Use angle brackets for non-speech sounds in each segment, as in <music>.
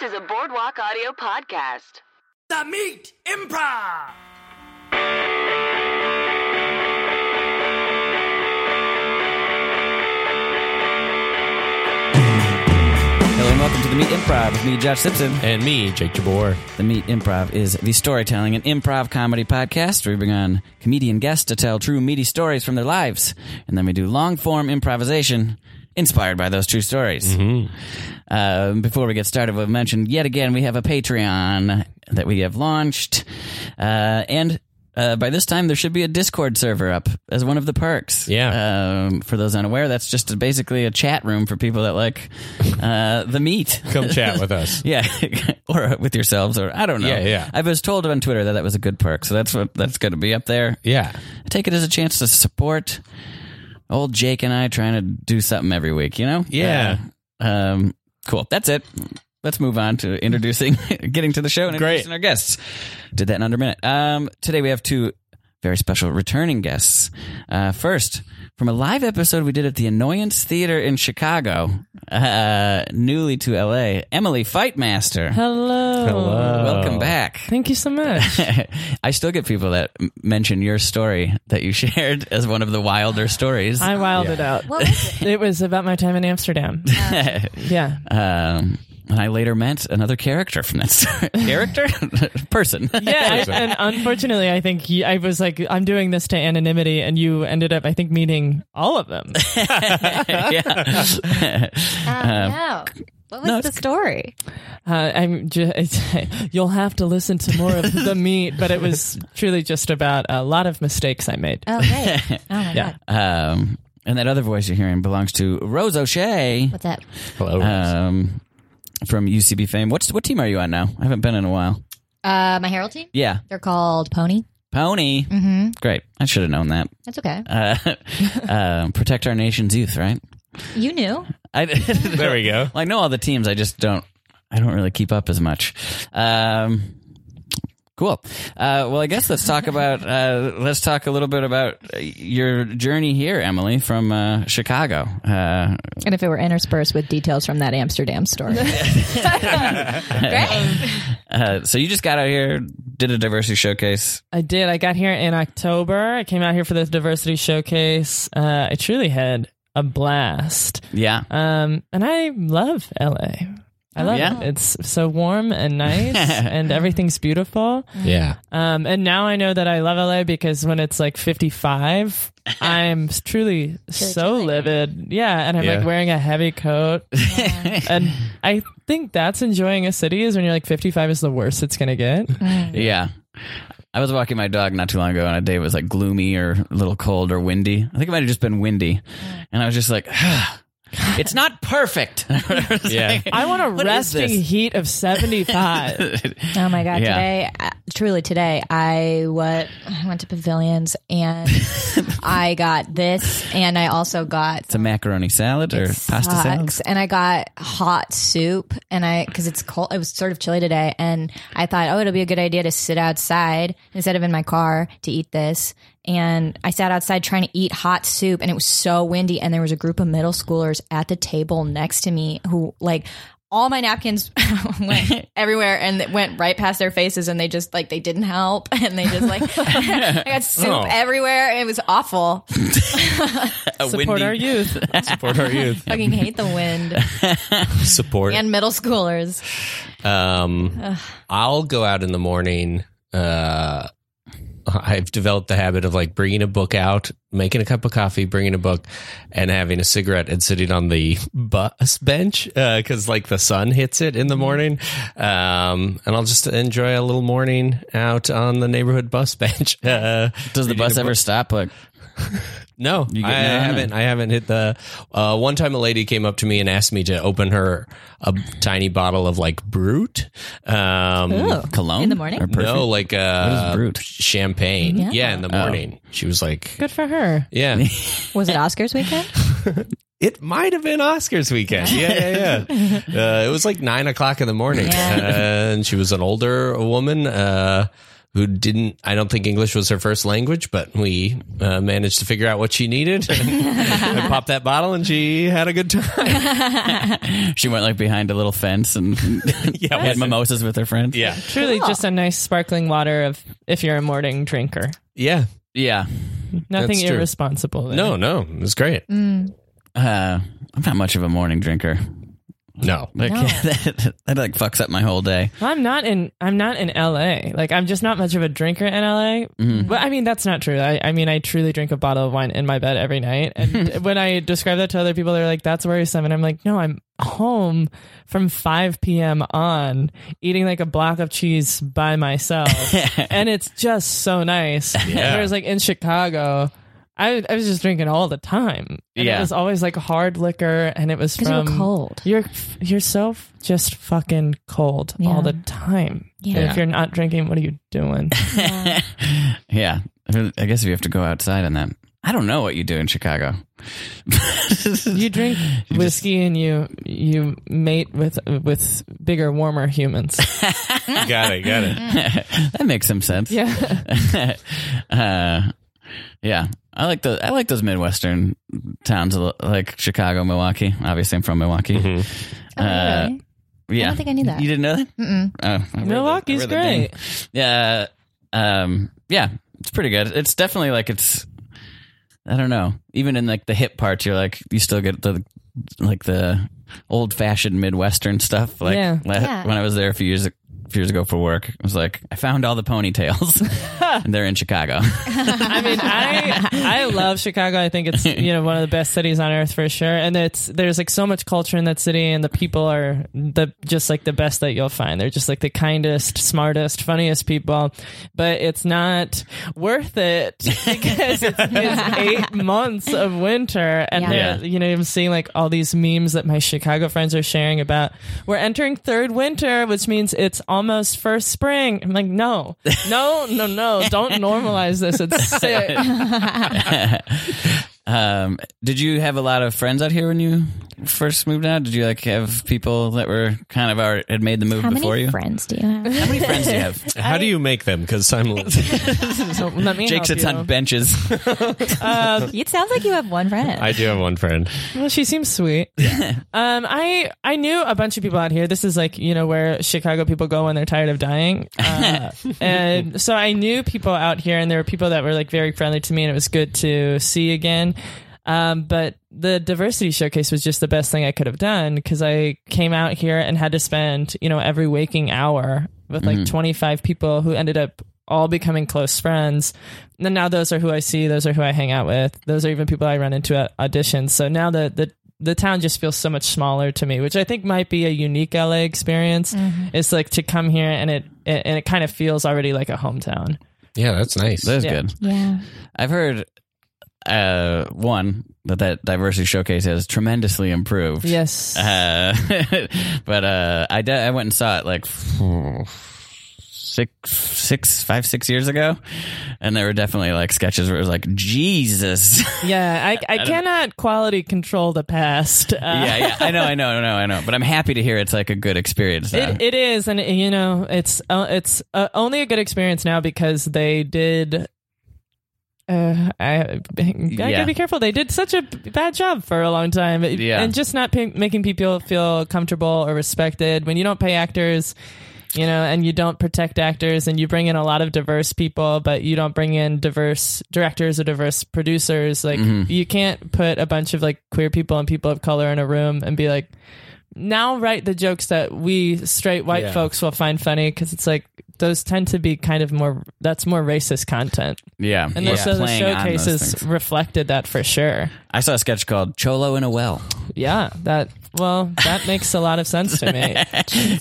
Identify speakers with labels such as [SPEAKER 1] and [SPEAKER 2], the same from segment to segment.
[SPEAKER 1] to the Boardwalk Audio Podcast.
[SPEAKER 2] The Meat Improv.
[SPEAKER 3] Hello and welcome to the Meat Improv with me, Josh Simpson.
[SPEAKER 4] And me, Jake Jabor.
[SPEAKER 3] The Meat Improv is the storytelling and improv comedy podcast where we bring on comedian guests to tell true meaty stories from their lives, and then we do long form improvisation inspired by those true stories.
[SPEAKER 4] Mm-hmm.
[SPEAKER 3] Um, before we get started, we'll mention yet again we have a Patreon that we have launched, uh, and. Uh, by this time, there should be a Discord server up as one of the perks.
[SPEAKER 4] Yeah.
[SPEAKER 3] Um, for those unaware, that's just basically a chat room for people that like uh, the
[SPEAKER 4] <laughs>
[SPEAKER 3] meat.
[SPEAKER 4] Come chat with us.
[SPEAKER 3] Yeah, <laughs> or with yourselves, or I don't know.
[SPEAKER 4] Yeah, yeah.
[SPEAKER 3] I was told on Twitter that that was a good perk, so that's what that's going to be up there.
[SPEAKER 4] Yeah.
[SPEAKER 3] I take it as a chance to support old Jake and I trying to do something every week. You know?
[SPEAKER 4] Yeah.
[SPEAKER 3] Uh, um. Cool. That's it. Let's move on to introducing, <laughs> getting to the show, and
[SPEAKER 4] Great.
[SPEAKER 3] introducing our guests. Did that in under a minute. Um. Today we have two very special returning guests. Uh, first, from a live episode we did at the Annoyance Theater in Chicago, uh, newly to LA, Emily Fightmaster.
[SPEAKER 5] Hello.
[SPEAKER 3] Welcome back.
[SPEAKER 5] Thank you so much.
[SPEAKER 3] <laughs> I still get people that m- mention your story that you <laughs> shared as one of the wilder stories.
[SPEAKER 5] I wiled it out.
[SPEAKER 6] What was it?
[SPEAKER 5] It was about my time in Amsterdam. yeah.
[SPEAKER 3] um, and I later met another character from that <laughs> story. character? Person.
[SPEAKER 5] Yeah, I, and unfortunately, I think y- I was like, I'm doing this to anonymity, and you ended up, I think, meeting all of them.
[SPEAKER 3] yeah.
[SPEAKER 6] <laughs> Oh, no. What was
[SPEAKER 3] no,
[SPEAKER 6] the
[SPEAKER 3] it's-
[SPEAKER 6] story?
[SPEAKER 5] Uh, I'm just, <laughs> you'll have to listen to more of the meat, but it was truly just about a lot of mistakes I made.
[SPEAKER 6] Oh, <laughs> great. Oh, my God.
[SPEAKER 3] Um, and that other voice you're hearing belongs to Rose O'Shea
[SPEAKER 6] What's up?
[SPEAKER 4] Hello.
[SPEAKER 3] um, from UCB fame. What's, what team are you on now? I haven't been in a while.
[SPEAKER 6] Uh, my Herald team?
[SPEAKER 3] Yeah.
[SPEAKER 6] They're called Pony.
[SPEAKER 3] Pony.
[SPEAKER 6] Mm-hmm.
[SPEAKER 3] Great. I should have known that.
[SPEAKER 6] That's okay.
[SPEAKER 3] Uh, <laughs> um, protect our nation's youth, right?
[SPEAKER 6] You knew.
[SPEAKER 3] I, <laughs>
[SPEAKER 4] there we go.
[SPEAKER 3] Well, I know all the teams. I just don't. I don't really keep up as much. Um, cool. Uh, well, I guess let's talk about. Uh, let's talk a little bit about uh, your journey here, Emily, from uh, Chicago. Uh,
[SPEAKER 6] And if it were interspersed with details from that Amsterdam <laughs> story. great.
[SPEAKER 3] uh, so you just got out here, did a diversity showcase.
[SPEAKER 5] I did. I got here in October. I came out here for the diversity showcase. Uh, I truly had a blast.
[SPEAKER 3] Yeah.
[SPEAKER 5] Um, and I love LA. I love
[SPEAKER 3] yeah?
[SPEAKER 5] it. It's so warm and nice, and everything's beautiful.
[SPEAKER 4] Yeah.
[SPEAKER 5] Um, and now I know that I love LA because when it's like 55, I'm truly so livid. Yeah. And I'm
[SPEAKER 4] Yeah.
[SPEAKER 5] like wearing a heavy coat. and I think that's enjoying a city is when you're like 55 is the worst it's going to get.
[SPEAKER 3] Yeah. I was walking my dog not too long ago on a day it was like gloomy or a little cold or windy. I think it might have just been windy. And I was just like, <sighs> it's not perfect. <laughs>
[SPEAKER 4] Yeah.
[SPEAKER 5] I want a
[SPEAKER 3] What is
[SPEAKER 5] resting
[SPEAKER 3] this?
[SPEAKER 5] heat of 75.
[SPEAKER 6] Oh, my God.
[SPEAKER 3] Yeah.
[SPEAKER 6] Today, uh, truly today, I, what, I went to Pavilions and I got this and I also got
[SPEAKER 3] It's a macaroni salad or pasta salad.
[SPEAKER 6] Sucks. And I got hot soup, and I because it's cold. It was sort of chilly today, and I thought, oh, it'll be a good idea to sit outside instead of in my car to eat this. And I sat outside trying to eat hot soup, and it was so windy. And there was a group of middle schoolers at the table next to me who like. All my napkins <laughs>
[SPEAKER 3] <laughs>
[SPEAKER 6] went everywhere and it went right past their faces, and they just like they didn't help, <laughs> and they just like I got soup
[SPEAKER 4] Oh.
[SPEAKER 6] everywhere. It was awful.
[SPEAKER 3] <laughs> A
[SPEAKER 5] Support our youth.
[SPEAKER 4] Support our youth.
[SPEAKER 6] Fucking hate the wind
[SPEAKER 4] <laughs> Support.
[SPEAKER 6] and middle schoolers.
[SPEAKER 4] Um, I'll go out in the morning. Uh, I've developed the habit of like bringing a book out, making a cup of coffee, bringing a book, and having a cigarette and sitting on the bus bench because like the sun hits it in the morning. Um, and I'll just enjoy a little morning out on the neighborhood bus bench. <laughs> Uh,
[SPEAKER 3] Does the
[SPEAKER 4] reading a
[SPEAKER 3] bus
[SPEAKER 4] book.
[SPEAKER 3] ever stop? Like,
[SPEAKER 4] No,
[SPEAKER 3] You
[SPEAKER 4] I
[SPEAKER 3] get- no, no.
[SPEAKER 4] haven't. I haven't hit the. Uh, one time, a lady came up to me and asked me to open her a tiny bottle of like brute. Um,
[SPEAKER 3] cologne
[SPEAKER 6] In the morning?
[SPEAKER 3] Or perfume?
[SPEAKER 4] no, like uh,
[SPEAKER 3] What is Brut? Oh.
[SPEAKER 4] Champagne. Yeah. in the morning. She was like,
[SPEAKER 5] Good for her.
[SPEAKER 3] <laughs>
[SPEAKER 4] "Yeah,
[SPEAKER 6] Was it Oscars weekend?
[SPEAKER 4] it might have been Oscars weekend." Yeah, yeah, yeah. uh, it was like nine o'clock in the morning, uh, and she was an older woman. Uh, who didn't, I don't think English was her first language, but we uh, managed to figure out what she needed <laughs> and, popped that bottle and she had a good time.
[SPEAKER 3] She went like behind a little fence <laughs> and
[SPEAKER 4] Yeah,
[SPEAKER 3] had mimosas with her friends.
[SPEAKER 4] Yeah.
[SPEAKER 5] Truly just a nice sparkling water of if you're a morning drinker.
[SPEAKER 4] Yeah.
[SPEAKER 3] yeah.
[SPEAKER 5] Nothing
[SPEAKER 4] That's true.
[SPEAKER 5] irresponsible. There.
[SPEAKER 4] No, no. It was great.
[SPEAKER 3] Uh, I'm not much of a morning drinker.
[SPEAKER 4] No.
[SPEAKER 3] Like, <laughs>
[SPEAKER 6] No.
[SPEAKER 3] that, that like fucks up my whole day.
[SPEAKER 5] I'm not in I'm not in LA. Like I'm just not much of a drinker in LA. But I mean that's not true. I, I mean I truly drink a bottle of wine in my bed every night. And when I describe that to other people, they're like, that's worrisome. And I'm like, no, I'm home from five PM on eating like a block of cheese by myself. and it's just so nice.
[SPEAKER 4] Yeah.
[SPEAKER 5] Whereas like in Chicago I, I was just drinking all the time. And
[SPEAKER 3] Yeah.
[SPEAKER 5] It was always like hard liquor and it was
[SPEAKER 6] Because you were
[SPEAKER 5] from
[SPEAKER 6] cold.
[SPEAKER 5] you're you're so f- just fucking cold all the time.
[SPEAKER 6] Yeah.
[SPEAKER 5] And if you're not drinking, what are you doing?
[SPEAKER 3] Yeah. I guess if you have to go outside on that. I don't know what you do in Chicago. <laughs>
[SPEAKER 5] you drink whiskey and you you mate with with bigger, warmer humans.
[SPEAKER 4] Got it. Got <laughs> it.
[SPEAKER 3] that makes some sense.
[SPEAKER 5] yeah,
[SPEAKER 3] <laughs> uh, yeah, I like the I like those Midwestern towns a lo- like Chicago, Milwaukee. Obviously, I'm from Milwaukee.
[SPEAKER 6] Oh,
[SPEAKER 3] Uh,
[SPEAKER 6] really?
[SPEAKER 3] Yeah,
[SPEAKER 6] I don't think I knew that.
[SPEAKER 3] You didn't know that?
[SPEAKER 6] Mm-mm.
[SPEAKER 3] Oh, I read the- I
[SPEAKER 5] Milwaukee's
[SPEAKER 3] read the thing.
[SPEAKER 5] great.
[SPEAKER 3] Yeah, um, yeah, it's pretty good. It's definitely like it's. I don't know. Even in like the hip parts, you're like you still get the like the old fashioned Midwestern stuff. Like
[SPEAKER 5] Yeah.
[SPEAKER 3] la-
[SPEAKER 6] Yeah.
[SPEAKER 3] when I was there a few years a few years ago for work, I was like, I found all the
[SPEAKER 5] <laughs>
[SPEAKER 3] ponytails, and they're in Chicago.
[SPEAKER 5] I mean, I I love Chicago. I
[SPEAKER 6] <laughs>
[SPEAKER 5] think it's you know one of the best cities on earth for sure. And it's there's like so much culture in that city, and the people are the just like the best that you'll find. They're just like the kindest, smartest, funniest people. But it's not worth it <laughs> because it's, it's eight months of winter, and
[SPEAKER 6] Yeah.
[SPEAKER 5] they're- you know I'm seeing like all these memes that my Chicago friends are sharing about. We're entering third winter, which means it's almost first spring. I'm like, no, no, no, no, don't normalize this. It's sick.
[SPEAKER 3] Um, did you have a lot of friends out here when you first moved out? Did you like have people that were kind of already, had made the move
[SPEAKER 6] How
[SPEAKER 3] before
[SPEAKER 6] many
[SPEAKER 3] you?
[SPEAKER 6] friends do you have?
[SPEAKER 3] How many friends do you have?
[SPEAKER 4] How do you make them? Because I'm. <laughs>
[SPEAKER 5] So let me
[SPEAKER 3] Jake
[SPEAKER 5] help
[SPEAKER 3] sits
[SPEAKER 5] you.
[SPEAKER 3] on benches.
[SPEAKER 5] <laughs>
[SPEAKER 6] <laughs> it sounds like you have one friend.
[SPEAKER 4] I do have one friend.
[SPEAKER 5] Well, she seems sweet. um, I I knew a bunch of people out here. This is like you know where Chicago people go when they're tired of dying, uh, and so I knew people out here, and there were people that were like very friendly to me, and it was good to see again. Um, but the diversity showcase was just the best thing I could have done because I came out here and had to spend you know every waking hour with like 25 people who ended up all becoming close friends. And then now those are who I see, those are who I hang out with, those are even people I run into at auditions. So now the the the town just feels so much smaller to me, which I think might be a unique LA experience. It's like to come here and it and it kind of feels already like a hometown.
[SPEAKER 4] Yeah, that's nice.
[SPEAKER 3] That is
[SPEAKER 5] Yeah.
[SPEAKER 3] good.
[SPEAKER 6] yeah.
[SPEAKER 3] I've heard uh, one that that diversity showcase has tremendously improved.
[SPEAKER 5] Yes.
[SPEAKER 3] Uh, <laughs> but uh, I de- I went and saw it like six six five six years ago, and there were definitely like sketches where it was like Jesus. <laughs>
[SPEAKER 5] yeah, I, I cannot quality control the past. Uh,
[SPEAKER 3] <laughs> yeah, yeah, I know, I know, I know, I know. But I'm happy to hear it's like a good experience. now.
[SPEAKER 5] It, it is, and you know, it's uh, it's uh, only a good experience now because they did. Uh, I, I
[SPEAKER 3] Yeah.
[SPEAKER 5] gotta be careful. They did such a b- bad job for a long time,
[SPEAKER 3] Yeah.
[SPEAKER 5] and just not pay, making people feel comfortable or respected when you don't pay actors. You know, and you don't protect actors, and you bring in a lot of diverse people, but you don't bring in diverse directors or diverse producers. Like, you can't put a bunch of like queer people and people of color in a room and be like, now write the jokes that we straight white
[SPEAKER 4] Yeah.
[SPEAKER 5] folks will find funny because it's like those tend to be kind of more that's more racist content
[SPEAKER 3] yeah,
[SPEAKER 5] and
[SPEAKER 3] We're
[SPEAKER 5] those- so the
[SPEAKER 3] playing on those
[SPEAKER 5] showcases
[SPEAKER 3] things.
[SPEAKER 5] reflected that for sure
[SPEAKER 3] I saw a sketch called Cholo in a <laughs> Well,
[SPEAKER 5] yeah that well that makes a lot of sense
[SPEAKER 3] <laughs>
[SPEAKER 5] to me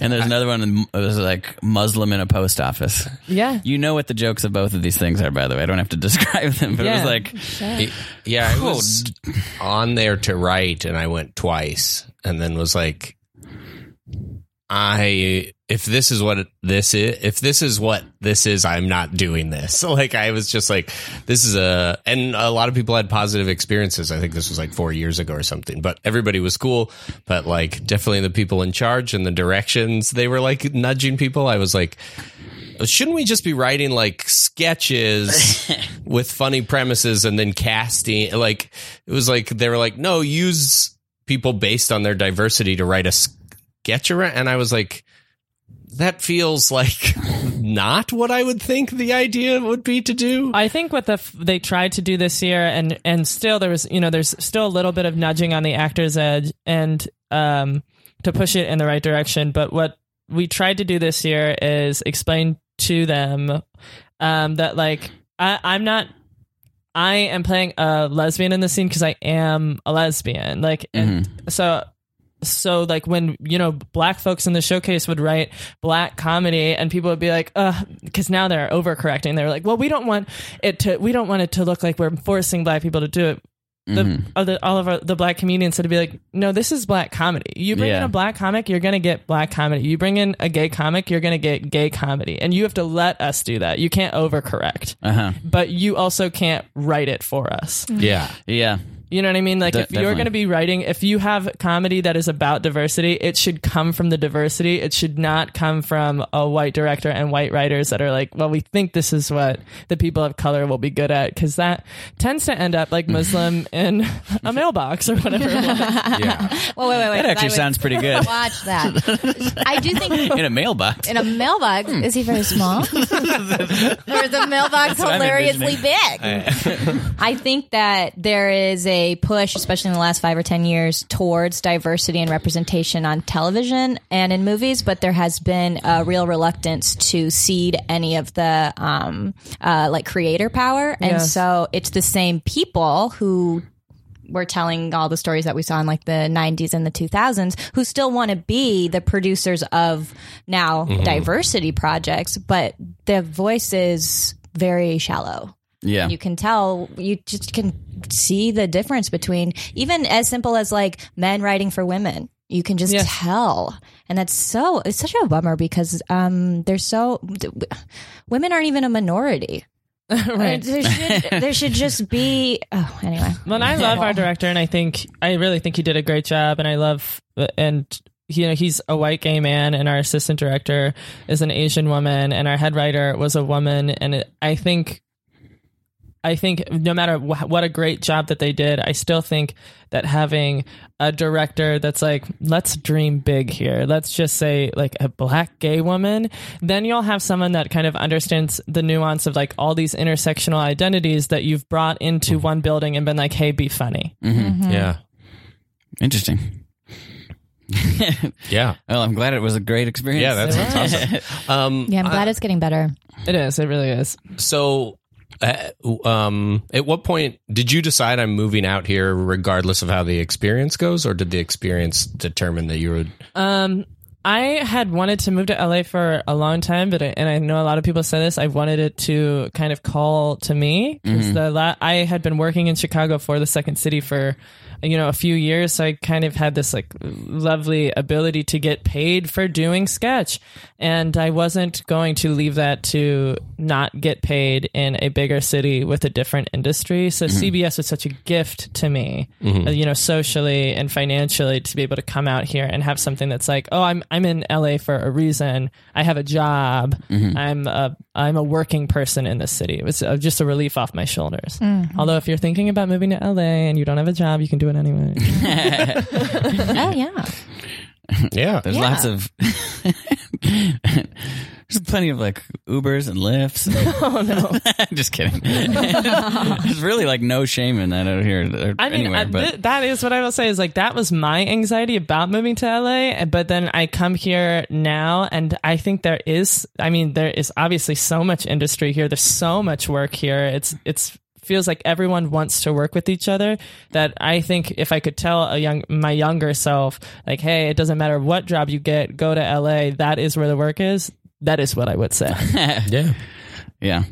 [SPEAKER 3] and there's another one that was like Muslim in a post office.
[SPEAKER 5] yeah
[SPEAKER 3] You know what the jokes of both of these things are, by the way. I don't have to <laughs> describe them, but it
[SPEAKER 5] Yeah.
[SPEAKER 3] was like,
[SPEAKER 4] Y- Yeah, I was on there to write, and I went twice, and then was like, I if this is what this is, if this is what this is, I'm not doing this. <laughs> So like, I was just like, this is a, and a lot of people had positive experiences. I think this was like four years ago or something, but everybody was cool. But like, definitely the people in charge and the directions they were like nudging people. I was like. Shouldn't we just be writing like sketches with funny premises and then casting? Like it was like they were like, no, use people based on their diversity to write a sketch around. And I was like, that feels like <laughs> not what I would think the idea would be to do.
[SPEAKER 5] I think what the f- they tried to do this year, and and still there was you know there's still a little bit of nudging on the actor's edge, and um to push it in the right direction. But what we tried to do this year is explain to them um that like I, I'm not. I am playing a lesbian in the scene because I am a lesbian. Like,
[SPEAKER 3] Mm-hmm.
[SPEAKER 5] and so so like when you know black folks in the showcase would write black comedy and people would be like uh because now they're overcorrecting they're like well we don't want it to we don't want it to look like we're forcing black people to do it the, other, all of our, the black comedians had to be like no this is black comedy you bring in
[SPEAKER 3] Yeah.
[SPEAKER 5] a black comic you're gonna get black comedy you bring in a gay comic you're gonna get gay comedy and you have to let us do that you can't overcorrect
[SPEAKER 3] Uh huh.
[SPEAKER 5] but you also can't write it for us
[SPEAKER 4] yeah.
[SPEAKER 3] Yeah.
[SPEAKER 5] you know what I mean? Like,
[SPEAKER 3] De-
[SPEAKER 5] if you're
[SPEAKER 3] definitely.
[SPEAKER 5] going to be writing, if you have comedy that is about diversity, it should come from the diversity. It should not come from a white director and white writers that are like, well, we think this is what the people of color will be good at. Cause that tends to end up
[SPEAKER 3] <laughs>
[SPEAKER 5] like Muslim in a mailbox or whatever.
[SPEAKER 4] Yeah.
[SPEAKER 6] Well, wait, wait, wait.
[SPEAKER 3] That actually
[SPEAKER 6] I would <laughs>
[SPEAKER 3] sounds pretty good.
[SPEAKER 6] Watch that. I do think.
[SPEAKER 3] <laughs> In a Hmm. mailbox.
[SPEAKER 6] In a mailbox, is he
[SPEAKER 3] <laughs>
[SPEAKER 6] very small? <laughs> There's a mailbox
[SPEAKER 3] what I'm
[SPEAKER 6] hilariously
[SPEAKER 3] envisioning.
[SPEAKER 6] big. I think that there is a push, especially in the last five or 10 years, towards diversity and representation on television and in movies, but there has been a real reluctance to cede any of the um, uh, like creator power. And
[SPEAKER 5] Yes.
[SPEAKER 6] so it's the same people who were telling all the stories that we saw in like the 90s and the 2000s who still want to be the producers of now diversity projects, but the voice is very shallow
[SPEAKER 3] Yeah.
[SPEAKER 6] you can tell you just can see the difference between even as simple as like men writing for women you can just
[SPEAKER 5] Yes.
[SPEAKER 6] tell and that's so it's such a bummer because um they're so d- w- women aren't even a minority
[SPEAKER 5] right.
[SPEAKER 6] there should there should just be oh anyway
[SPEAKER 5] Well, and I love our director, and I think I really think he did a great job, and I love and you know he's a white gay man, and our assistant director is an Asian woman, and our head writer was a woman, and it, I think. I think no matter wh- what a great job that they did, I still think that having a director that's like, let's dream big here. Let's just say like a black gay woman, then you'll have someone that kind of understands the nuance of like all these intersectional identities that you've brought into one building and been like, hey, be funny.
[SPEAKER 4] Yeah.
[SPEAKER 3] Interesting. <laughs>
[SPEAKER 4] Yeah.
[SPEAKER 3] Well, I'm glad it was a great experience.
[SPEAKER 4] Yeah. That sounds awesome. Um,
[SPEAKER 6] yeah i'm glad it's getting better
[SPEAKER 5] It is. It really is.
[SPEAKER 4] so uh, um at what point did you decide i'm moving out here regardless of how the experience goes or did the experience determine that you would
[SPEAKER 5] Um, I had wanted to move to LA for a long time, but I, and I know a lot of people said this. I wanted it to kind of call to me because the la- I had been working in Chicago for the Second City for you know a few years, so I kind of had this like lovely ability to get paid for doing sketch, and I wasn't going to leave that to not get paid in a bigger city with a different industry. So CBS was such a gift to me, uh, you know, socially and financially to be able to come out here and have something that's like, oh, I'm I'm in LA for a reason. I have a job. I'm a I'm a working person in this city. It was uh, just a relief off my shoulders. Although if you're thinking about moving to LA and you don't have a job, you can do it anyway.
[SPEAKER 6] oh yeah
[SPEAKER 4] yeah
[SPEAKER 3] There's lots of. <laughs> There's plenty of like Ubers and Lyfts. Oh no! <laughs> Just kidding. There's really like no shame in that out here or
[SPEAKER 5] I mean,
[SPEAKER 3] anywhere.
[SPEAKER 5] I-
[SPEAKER 3] but
[SPEAKER 5] th- that is what I will say is like that was my anxiety about moving to LA. and- But then I come here now, and I think there is. I mean, there is obviously so much industry here. There's so much work here. It's it's feels like everyone wants to work with each other. That I think if I could tell a young my younger self, like, hey, it doesn't matter what job you get, go to LA. That is where the work is. That is what I
[SPEAKER 3] <laughs>
[SPEAKER 5] would say.
[SPEAKER 4] yeah
[SPEAKER 3] yeah,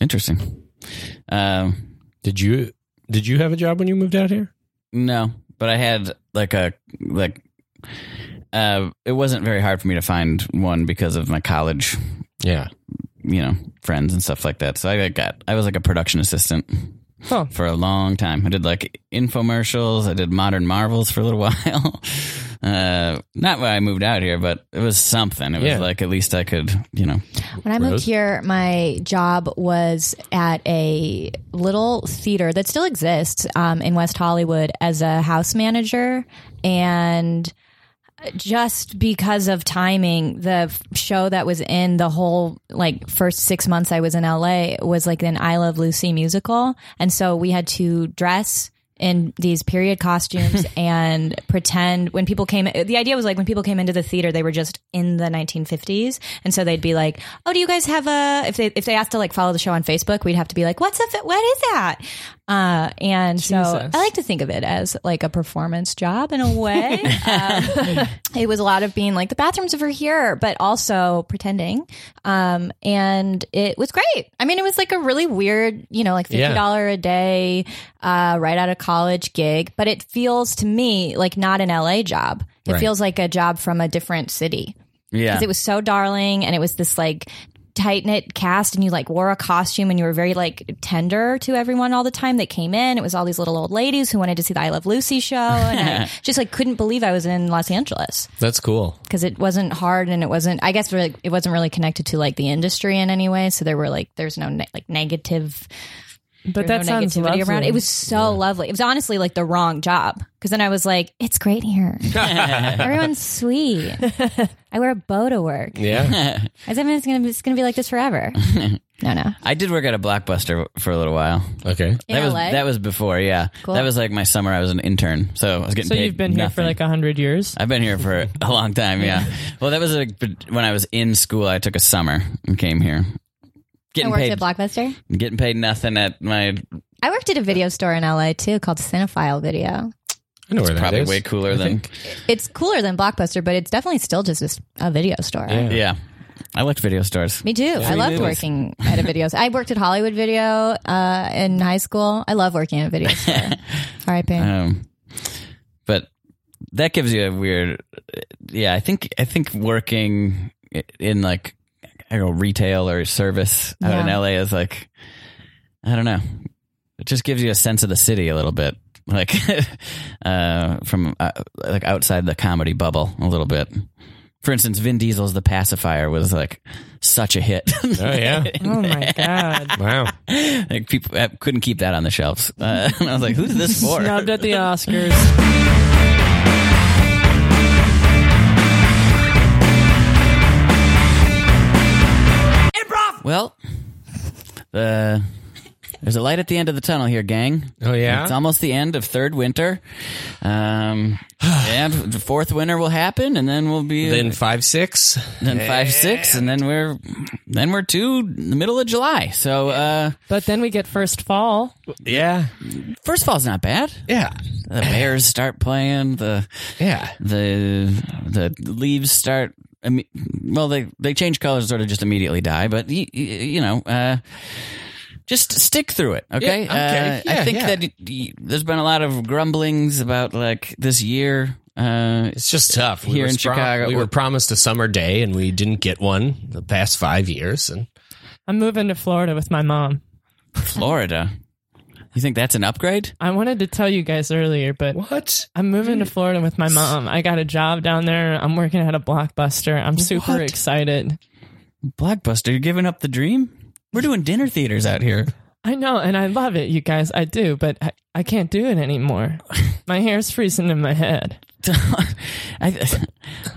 [SPEAKER 3] interesting. Um,
[SPEAKER 4] did you did you have a job when you moved out here
[SPEAKER 3] no, but I had like a like. Uh, it wasn't very hard for me to find one because of my college,
[SPEAKER 4] yeah
[SPEAKER 3] you know, friends and stuff like that. So I got I was like a production assistant
[SPEAKER 5] Huh.
[SPEAKER 3] for a long time. I did like infomercials. I did Modern Marvels for a little <laughs> while. Uh, not why I moved out here, but it was something. It was
[SPEAKER 4] Yeah.
[SPEAKER 3] like at least I could, you know.
[SPEAKER 6] When I moved
[SPEAKER 4] Rose?
[SPEAKER 6] here, my job was at a little theater that still exists um, in West Hollywood as a house manager. And just because of timing, the f- show that was in the whole like first six months I was in LA was like an I Love Lucy musical. And so we had to dress in these period costumes and pretend when people came the idea was like when people came into the theater they were just in the 1950s and so they'd be like oh do you guys have a if they if they asked to like follow the show on facebook we'd have to be like what's a fi- what is that uh and so
[SPEAKER 5] Jesus.
[SPEAKER 6] i like to think of it as like a performance job in a way um, it was a lot of being like the bathrooms over here but also pretending um and it was great i mean it was like a really weird you know like
[SPEAKER 4] Yeah.
[SPEAKER 6] $50 a day uh right out of college gig but it feels to me like not an la job it
[SPEAKER 3] Right.
[SPEAKER 6] feels like a job from a different city
[SPEAKER 3] Yeah.
[SPEAKER 6] because it was so darling and it was this like tight knit cast and you like wore a costume and you were very like tender to everyone all the time that came in. It was all these little old ladies who wanted to see the I Love Lucy show
[SPEAKER 3] <laughs>
[SPEAKER 6] and I just like couldn't believe I was in Los Angeles
[SPEAKER 4] That's cool.
[SPEAKER 6] because it wasn't hard and it wasn't I guess really, it wasn't really connected to like the industry in any way. So there were like there's no ne- like negative
[SPEAKER 5] But
[SPEAKER 6] there
[SPEAKER 5] that
[SPEAKER 6] was no
[SPEAKER 5] sounds
[SPEAKER 6] negativity
[SPEAKER 5] lovely.
[SPEAKER 6] around. It was so lovely. It was honestly like the wrong job because then I was like, it's great here.
[SPEAKER 3] <laughs>
[SPEAKER 6] Everyone's sweet. I wear a bow to work.
[SPEAKER 4] <laughs> Yeah.
[SPEAKER 6] I said, it's gonna be, it's gonna be like
[SPEAKER 3] <laughs>
[SPEAKER 6] this forever. no, no.
[SPEAKER 3] I did work at a blockbuster for a little while.
[SPEAKER 4] okay.
[SPEAKER 6] In
[SPEAKER 3] that was
[SPEAKER 6] LA?
[SPEAKER 3] that was before, yeah.
[SPEAKER 6] Cool.
[SPEAKER 3] That was like my summer. I was an intern, so I was getting.
[SPEAKER 5] So
[SPEAKER 3] paid
[SPEAKER 5] you've been here for
[SPEAKER 3] nothing.
[SPEAKER 5] like a hundred years.
[SPEAKER 3] I've been here for a long time. Yeah. well, that was like when I was in school. I took a summer and came here.
[SPEAKER 6] I
[SPEAKER 3] Getting
[SPEAKER 6] worked
[SPEAKER 3] paid,
[SPEAKER 6] at Blockbuster.
[SPEAKER 3] getting paid nothing at my
[SPEAKER 6] I worked at a video store in LA too called Cinephile Video.
[SPEAKER 4] I know where that
[SPEAKER 3] probably
[SPEAKER 4] is.
[SPEAKER 3] way cooler than
[SPEAKER 6] It's cooler than Blockbuster, but it's definitely still just this- a video store.
[SPEAKER 4] Yeah.
[SPEAKER 3] yeah. I liked video stores.
[SPEAKER 6] Me too. I loved working at a video. s- I worked at Hollywood Video uh, in high school. I love working at a
[SPEAKER 3] <laughs>
[SPEAKER 6] video store. R.I.P.
[SPEAKER 3] Um, but that gives you a weird. Yeah, I think I think working in like I don't know retail or service out in
[SPEAKER 6] Yeah.
[SPEAKER 3] LA is like I don't know. It just gives you a sense of the city a little bit, like <laughs> uh, from uh, like outside the comedy bubble a little bit. For instance, Vin Diesel's "The Pacifier" was like such a hit. <laughs>
[SPEAKER 4] Oh yeah.
[SPEAKER 5] Oh my
[SPEAKER 4] <laughs>
[SPEAKER 5] god!
[SPEAKER 4] Wow.
[SPEAKER 3] like people uh, couldn't keep that on the shelves. Uh, <laughs> and I was like, "Who's this for?" <laughs>
[SPEAKER 5] Snubbed at the Oscars.
[SPEAKER 2] Improv!
[SPEAKER 3] Well, uh, there's a light at the end of the tunnel here, gang.
[SPEAKER 4] Oh, yeah?
[SPEAKER 3] it's almost the end of third winter,
[SPEAKER 4] <sighs>
[SPEAKER 3] um, and the fourth winter will happen, and then we'll be
[SPEAKER 4] Then five six.
[SPEAKER 3] then five six, and then we're then we're two in the middle of July. So uh,
[SPEAKER 5] But then we get first fall.
[SPEAKER 4] Yeah.
[SPEAKER 3] first fall's not bad.
[SPEAKER 4] Yeah. <clears throat>
[SPEAKER 3] The bears start playing the
[SPEAKER 4] Yeah.
[SPEAKER 3] the the leaves start. I mean, well, they they change colors, sort of just immediately die. But you, you know, uh, just stick through it, okay?
[SPEAKER 4] Yeah, okay.
[SPEAKER 3] Uh, I
[SPEAKER 4] Yeah,
[SPEAKER 3] think
[SPEAKER 4] yeah.
[SPEAKER 3] that y- y- there's been a lot of grumblings about like this year. Uh,
[SPEAKER 4] It's just tough.
[SPEAKER 3] Here
[SPEAKER 4] were
[SPEAKER 3] in Chicago,
[SPEAKER 4] we
[SPEAKER 3] we're-
[SPEAKER 4] were promised a summer day, and we didn't get one the past five years. And
[SPEAKER 5] I'm moving to Florida with my mom.
[SPEAKER 3] Florida, you think that's an upgrade?
[SPEAKER 5] I wanted to tell you guys earlier, but
[SPEAKER 4] what?
[SPEAKER 5] I'm moving to Florida with my mom. I got a job down there. I'm working at a Blockbuster. I'm super
[SPEAKER 3] What?
[SPEAKER 5] excited.
[SPEAKER 3] Blockbuster, you're giving up the dream. We're doing dinner theaters out here.
[SPEAKER 5] I know, and I love it, you guys. I do, but I, I can't do it anymore. My hair's freezing in my head.
[SPEAKER 3] <laughs> I,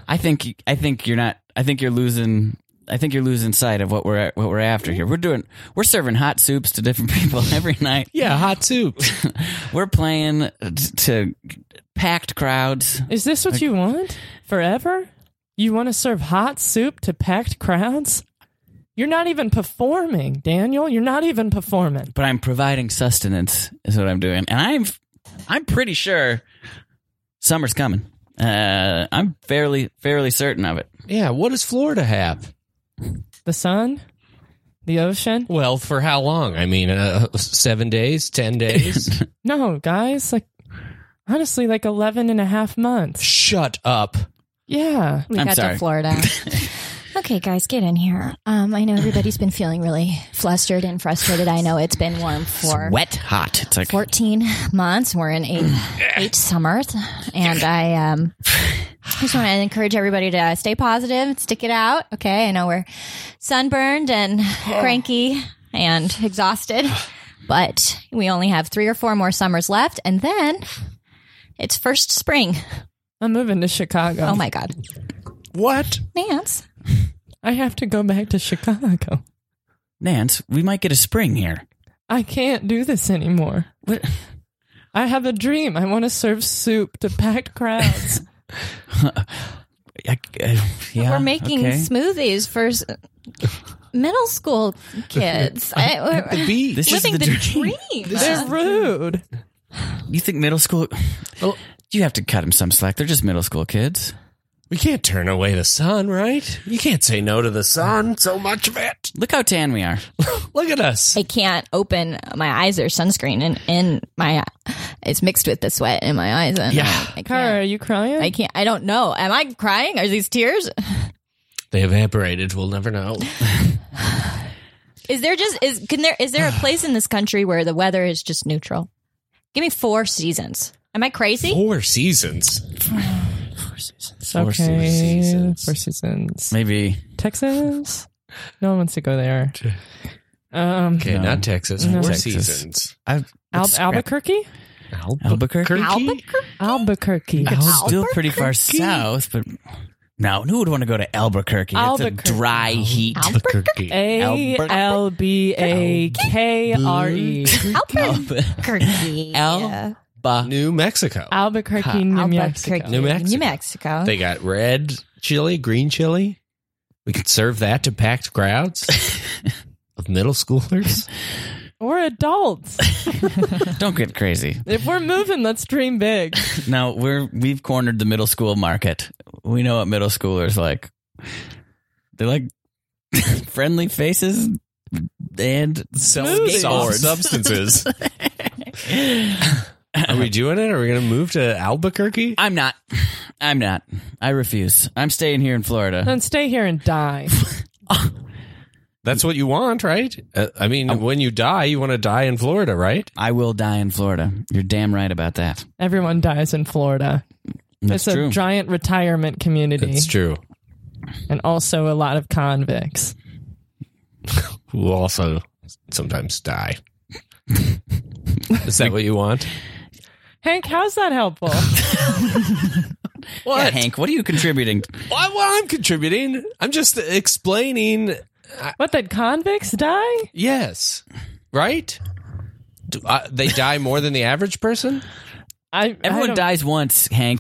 [SPEAKER 3] I think I think you're not. I think you're losing. I think you're losing sight of what we're what we're after here. We're doing. We're serving hot soups to different <laughs> people every night.
[SPEAKER 4] Yeah, hot soup.
[SPEAKER 3] <laughs> We're playing t- to packed crowds.
[SPEAKER 5] Is this what you want? Forever? You want to serve hot soup to packed crowds? You're not even performing, Daniel. You're not even performing.
[SPEAKER 3] But I'm providing sustenance is what I'm doing, and I'm I'm pretty sure summer's coming. Uh, I'm fairly fairly certain of it.
[SPEAKER 4] yeah. What does Florida have?
[SPEAKER 5] The sun? The ocean?
[SPEAKER 4] Well, for how long? I mean, uh, seven days, ten <laughs> days.
[SPEAKER 5] No, guys, like honestly like 11 and a half months.
[SPEAKER 4] Shut up.
[SPEAKER 5] Yeah.
[SPEAKER 6] We
[SPEAKER 3] I'm
[SPEAKER 6] got
[SPEAKER 3] sorry. <laughs>
[SPEAKER 6] to Florida. okay, guys, get in here. Um, I know everybody's been feeling really flustered and frustrated. I know it's been warm for
[SPEAKER 3] Wet hot. It's like
[SPEAKER 6] 14 months. We're in eight, eight summers. And I um, just want to encourage everybody to stay positive, stick it out. Okay, I know we're sunburned and cranky and exhausted, but we only have three or four more summers left, and then it's first spring.
[SPEAKER 5] I'm moving to Chicago.
[SPEAKER 6] Oh my God,
[SPEAKER 4] What?
[SPEAKER 6] Nance!
[SPEAKER 5] I have to go back to Chicago.
[SPEAKER 3] Nance, we might get a spring here.
[SPEAKER 5] I can't do this anymore.
[SPEAKER 3] What?
[SPEAKER 5] I have a dream. I want to serve soup to packed crowds.
[SPEAKER 3] I, I- uh, yeah,
[SPEAKER 6] we're making
[SPEAKER 3] okay.
[SPEAKER 6] smoothies for s- middle school kids. I,
[SPEAKER 4] The
[SPEAKER 6] we're
[SPEAKER 4] beach.
[SPEAKER 3] This
[SPEAKER 6] living
[SPEAKER 3] is
[SPEAKER 6] the,
[SPEAKER 3] the,
[SPEAKER 6] dream.
[SPEAKER 5] They're rude.
[SPEAKER 3] You think middle school?
[SPEAKER 4] Oh,
[SPEAKER 3] You have to cut them some slack. They're just middle school kids.
[SPEAKER 4] we can't turn away the sun, right? You can't say no to the sun. So much of it.
[SPEAKER 3] Look how tan we are.
[SPEAKER 4] Look at us.
[SPEAKER 6] I can't open my eyes or sunscreen, and in my it's mixed with the sweat in my eyes. And
[SPEAKER 4] Yeah.
[SPEAKER 6] I
[SPEAKER 5] Cara, are
[SPEAKER 6] can't.
[SPEAKER 5] you crying?
[SPEAKER 6] I can't. I don't know. Am I crying? Are these tears?
[SPEAKER 4] They evaporated. We'll never know.
[SPEAKER 6] Is there just is can there is there a place in this country where the weather is just neutral? Give me four seasons. Am I crazy?
[SPEAKER 4] Four seasons.
[SPEAKER 3] Four
[SPEAKER 5] okay.
[SPEAKER 4] seasons.
[SPEAKER 5] Four seasons.
[SPEAKER 3] Maybe
[SPEAKER 5] Texas? No one wants to go there. Um,
[SPEAKER 4] Okay,
[SPEAKER 3] No.
[SPEAKER 4] not Texas.
[SPEAKER 5] No.
[SPEAKER 4] Four
[SPEAKER 3] Texas.
[SPEAKER 4] seasons.
[SPEAKER 3] I
[SPEAKER 5] Al-
[SPEAKER 3] let's scrap-
[SPEAKER 5] Albuquerque?
[SPEAKER 3] Albuquerque.
[SPEAKER 5] Albuquerque.
[SPEAKER 3] It's still pretty far south, but no, who would want to go to Albuquerque? It's
[SPEAKER 5] Albuquerque.
[SPEAKER 3] a dry heat.
[SPEAKER 4] Albuquerque.
[SPEAKER 5] A L B A K R E.
[SPEAKER 6] Albuquerque.
[SPEAKER 3] Al- Alba.
[SPEAKER 4] New Mexico.
[SPEAKER 5] Albuquerque, New Mexico.
[SPEAKER 4] New Mexico.
[SPEAKER 6] New Mexico.
[SPEAKER 4] They got red chili, green chili. We could serve that to packed
[SPEAKER 3] <laughs>
[SPEAKER 4] crowds of middle schoolers.
[SPEAKER 5] Or adults.
[SPEAKER 3] <laughs> Don't get crazy.
[SPEAKER 5] if we're moving, let's dream big.
[SPEAKER 3] No, we're we've cornered the middle school market. We know what middle schoolers like. They like <laughs> friendly faces and
[SPEAKER 5] Smoothies.
[SPEAKER 4] Solid
[SPEAKER 3] skateboards. <laughs>
[SPEAKER 4] substances. Are we doing it? Are we going to move to Albuquerque?
[SPEAKER 3] I'm not. I'm not. I refuse. I'm staying here in Florida.
[SPEAKER 5] Then stay here and die.
[SPEAKER 4] That's what you want, right? Uh, I mean, when you die, you want to die in Florida, right?
[SPEAKER 3] I will die in Florida. You're damn right about that.
[SPEAKER 5] Everyone dies in Florida.
[SPEAKER 3] That's
[SPEAKER 5] it's a
[SPEAKER 3] true.
[SPEAKER 5] giant retirement community
[SPEAKER 4] That's true.
[SPEAKER 5] and also a lot of convicts.
[SPEAKER 4] Who also sometimes die. Is that what you want?
[SPEAKER 5] Hank, how's that helpful?
[SPEAKER 3] Yeah, Hank, what are you
[SPEAKER 5] <laughs>
[SPEAKER 3] contributing?
[SPEAKER 4] Well, well, I'm contributing. I'm just explaining.
[SPEAKER 5] what, that convicts die?
[SPEAKER 4] Yes, right? Do, uh, they die more than the average person.
[SPEAKER 5] I,
[SPEAKER 3] Everyone
[SPEAKER 5] I don't-
[SPEAKER 3] dies once, Hank.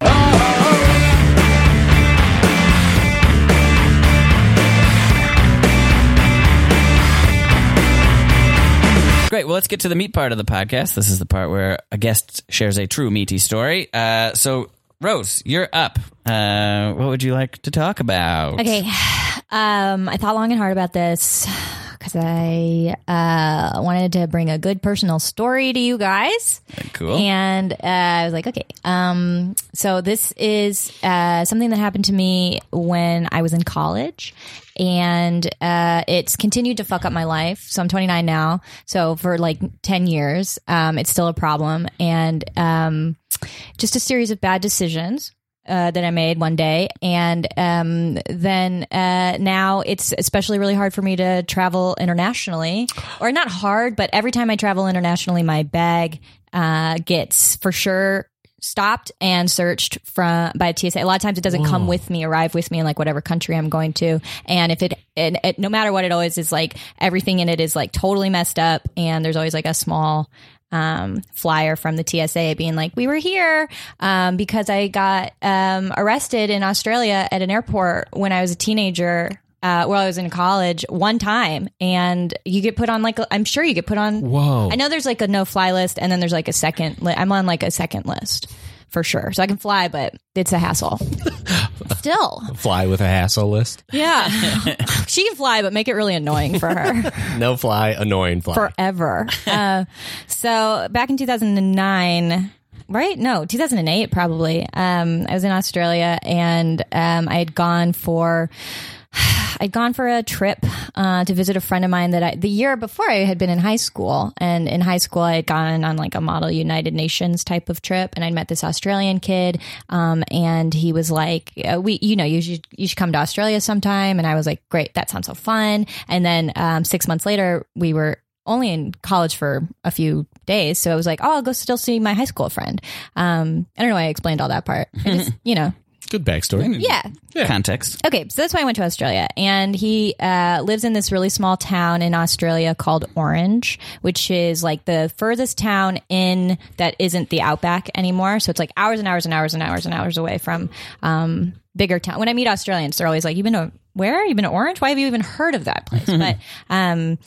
[SPEAKER 3] Great. Well, let's get to the meat part of the podcast. This is the part where a guest shares a true meaty story. Uh, so, Rose, you're up. Uh, what would you like to talk about?
[SPEAKER 6] Okay. Um, I thought long and hard about this because I uh, wanted to bring a good personal story to you guys.
[SPEAKER 3] Cool.
[SPEAKER 6] And uh, I was like, okay. Um, so this is uh, something that happened to me when I was in college, and uh, it's continued to fuck up my life. So I'm 29 now. So for like 10 years, um, it's still a problem, and um, just a series of bad decisions. Uh, that I made one day, and um, then uh, now it's especially really hard for me to travel internationally, or not hard, but every time I travel internationally, my bag uh, gets for sure stopped and searched from by TSA. A lot of times it doesn't come with me, arrive with me in like whatever country I'm going to. And if it, and it, no matter what it always is like, everything in it is like totally messed up. And there's always like a small, um, flyer from the TSA being like, we were here, um, because I got, um, arrested in Australia at an airport when I was a teenager. Uh, while I was in college, one time, and you get put on like a- I'm sure you get put on
[SPEAKER 4] Whoa!
[SPEAKER 6] I know there's like a no fly list, and then there's like a second. Li- I'm on like a second list for sure, so I can fly, but it's a hassle. Still,
[SPEAKER 4] Fly with a hassle list.
[SPEAKER 6] yeah, she can fly, but make it really annoying for her
[SPEAKER 4] No fly, annoying fly.
[SPEAKER 6] forever. Uh, so back in 2009. Right? No, 2008 probably. Um, I was in Australia and um, I had gone for I'd gone for a trip uh, to visit a friend of mine that I, the year before I had been in high school. And in high school, I had gone on like a model United Nations type of trip. And I met this Australian kid. Um, and he was like, uh, we, you know, you should, you should come to Australia sometime. And I was like, great, that sounds so fun. And then um, six months later, we were only in college for a few days. So I was like, oh, I'll go still see my high school friend. Um, I don't know why I explained all that part. I just, you know,
[SPEAKER 4] Good backstory.
[SPEAKER 6] yeah.
[SPEAKER 3] Context.
[SPEAKER 6] Okay, so that's why I went to Australia. And he uh, lives in this really small town in Australia called Orange, which is like the furthest town in that isn't the outback anymore. So it's like hours and hours and hours and hours and hours away from um, bigger town. When I meet Australians, they're always like, "You've been to where? You've been to Orange? Why have you even heard of that place?" but um,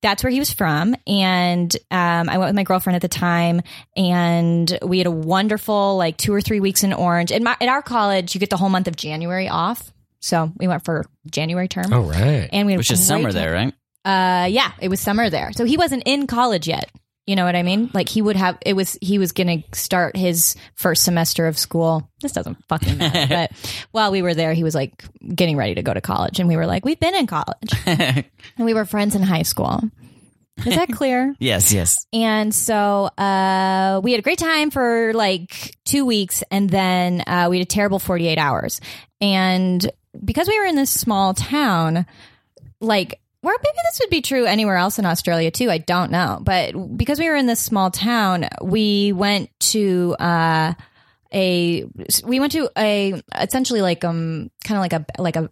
[SPEAKER 6] that's where he was from. And um, I went with my girlfriend at the time, and we had a wonderful like two or three weeks in Orange. In my at our college, you get the whole month of January off, so we went for January term.
[SPEAKER 4] All right.
[SPEAKER 6] And we had a
[SPEAKER 3] Oh, Which is
[SPEAKER 6] great
[SPEAKER 3] summer
[SPEAKER 6] time.
[SPEAKER 3] there, right?
[SPEAKER 6] Uh, yeah, it was summer there, so he wasn't in college yet. You know what I mean? Like he would have it was he was going to start his first semester of school. This doesn't
[SPEAKER 3] <laughs>
[SPEAKER 6] fucking matter. but while we were there, he was like getting ready to go to college, and we were like, we've been in college,
[SPEAKER 3] <laughs>
[SPEAKER 6] and we were friends in high school. Is that clear?
[SPEAKER 3] Yes, yes.
[SPEAKER 6] And so uh, we had a great time for like two weeks, and then uh, we had a terrible 48 hours. And because we were in this small town, like, well, maybe this would be true anywhere else in Australia too. I don't know. But because we were in this small town, we went to. Uh, a we went to a essentially like um kind of like a like a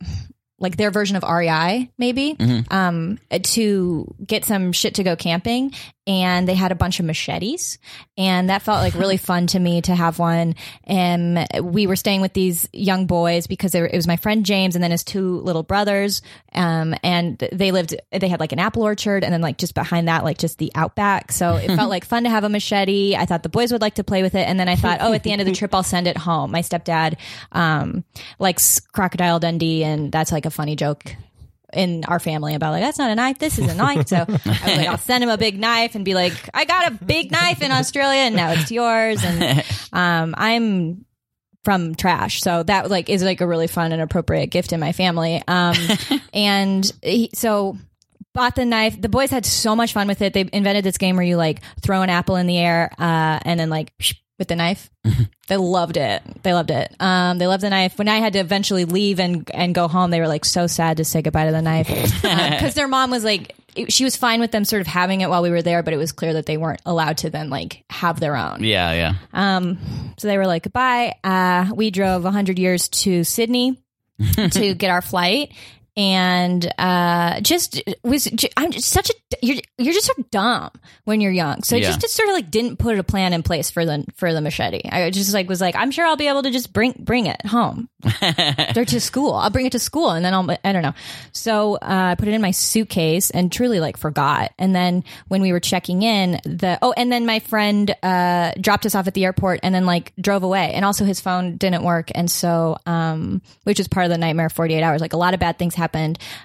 [SPEAKER 6] like their version of REI maybe um to get some shit to go camping and they had a bunch of machetes and that felt like really fun to me to have one and we were staying with these young boys because they were, it was my friend James and then his two little brothers um and they lived they had like an apple orchard and then like just behind that like just the outback so it felt like fun to have a machete I thought the boys would like to play with it and then I thought oh at the end of the trip I'll send it home my stepdad um likes crocodile Dundee and that's like a funny joke in our family about like that's not a knife this is a knife so i was like i'll send him a big knife and be like i got a big knife in australia and now it's yours and um, i'm from trash so that like is like a really fun and appropriate gift in my family um, and he, so bought the knife the boys had so much fun with it they invented this game where you like throw an apple in the air uh, and then like with the knife they loved it. They loved it. Um, they loved the knife. When I had to eventually leave and and go home, they were like so sad to say goodbye to the knife because their mom was like it- she was fine with them sort of having it while we were there, but it was clear that they weren't allowed to then like have their own.
[SPEAKER 3] Yeah, yeah.
[SPEAKER 6] Um, so they were like goodbye. Uh, we drove 100 years to Sydney to get our flight. And uh, just was j- I'm just such a you're you're just so dumb when you're young. So I
[SPEAKER 3] Yeah.
[SPEAKER 6] just, just sort of like didn't put a plan in place for the for the machete. I just like was like I'm sure I'll be able to just bring bring it home <laughs> or to school. I'll bring it to school and then I'll I don't know. So uh, I put it in my suitcase and truly like forgot. And then when we were checking in, the oh, and then my friend uh, dropped us off at the airport and then like drove away. And also his phone didn't work, and so um, which was part of the nightmare forty eight hours. Like a lot of bad things happened.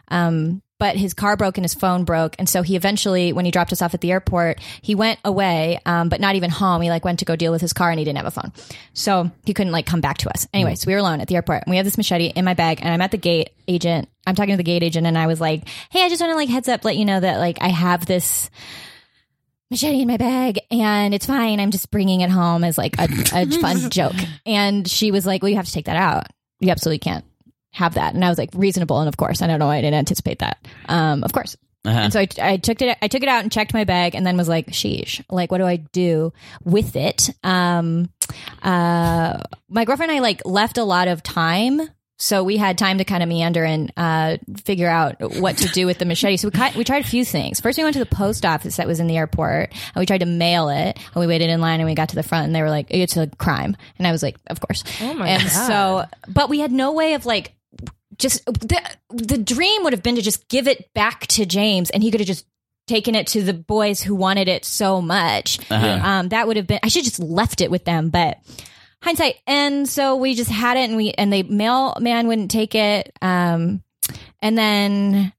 [SPEAKER 6] Um, but his car broke and his phone broke and so he eventually when he dropped us off at the airport he went away um, but not even home he like went to go deal with his car and he didn't have a phone so he couldn't like come back to us anyway so we were alone at the airport and we have this machete in my bag and i'm at the gate agent i'm talking to the gate agent and i was like hey i just want to like heads up let you know that like i have this machete in my bag and it's fine i'm just bringing it home as like a, a fun joke and she was like well you have to take that out you absolutely can't have that and i was like reasonable and of course i don't know why i didn't anticipate that um of course
[SPEAKER 3] Uh-huh.
[SPEAKER 6] and so I, I took it I took it out and checked my bag and then was like sheesh like what do I do with it um uh my girlfriend and I like left a lot of time so we had time to kind of meander and uh, figure out what to do with the machete. So we cut, we tried a few things. First, we went to the post office that was in the airport, and we tried to mail it. And we waited in line, and we got to the front, and they were like, "It's a crime," and I was like, "Of course."
[SPEAKER 5] Oh my
[SPEAKER 6] and
[SPEAKER 5] God.
[SPEAKER 6] so, but we had no way of like just the the dream would have been to just give it back to James, and he could have just taken it to the boys who wanted it so much. Um, that would have been I should have just left it with them, but hindsight. And so we just had it, and we and the mailman wouldn't take it. Um, and then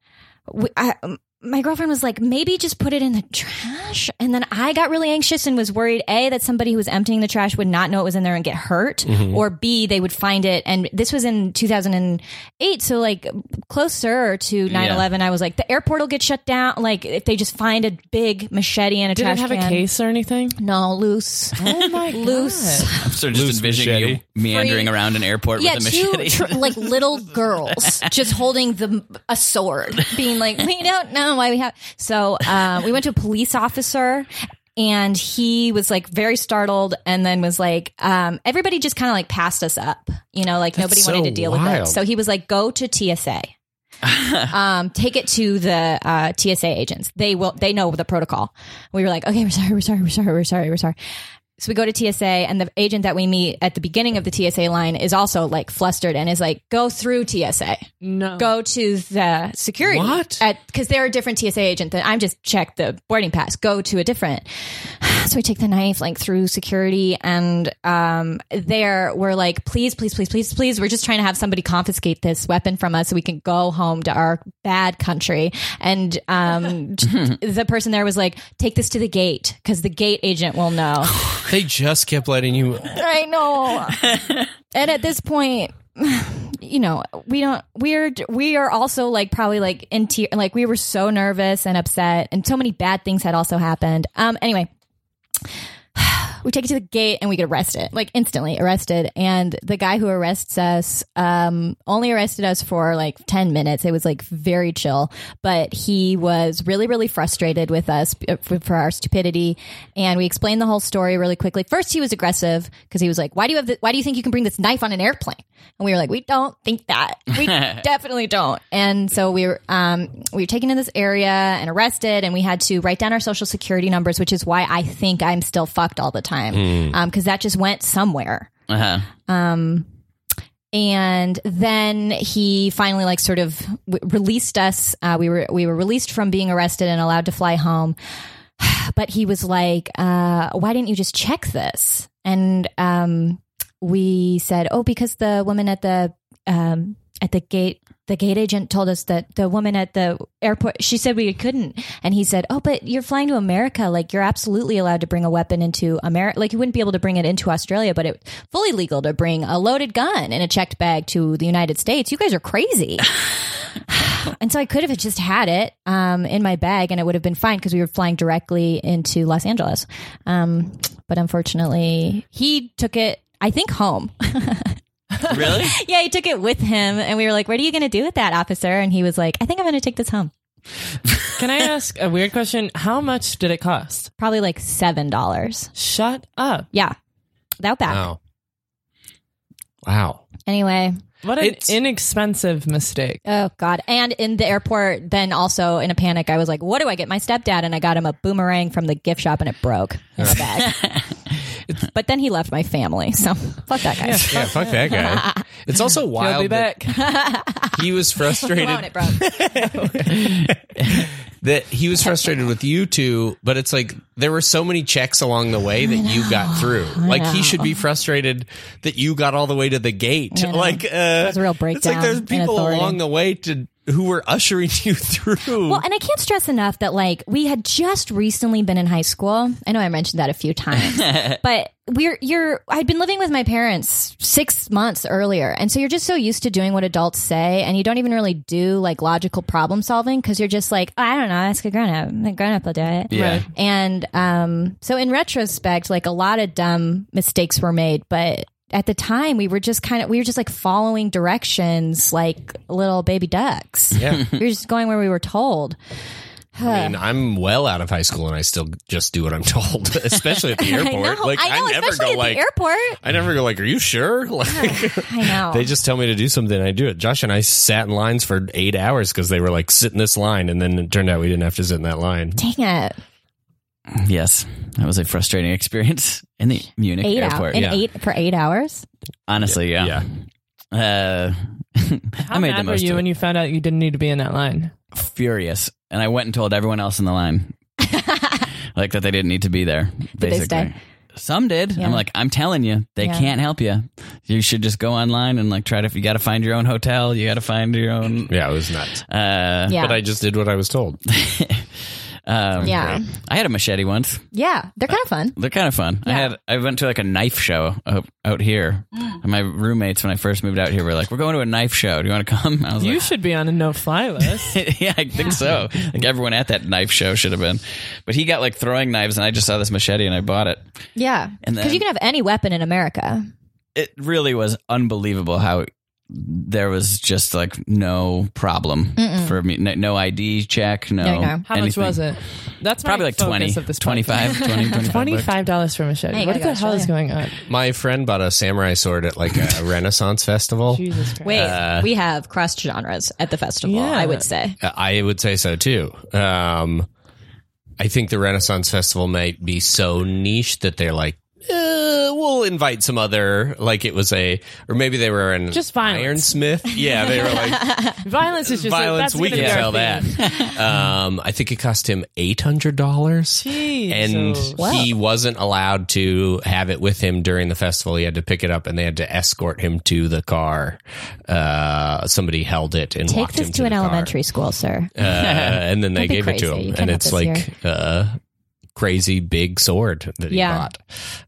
[SPEAKER 6] we, I, my girlfriend was like, maybe just put it in the trash. And then I got really anxious and was worried A, that somebody who was emptying the trash would not know it was in there and get hurt, or B, they would find it. And this was in 2008. So, like, closer to 9 11, I was like, the airport will get shut down. Like, if they just find a big machete and a
[SPEAKER 5] Did
[SPEAKER 6] trash
[SPEAKER 5] it have
[SPEAKER 6] can.
[SPEAKER 5] a case or
[SPEAKER 6] <laughs>
[SPEAKER 5] anything?
[SPEAKER 6] No, loose.
[SPEAKER 5] Oh my
[SPEAKER 6] Loose.
[SPEAKER 3] I'm sort of just
[SPEAKER 4] Loose
[SPEAKER 3] envisioning
[SPEAKER 4] machete.
[SPEAKER 3] you meandering around an airport
[SPEAKER 6] yeah,
[SPEAKER 3] with a
[SPEAKER 6] two
[SPEAKER 3] machete.
[SPEAKER 6] tr- like little girls just holding the a sword, being like, "We don't know why we have." So uh, we went to a police officer. And he was like very startled, and then was like, um, "Everybody just kind of like passed us up, you know, like nobody
[SPEAKER 4] so
[SPEAKER 6] wanted to deal with it."
[SPEAKER 4] wild.
[SPEAKER 6] So he was like, "Go to TSA, um, take it to the uh, TSA agents. They will. They know the protocol." We were like, "Okay, we're sorry, we're sorry, we're sorry, we're sorry, we're sorry." So we go to TSA, and the agent that we meet at the beginning of the TSA line is also like flustered and is like, "Go through TSA,
[SPEAKER 5] No.
[SPEAKER 6] go to the security,
[SPEAKER 4] What?
[SPEAKER 6] Because they're a different TSA agent than I'm. Just check the boarding pass. Go to a different." <sighs> So we take the knife like through security, and um, there we're like, "Please, please, please, please, please, we're just trying to have somebody confiscate this weapon from us so we can go home to our bad country." And um, the person there was like, "Take this to the gate because the gate agent will know."
[SPEAKER 4] They just kept letting you.
[SPEAKER 6] <laughs> I know. and at this point, <sighs> you know, we don't. We're we are also like probably like in tear. Like we were so nervous and upset, and so many bad things had also happened. Um. Anyway. <sighs> We take it to the gate and we get arrested, like instantly arrested. And the guy who arrests us um, only arrested us for like 10 minutes. It was like very chill, but he was really, really frustrated with us uh, for for our stupidity. And we explained the whole story really quickly. First, he was aggressive because he was like, why do you have, the, why do you think you can bring this knife on an airplane? And we were like, we don't think that. We definitely don't. And so we were, um, we were taken to this area and arrested and we had to write down our social security numbers, which is why I think I'm still fucked all the time. Um, cause that just went somewhere
[SPEAKER 3] <laughs> Uh-huh.
[SPEAKER 6] and then he finally like sort of w- released us uh, we were we were released from being arrested and allowed to fly home <sighs> but he was like uh, why didn't you just check this and um, we said oh because the woman at the um, at the gate the gate agent told us that the woman at the airport she said we couldn't and he said oh but you're flying to america like you're absolutely allowed to bring a weapon into america like you wouldn't be able to bring it into australia but it's fully legal to bring a loaded gun in a checked bag to the united states you guys are crazy and so i could have just had it um, in my bag and it would have been fine because we were flying directly into los angeles um, but unfortunately he took it i think home
[SPEAKER 3] Really?
[SPEAKER 6] yeah, he took it with him, and we were like, "What are you going to do with that, officer?" And he was like, "I think I'm going to take this home.
[SPEAKER 5] Can I ask a weird question? How much did it cost?
[SPEAKER 6] Probably like seven dollars."
[SPEAKER 5] Shut up.
[SPEAKER 6] Yeah, that back.
[SPEAKER 4] Wow. Wow.
[SPEAKER 6] Anyway,
[SPEAKER 5] What an
[SPEAKER 4] It's-
[SPEAKER 5] inexpensive mistake.
[SPEAKER 6] oh god. And in the airport, then also in a panic, I was like, "What do I get my stepdad?" And I got him a boomerang from the gift shop, and it broke. It's
[SPEAKER 4] <laughs>
[SPEAKER 6] bad. but then he left my family, so <laughs> fuck that
[SPEAKER 4] <laughs>
[SPEAKER 6] guy.
[SPEAKER 4] Yeah, fuck that
[SPEAKER 6] <laughs>
[SPEAKER 4] guy. It's also wild.
[SPEAKER 5] I'll be
[SPEAKER 4] that
[SPEAKER 5] back.
[SPEAKER 4] He was
[SPEAKER 6] Blown it
[SPEAKER 4] frustrated
[SPEAKER 6] broke.
[SPEAKER 4] that he was frustrated with you two, but it's like there were so many checks along the way that you got through. Like he should be frustrated that you got all the way to the gate.
[SPEAKER 6] know.
[SPEAKER 4] Like uh,
[SPEAKER 6] was a real
[SPEAKER 4] It's like
[SPEAKER 6] breakdown
[SPEAKER 4] there's
[SPEAKER 6] in
[SPEAKER 4] people
[SPEAKER 6] authority.
[SPEAKER 4] along the way to who were ushering <laughs> you through.
[SPEAKER 6] Well, and I can't stress enough that like we had just recently been in high school. I know I mentioned that a few times, but we're you're I'd been living with my parents six months earlier, and so you're just so used to doing what adults say, and you don't even really do like logical problem solving because you're just like, oh, I don't know, ask a grown up. A grown up will do it.
[SPEAKER 3] Yeah. Right.
[SPEAKER 6] And um, so in retrospect, like a lot of dumb mistakes were made, but. At the time, we were just kind of we were just like following directions like little baby
[SPEAKER 4] <laughs>
[SPEAKER 6] ducks.
[SPEAKER 4] yeah.
[SPEAKER 6] We were just going where we were told. <laughs>
[SPEAKER 4] I mean, I'm well out of high school and I still just do what I'm <laughs> told, especially at the airport.
[SPEAKER 6] <laughs> I know,
[SPEAKER 4] like
[SPEAKER 6] I know,
[SPEAKER 4] never
[SPEAKER 6] especially
[SPEAKER 4] go
[SPEAKER 6] at
[SPEAKER 4] like
[SPEAKER 6] the <laughs> airport.
[SPEAKER 4] I never go like, "Are you sure?" <laughs> Like
[SPEAKER 6] I know.
[SPEAKER 4] They just tell me to do something, I do it. Josh and I sat in lines for eight hours because they were like, sit in this line. And then it turned out we didn't have to sit in that line.
[SPEAKER 6] Dang it.
[SPEAKER 3] <laughs> Yes. That was a frustrating experience in the Munich
[SPEAKER 6] Eight hours.
[SPEAKER 3] airport.
[SPEAKER 6] In
[SPEAKER 4] yeah.
[SPEAKER 6] eight for eight hours?
[SPEAKER 3] Honestly, yeah.
[SPEAKER 4] Yeah.
[SPEAKER 3] Uh, <laughs>
[SPEAKER 5] How
[SPEAKER 3] I made the
[SPEAKER 5] mad were
[SPEAKER 3] most
[SPEAKER 5] you
[SPEAKER 3] of it.
[SPEAKER 5] when you found out you didn't need to be in that line?
[SPEAKER 3] Furious. And
[SPEAKER 6] <laughs>
[SPEAKER 3] I went and told everyone else in the line like that they didn't need to be there.
[SPEAKER 6] they
[SPEAKER 3] Basically.
[SPEAKER 6] stay?
[SPEAKER 3] Some did.
[SPEAKER 6] Yeah.
[SPEAKER 3] I'm like, I'm telling you, they
[SPEAKER 6] Yeah.
[SPEAKER 3] can't help you. You should just go online and like try to. You got to find your own hotel. You got to find your own.
[SPEAKER 4] Yeah, it was nuts.
[SPEAKER 3] Uh,
[SPEAKER 6] Yeah.
[SPEAKER 4] But I just did what I was told.
[SPEAKER 3] um,
[SPEAKER 6] yeah.
[SPEAKER 3] I had a machete once.
[SPEAKER 6] Yeah. They're kind of fun.
[SPEAKER 3] They're kind of fun. I
[SPEAKER 6] Yeah.
[SPEAKER 3] had I went to like a knife show out, out here.
[SPEAKER 6] Mm.
[SPEAKER 3] And my roommates when I first moved out here were like, "We're going to a knife show. Do you want to come?" I was
[SPEAKER 5] You
[SPEAKER 3] like,
[SPEAKER 5] should be on a no
[SPEAKER 3] <laughs>
[SPEAKER 5] fly list.
[SPEAKER 3] yeah, I think so. Like everyone at that knife show should have been. But he got like throwing knives, and I just saw this machete and I bought it.
[SPEAKER 6] Yeah.
[SPEAKER 3] And then-
[SPEAKER 6] Because you can have any weapon in America.
[SPEAKER 3] It really was unbelievable how there was just like no problem for me. No, no ID check, no.
[SPEAKER 6] No, no.
[SPEAKER 5] How
[SPEAKER 3] anything.
[SPEAKER 5] much was it? That's my
[SPEAKER 3] Probably like 20,
[SPEAKER 5] focus of this
[SPEAKER 3] 25, 20,
[SPEAKER 5] <laughs>
[SPEAKER 3] 25. bucks.
[SPEAKER 5] dollars for machete.
[SPEAKER 6] Hey,
[SPEAKER 5] What
[SPEAKER 6] I
[SPEAKER 5] the
[SPEAKER 6] got
[SPEAKER 5] hell is
[SPEAKER 6] you.
[SPEAKER 5] going on?
[SPEAKER 4] My friend bought a samurai sword at like a Renaissance festival.
[SPEAKER 3] <laughs>
[SPEAKER 5] Jesus Christ.
[SPEAKER 6] Wait,
[SPEAKER 3] Uh,
[SPEAKER 6] we have cross genres at the festival,
[SPEAKER 5] Yeah.
[SPEAKER 6] I would say.
[SPEAKER 4] Uh, I would say so too. Um, I think the Renaissance Festival might be so niche that they're like, eh, we'll invite some other. Like it was a, or maybe they were an
[SPEAKER 5] Just violence.
[SPEAKER 4] ironsmith. Yeah, they were like
[SPEAKER 5] Violence is just
[SPEAKER 4] violence.
[SPEAKER 5] That's
[SPEAKER 4] we
[SPEAKER 5] gonna
[SPEAKER 4] can
[SPEAKER 5] be our
[SPEAKER 4] sell that.
[SPEAKER 5] theme. <laughs>
[SPEAKER 4] um, I think it cost him eight hundred dollars. and
[SPEAKER 5] Jesus.
[SPEAKER 4] he wasn't allowed to have it with him during the festival. He had to pick it up, and they had to escort him to the car. Uh, somebody held it and
[SPEAKER 6] Take
[SPEAKER 4] walked
[SPEAKER 6] this
[SPEAKER 4] him
[SPEAKER 6] to an
[SPEAKER 4] the car.
[SPEAKER 6] elementary school, sir.
[SPEAKER 4] Uh, and
[SPEAKER 6] <laughs>
[SPEAKER 4] then they
[SPEAKER 6] That'd be
[SPEAKER 4] gave it to
[SPEAKER 6] crazy. You
[SPEAKER 4] him,
[SPEAKER 6] can't
[SPEAKER 4] and
[SPEAKER 6] have
[SPEAKER 4] it's
[SPEAKER 6] this
[SPEAKER 4] like uh, crazy big sword that he
[SPEAKER 6] Yeah.
[SPEAKER 4] bought.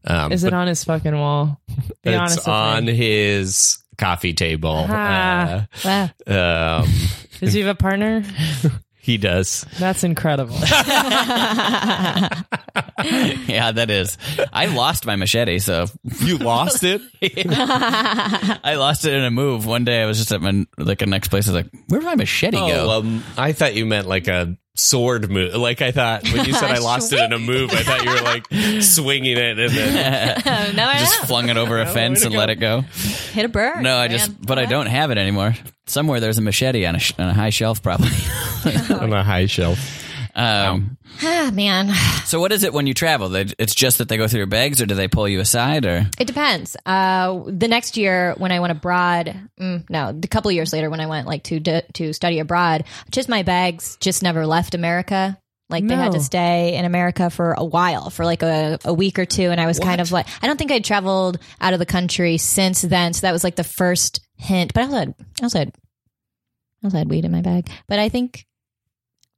[SPEAKER 4] Um,
[SPEAKER 5] Is it
[SPEAKER 4] but
[SPEAKER 5] on his fucking wall? Be honest
[SPEAKER 4] it's
[SPEAKER 5] with me.
[SPEAKER 4] on his coffee table.
[SPEAKER 5] Ah.
[SPEAKER 6] Wow.
[SPEAKER 4] Uh, um, <laughs>
[SPEAKER 5] Does he have a partner?
[SPEAKER 4] he does.
[SPEAKER 3] <laughs>
[SPEAKER 5] That's incredible.
[SPEAKER 3] Yeah, that is. I lost my machete, so
[SPEAKER 4] You
[SPEAKER 3] <laughs>
[SPEAKER 4] lost it.
[SPEAKER 3] I lost it in a move. One day I was just at my like a next place. I was like, "Where did my machete go?"
[SPEAKER 4] Oh, um, I thought you meant like a sword move. Like I thought when you
[SPEAKER 5] <laughs>
[SPEAKER 4] said I lost it in a move, I thought you were like swinging it and
[SPEAKER 5] <laughs>
[SPEAKER 4] then
[SPEAKER 6] no, I
[SPEAKER 3] just flung it
[SPEAKER 4] <laughs>
[SPEAKER 3] over a fence and let it go.
[SPEAKER 6] Hit a bird.
[SPEAKER 3] No, I just, but I don't have it anymore. Somewhere there's a machete on a, sh- on a high shelf, probably.
[SPEAKER 4] on a high shelf.
[SPEAKER 3] Um,
[SPEAKER 6] Ah, man.
[SPEAKER 3] so, what is it when you travel? They, it's just that they go through your bags, or do they pull you aside? Or
[SPEAKER 6] It depends. Uh, the next year when I went abroad, mm, no, the couple years later when I went like to to study abroad, just my bags just never left America. Like they had
[SPEAKER 5] No.
[SPEAKER 6] to stay in America for a while, for like a, a week or two, and I was kind of like, I don't think I traveled out of the country since then. So that was like the first hint. But I also had, I also had, I also had weed in my bag. But I think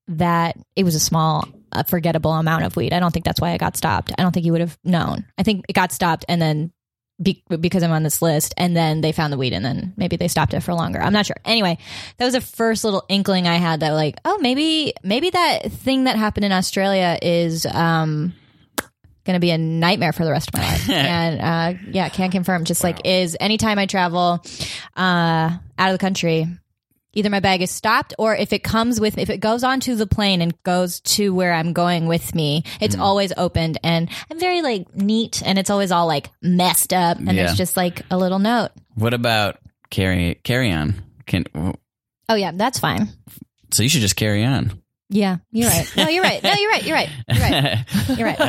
[SPEAKER 6] that it was a small, uh, forgettable amount of weed. I don't think that's why I got stopped. I don't think you would have known. I think it got stopped and then be- because I'm on this list, and then they found the weed and then maybe they stopped it for longer. I'm not sure. Anyway, that was the first little inkling I had that like, oh, maybe maybe that thing that happened in Australia is um going to be a nightmare for the rest of my life. and uh, yeah, can't confirm. Just like is anytime I travel uh, out of the country, either my bag is stopped or if it comes with if it goes onto the plane and goes to where i'm going with me it's always opened and i'm very like neat and it's always all like messed up and
[SPEAKER 3] Yeah.
[SPEAKER 6] there's just like a little note
[SPEAKER 3] what about carry carry on? Can
[SPEAKER 6] oh yeah that's fine
[SPEAKER 3] so you should just carry on.
[SPEAKER 6] yeah you're right no you're right no you're right you're right you're right you're right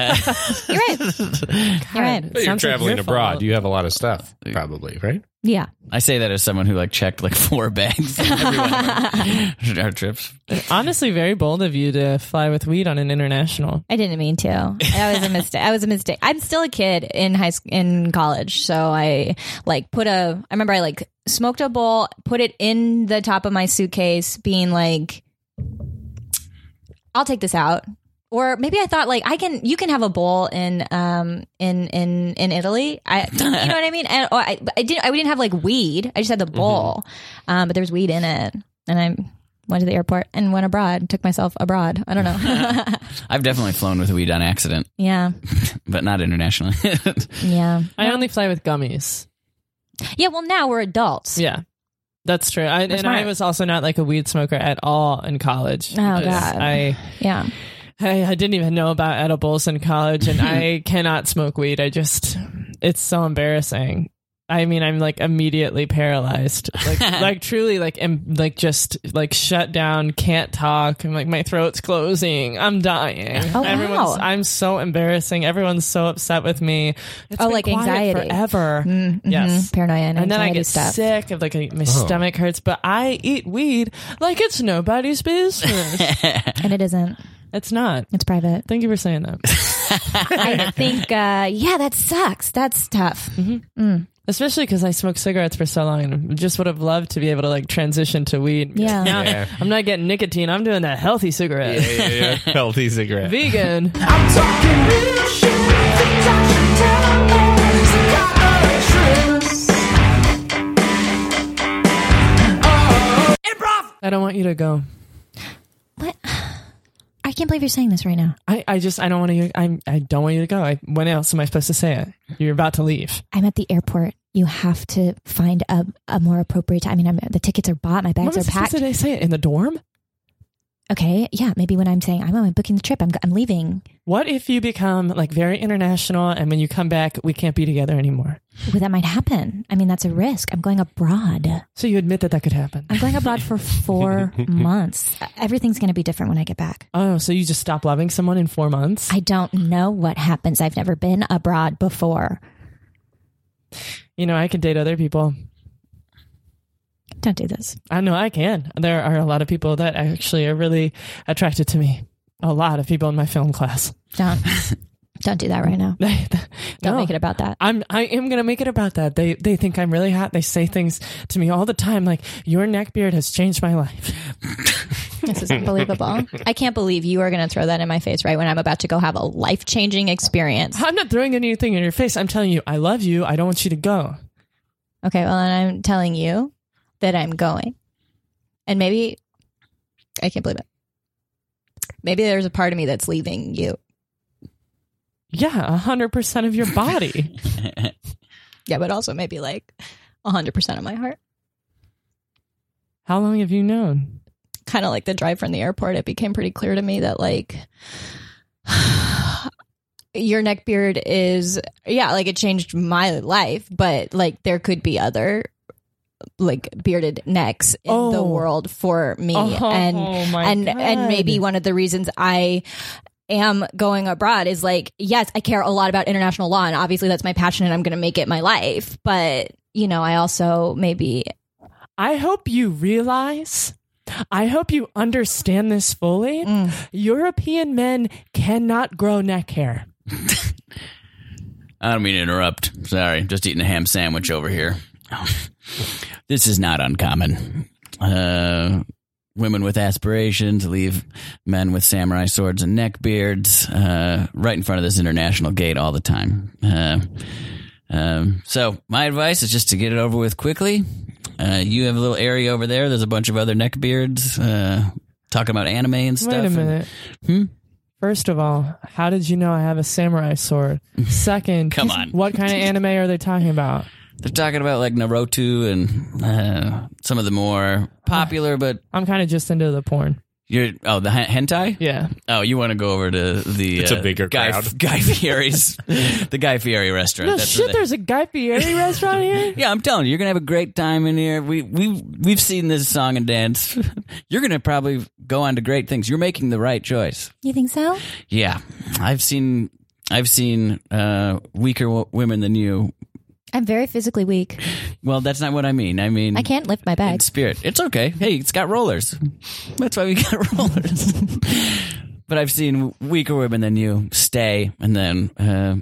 [SPEAKER 6] you're right you're right
[SPEAKER 4] But you're
[SPEAKER 5] Sounds like
[SPEAKER 4] traveling
[SPEAKER 5] your
[SPEAKER 4] abroad.
[SPEAKER 5] fault.
[SPEAKER 4] You have a lot of stuff, probably, right?
[SPEAKER 6] yeah
[SPEAKER 3] <laughs> I say that as someone who like checked like four bags every one of our- <laughs> our trips.
[SPEAKER 5] Honestly, very bold of you to fly with weed on an international.
[SPEAKER 6] I didn't mean to. That was a mistake. I was a mistake. I'm still a kid in high school, in college, so I like put a. I remember I like smoked a bowl, put it in the top of my suitcase, being like, "I'll take this out." Or maybe I thought like I can. You can have a bowl in um in in in Italy. I you know what I mean. And or I, but I didn't. I didn't have like weed. I just had the bowl, um, but there was weed in it, and I went to the airport and went abroad. Took myself abroad. I don't know. <laughs>
[SPEAKER 3] I've definitely flown with weed on accident,
[SPEAKER 6] yeah.
[SPEAKER 3] but not internationally. <laughs>
[SPEAKER 6] Yeah.
[SPEAKER 5] I only fly with gummies.
[SPEAKER 6] Yeah. Well, now we're adults.
[SPEAKER 5] Yeah, that's true. I, and I
[SPEAKER 6] smart.
[SPEAKER 5] was also not like a weed smoker at all in college.
[SPEAKER 6] Oh,
[SPEAKER 5] Because
[SPEAKER 6] God.
[SPEAKER 5] I,
[SPEAKER 6] Yeah.
[SPEAKER 5] I I didn't even know about edibles in college,
[SPEAKER 6] <laughs>
[SPEAKER 5] and I cannot smoke weed. I just it's so embarrassing. I mean, I'm like immediately paralyzed,
[SPEAKER 6] <laughs>
[SPEAKER 5] like like truly like am like just like shut down, can't talk. I'm like my throat's closing. I'm dying.
[SPEAKER 6] Oh,
[SPEAKER 5] Everyone's
[SPEAKER 6] wow.
[SPEAKER 5] I'm so embarrassing. Everyone's so upset with me. It's
[SPEAKER 6] Oh,
[SPEAKER 5] been
[SPEAKER 6] like
[SPEAKER 5] quiet
[SPEAKER 6] anxiety.
[SPEAKER 5] forever.
[SPEAKER 6] Mm, mhm.
[SPEAKER 5] Yes.
[SPEAKER 6] Paranoia and,
[SPEAKER 5] And then I
[SPEAKER 6] anxiety
[SPEAKER 5] get Uh-huh.
[SPEAKER 6] stuff.
[SPEAKER 5] sick of like my stomach hurts, but I eat weed like it's nobody's business.
[SPEAKER 6] And it isn't.
[SPEAKER 5] <laughs> it's not.
[SPEAKER 6] It's private.
[SPEAKER 5] <laughs> Thank you for saying that.
[SPEAKER 6] I think, uh, yeah, that sucks. That's tough.
[SPEAKER 5] Mm-hmm. Especially because I smoked cigarettes for so long and just would have loved to be able to like transition to weed.
[SPEAKER 6] Yeah.
[SPEAKER 5] Now,
[SPEAKER 4] Yeah.
[SPEAKER 5] I'm not getting nicotine. I'm doing that healthy cigarette.
[SPEAKER 4] yeah, yeah. <laughs> Healthy cigarette.
[SPEAKER 5] <laughs> Vegan.
[SPEAKER 7] I'm talking real shit. Things I should tell others. Got a truth.
[SPEAKER 5] <laughs> I don't want you to go.
[SPEAKER 6] What? I can't believe you're saying this right now.
[SPEAKER 5] I, I just I don't want to. I I don't want you to go. I, when else am I supposed to say it? You're about to leave.
[SPEAKER 6] I'm at the airport. You have to find a, a more appropriate time. I mean, I'm, the tickets are bought, my
[SPEAKER 5] When
[SPEAKER 6] bags
[SPEAKER 5] was
[SPEAKER 6] are
[SPEAKER 5] I
[SPEAKER 6] packed.
[SPEAKER 5] supposed to say it in the dorm?
[SPEAKER 6] okay, yeah, maybe when I'm saying I'm, i booking the trip, I'm, I'm leaving
[SPEAKER 5] What if you become like very international and when you come back we can't be together anymore?
[SPEAKER 6] well, that might happen. I mean, that's a risk. I'm going abroad.
[SPEAKER 5] So you admit that that could happen.
[SPEAKER 6] I'm going abroad for
[SPEAKER 5] <laughs>
[SPEAKER 6] four months. Everything's going to be different when I get back.
[SPEAKER 5] Oh, so you just stop loving someone in four months?
[SPEAKER 6] I don't know what happens. I've never been abroad before.
[SPEAKER 5] You know, I can date other people.
[SPEAKER 6] Don't do this.
[SPEAKER 5] I know I can. There are a lot of people that actually are really attracted to me. A lot of people in my film class. <laughs>
[SPEAKER 6] <laughs> Don't. Don't do that right now. Don't
[SPEAKER 5] No.
[SPEAKER 6] make it about that.
[SPEAKER 5] I'm I am gonna make it about that. They they think I'm really hot. They say things to me all the time like your neck beard has changed my life. <laughs>
[SPEAKER 6] <laughs> This is unbelievable. I can't believe you are going to throw that in my face right when I'm about to go have a life changing experience.
[SPEAKER 5] I'm not throwing anything in your face. I'm telling you, I love you. I don't want you to go.
[SPEAKER 6] Okay, well, and I'm telling you that I'm going. And maybe, I can't believe it. Maybe there's a part of me that's leaving you.
[SPEAKER 5] Yeah, hundred percent of your
[SPEAKER 6] <laughs>
[SPEAKER 5] body.
[SPEAKER 6] Yeah, but also maybe like 100% of my heart.
[SPEAKER 5] How long have you known?
[SPEAKER 6] Kind of like the drive from the airport, it became pretty clear to me that like <sighs> your neck beard is, yeah, like it changed my life, but like there could be other like bearded necks in the
[SPEAKER 5] Oh.
[SPEAKER 6] world for me. and
[SPEAKER 5] my
[SPEAKER 6] and and maybe
[SPEAKER 5] God.
[SPEAKER 6] one of the reasons I am going abroad is like yes I care a lot about international law and obviously that's my passion and I'm going to make it my life but you know I also maybe
[SPEAKER 5] I hope you realize. I hope you understand this
[SPEAKER 3] Mm.
[SPEAKER 5] fully. European men cannot grow neck hair.
[SPEAKER 3] I don't mean to interrupt. Sorry, just eating a ham sandwich over here. this is not uncommon. Uh, women with aspirations leave men with samurai swords and neck beards uh, right in front of this international gate all the time. Uh, um, so my advice is just to get it over with quickly. Uh, you have a little area over there. There's a bunch of other neck beards uh, talking about anime and stuff.
[SPEAKER 5] Wait a
[SPEAKER 3] and-
[SPEAKER 5] minute.
[SPEAKER 3] Hmm?
[SPEAKER 5] First of all, how did you know I have a
[SPEAKER 3] <laughs>
[SPEAKER 5] samurai sword? Second,
[SPEAKER 3] Come on.
[SPEAKER 5] <laughs> what kind of anime are they talking about?
[SPEAKER 3] They're talking about like Naruto and uh, some of the more popular, but
[SPEAKER 5] I'm kind of just into the porn.
[SPEAKER 3] you're oh the hen- hentai.
[SPEAKER 5] Yeah.
[SPEAKER 3] Oh, you want to go over to the uh,
[SPEAKER 4] It's a bigger
[SPEAKER 3] Guy,
[SPEAKER 4] crowd.
[SPEAKER 3] Guy Fieri's the Guy Fieri restaurant.
[SPEAKER 5] No
[SPEAKER 3] That's
[SPEAKER 5] shit,
[SPEAKER 3] where they-
[SPEAKER 5] there's a Guy
[SPEAKER 3] <laughs>
[SPEAKER 5] Fieri restaurant here?
[SPEAKER 3] yeah, I'm telling you, you're gonna have a great time in here. We we we've seen this song and dance. <laughs> you're gonna probably go on to great things. You're making the right choice.
[SPEAKER 6] you think so
[SPEAKER 3] Yeah, I've seen I've seen uh, weaker w- women than you.
[SPEAKER 6] I'm very physically weak
[SPEAKER 3] Well, that's not what I mean. I mean,
[SPEAKER 6] I can't lift my
[SPEAKER 3] in
[SPEAKER 6] bags
[SPEAKER 3] spirit. It's okay. Hey, it's got rollers. That's why we got <laughs> rollers. but I've seen weaker women than you stay, and then uh,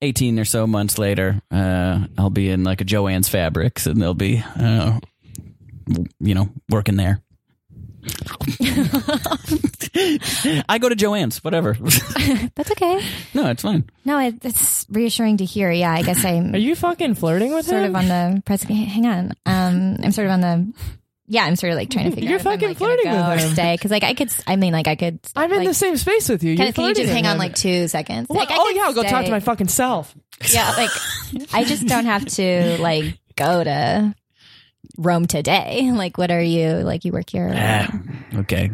[SPEAKER 3] eighteen or so months later, uh, I'll be in like a Joanne's Fabrics, and they'll be, uh, you know, working there. <laughs> I go to Joanne's, whatever. <laughs>
[SPEAKER 6] that's okay
[SPEAKER 3] no, it's fine.
[SPEAKER 6] no it, it's reassuring to hear yeah
[SPEAKER 5] <laughs>
[SPEAKER 6] I guess I'm
[SPEAKER 5] Are you fucking flirting with
[SPEAKER 6] sort
[SPEAKER 5] him?
[SPEAKER 6] of on the press hang on um I'm sort of on the yeah, I'm sort of like trying
[SPEAKER 5] <laughs>
[SPEAKER 6] to figure
[SPEAKER 5] You're
[SPEAKER 6] out if I'm,
[SPEAKER 5] fucking
[SPEAKER 6] like, gonna
[SPEAKER 5] flirting
[SPEAKER 6] go
[SPEAKER 5] with
[SPEAKER 6] or
[SPEAKER 5] him.
[SPEAKER 6] stay because like I could, I mean, like I could.
[SPEAKER 5] I'm in
[SPEAKER 6] like,
[SPEAKER 5] the same space with you. You're
[SPEAKER 6] Can, can you
[SPEAKER 5] flirting
[SPEAKER 6] just hang
[SPEAKER 5] with
[SPEAKER 6] on
[SPEAKER 5] him.
[SPEAKER 6] like two seconds?
[SPEAKER 5] Well,
[SPEAKER 6] Like, I
[SPEAKER 5] oh
[SPEAKER 6] could
[SPEAKER 5] yeah, I'll go talk
[SPEAKER 6] stay.
[SPEAKER 5] to my fucking self.
[SPEAKER 6] Yeah, like I just don't
[SPEAKER 5] <laughs>
[SPEAKER 6] have to like go to Rome today. Like, what are you like? You work here.
[SPEAKER 3] Ah, okay,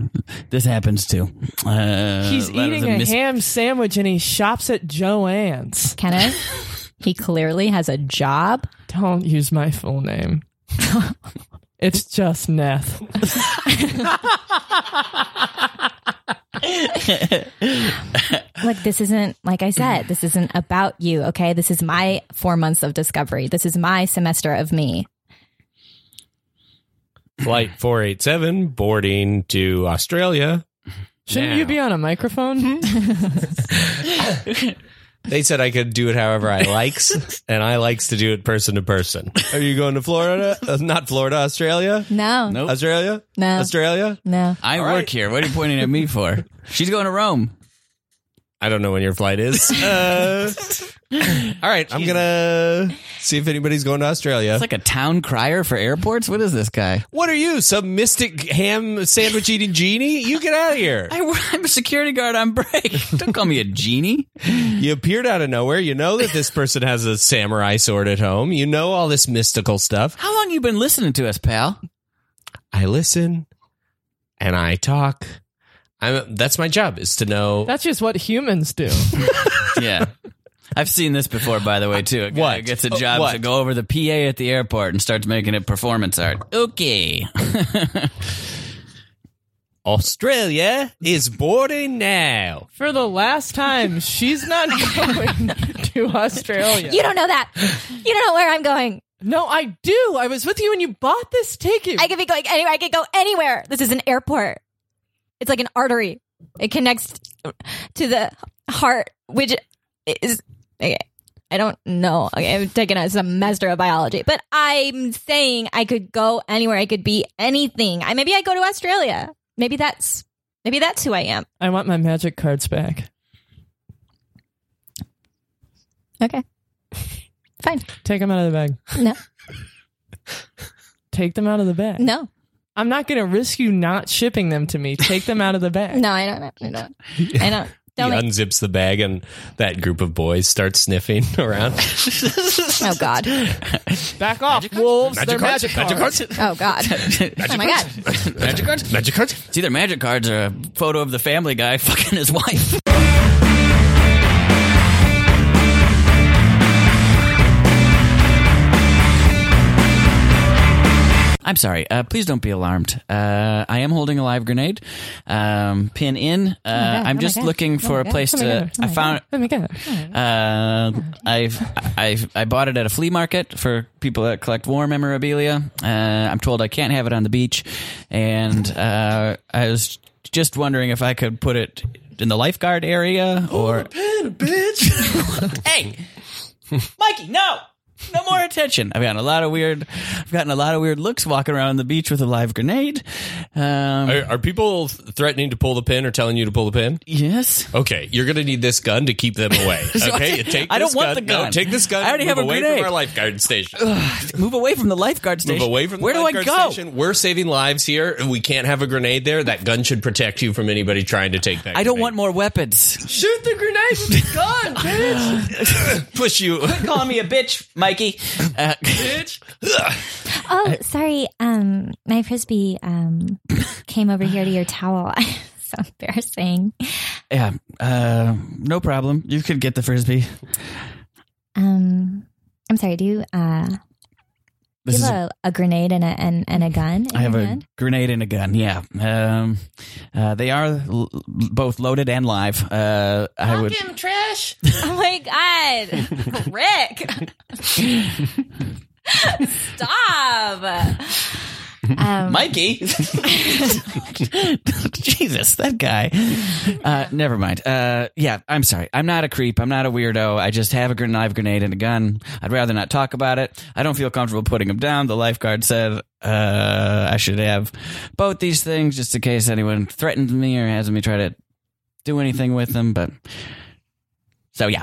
[SPEAKER 3] this happens too. Uh,
[SPEAKER 5] He's
[SPEAKER 3] lot of
[SPEAKER 5] eating
[SPEAKER 3] the
[SPEAKER 5] a
[SPEAKER 3] mis-
[SPEAKER 5] ham sandwich and he shops at Joanne's.
[SPEAKER 6] Kenneth. He clearly has a job.
[SPEAKER 5] Don't use my full name. it's just Neth.
[SPEAKER 6] Look, this isn't like I said. This isn't about you. Okay, this is my four months of discovery. This is my semester of me.
[SPEAKER 4] Flight 487 boarding to Australia.
[SPEAKER 5] Shouldn't
[SPEAKER 4] now.
[SPEAKER 5] you be on a microphone?
[SPEAKER 4] They said I could do it however I
[SPEAKER 5] <laughs>
[SPEAKER 4] likes, and I likes to do it person to person. Are you going to Florida? Uh, not Florida, Australia?
[SPEAKER 6] No.
[SPEAKER 3] Nope.
[SPEAKER 4] Australia?
[SPEAKER 6] No.
[SPEAKER 4] Australia?
[SPEAKER 6] No.
[SPEAKER 3] I work here. What are you pointing at me <laughs> for? She's going to Rome.
[SPEAKER 4] I don't know when your flight is.
[SPEAKER 5] <laughs>
[SPEAKER 4] Uh, all right, I'm gonna see if anybody's going to Australia.
[SPEAKER 3] It's like a town crier for airports. What is this guy?
[SPEAKER 4] what are you, some mystic ham sandwich eating genie? You get out of
[SPEAKER 5] <laughs>
[SPEAKER 4] here!
[SPEAKER 3] I, <laughs> am a security guard on break. <laughs> Don't call me a genie.
[SPEAKER 4] You appeared out of nowhere. You know that this person has a samurai sword at home. You know all this mystical stuff.
[SPEAKER 3] How long you been listening to us, pal?
[SPEAKER 4] I listen and I talk. I'm, that's my job is to know
[SPEAKER 5] That's just what humans do.
[SPEAKER 3] Yeah. <laughs> Oh, I've seen this before, by the way, too. A guy
[SPEAKER 4] What?
[SPEAKER 3] who gets a
[SPEAKER 4] Uh,
[SPEAKER 3] job
[SPEAKER 4] what?
[SPEAKER 3] to go over the PA at the airport and starts making it performance art. <laughs> Okay.
[SPEAKER 4] Australia is boarding now.
[SPEAKER 5] For the last time, she's not <laughs> going to Australia.
[SPEAKER 6] You don't know that. You don't know where I'm going.
[SPEAKER 5] no, I do. I was with you when you bought this ticket.
[SPEAKER 6] I could be going anywhere. I could go anywhere. This is an airport. It's like an artery. It connects to the heart, which is. Okay, I don't know. Okay, I'm taking a semester of biology, but I'm saying I could go anywhere. I could be anything. I maybe I go to Australia. Maybe that's maybe that's who I am.
[SPEAKER 5] I want my magic cards back.
[SPEAKER 6] Okay, fine.
[SPEAKER 5] Take them out of the bag.
[SPEAKER 6] No,
[SPEAKER 5] Take them out of the bag.
[SPEAKER 6] no,
[SPEAKER 5] I'm not going to risk you not shipping them to me. Take them out of the bag.
[SPEAKER 6] no. I don't. I
[SPEAKER 3] <laughs>
[SPEAKER 6] don't. I don't. Don't.
[SPEAKER 4] he
[SPEAKER 6] make-
[SPEAKER 4] unzips the bag and that group of boys starts sniffing <laughs> around.
[SPEAKER 3] <laughs>
[SPEAKER 6] oh God.
[SPEAKER 5] Back off, wolves. They're
[SPEAKER 4] cards,
[SPEAKER 5] magic cards. <laughs>
[SPEAKER 6] Oh God. Oh my God.
[SPEAKER 3] <laughs>
[SPEAKER 4] magic cards, magic cards.
[SPEAKER 3] It's either magic cards or a photo of the family guy <laughs> fucking his wife. I'm sorry. Uh, please don't be alarmed. Uh, I am holding a live grenade. Um, pin in. Uh, I'm
[SPEAKER 6] God. Oh my
[SPEAKER 3] just
[SPEAKER 6] God.
[SPEAKER 3] looking
[SPEAKER 6] Oh
[SPEAKER 3] for
[SPEAKER 6] my
[SPEAKER 3] a
[SPEAKER 6] God.
[SPEAKER 3] place
[SPEAKER 6] Oh my
[SPEAKER 3] to.
[SPEAKER 6] God. Oh
[SPEAKER 3] I
[SPEAKER 6] my
[SPEAKER 3] found.
[SPEAKER 5] Let me get it.
[SPEAKER 3] Uh, I've I've I bought it at a flea market for people that collect war memorabilia. Uh, I'm told I can't have it on the beach, and uh, I was just wondering if I could put it in the lifeguard area or bitch. <laughs> hey, Mikey, no. No more attention. I've gotten a lot of weird. I've gotten a lot of weird looks walking around the beach with a live grenade. Um,
[SPEAKER 4] Are, are people threatening to pull the pin or telling you to pull the pin?
[SPEAKER 3] yes. <sighs>
[SPEAKER 4] Okay, you're gonna need this gun to keep
[SPEAKER 3] <laughs>
[SPEAKER 4] them away. Okay, you take.
[SPEAKER 3] I don't
[SPEAKER 4] this
[SPEAKER 3] want the
[SPEAKER 4] No,
[SPEAKER 3] gun.
[SPEAKER 4] take this gun.
[SPEAKER 3] I already
[SPEAKER 4] and
[SPEAKER 3] have
[SPEAKER 4] move
[SPEAKER 3] a
[SPEAKER 4] away
[SPEAKER 3] grenade.
[SPEAKER 4] from our lifeguard station.
[SPEAKER 3] Move away from the lifeguard station.
[SPEAKER 4] Move away from the
[SPEAKER 3] Where
[SPEAKER 4] lifeguard
[SPEAKER 3] do I go?
[SPEAKER 4] station. We're saving lives here. We can't have a grenade there. That gun should protect you from anybody trying to take that.
[SPEAKER 3] I don't
[SPEAKER 4] grenade.
[SPEAKER 3] want more weapons.
[SPEAKER 5] Shoot the grenade with the gun, bitch.
[SPEAKER 4] push you.
[SPEAKER 3] Call me a bitch, Mikey. Uh,
[SPEAKER 6] Oh, sorry. Um, my frisbee um came over here to your towel. <laughs> so embarrassing.
[SPEAKER 3] <laughs> yeah, uh, no problem. You could get the frisbee.
[SPEAKER 6] Um, I'm sorry. Do you uh
[SPEAKER 3] This
[SPEAKER 6] do
[SPEAKER 3] is.
[SPEAKER 6] you have a, a grenade and a and, and a gun? In
[SPEAKER 3] I have
[SPEAKER 6] your
[SPEAKER 3] a
[SPEAKER 6] hand?
[SPEAKER 3] grenade and a gun. Yeah, um, uh, they are l- both loaded and live. Uh, I would.
[SPEAKER 5] Trish.
[SPEAKER 6] Oh my
[SPEAKER 3] <laughs>
[SPEAKER 6] god, Rick! Stop. Um,
[SPEAKER 3] Mikey. Jesus, that guy. Uh, never mind. Uh, yeah, I'm sorry. I'm not a creep. I'm not a weirdo. I just have a grenade, live grenade and a gun. I'd rather not talk about it. I don't feel comfortable putting them down. The lifeguard said uh, I should have both these things just in case anyone threatens me or has me try to do anything with them. But so yeah,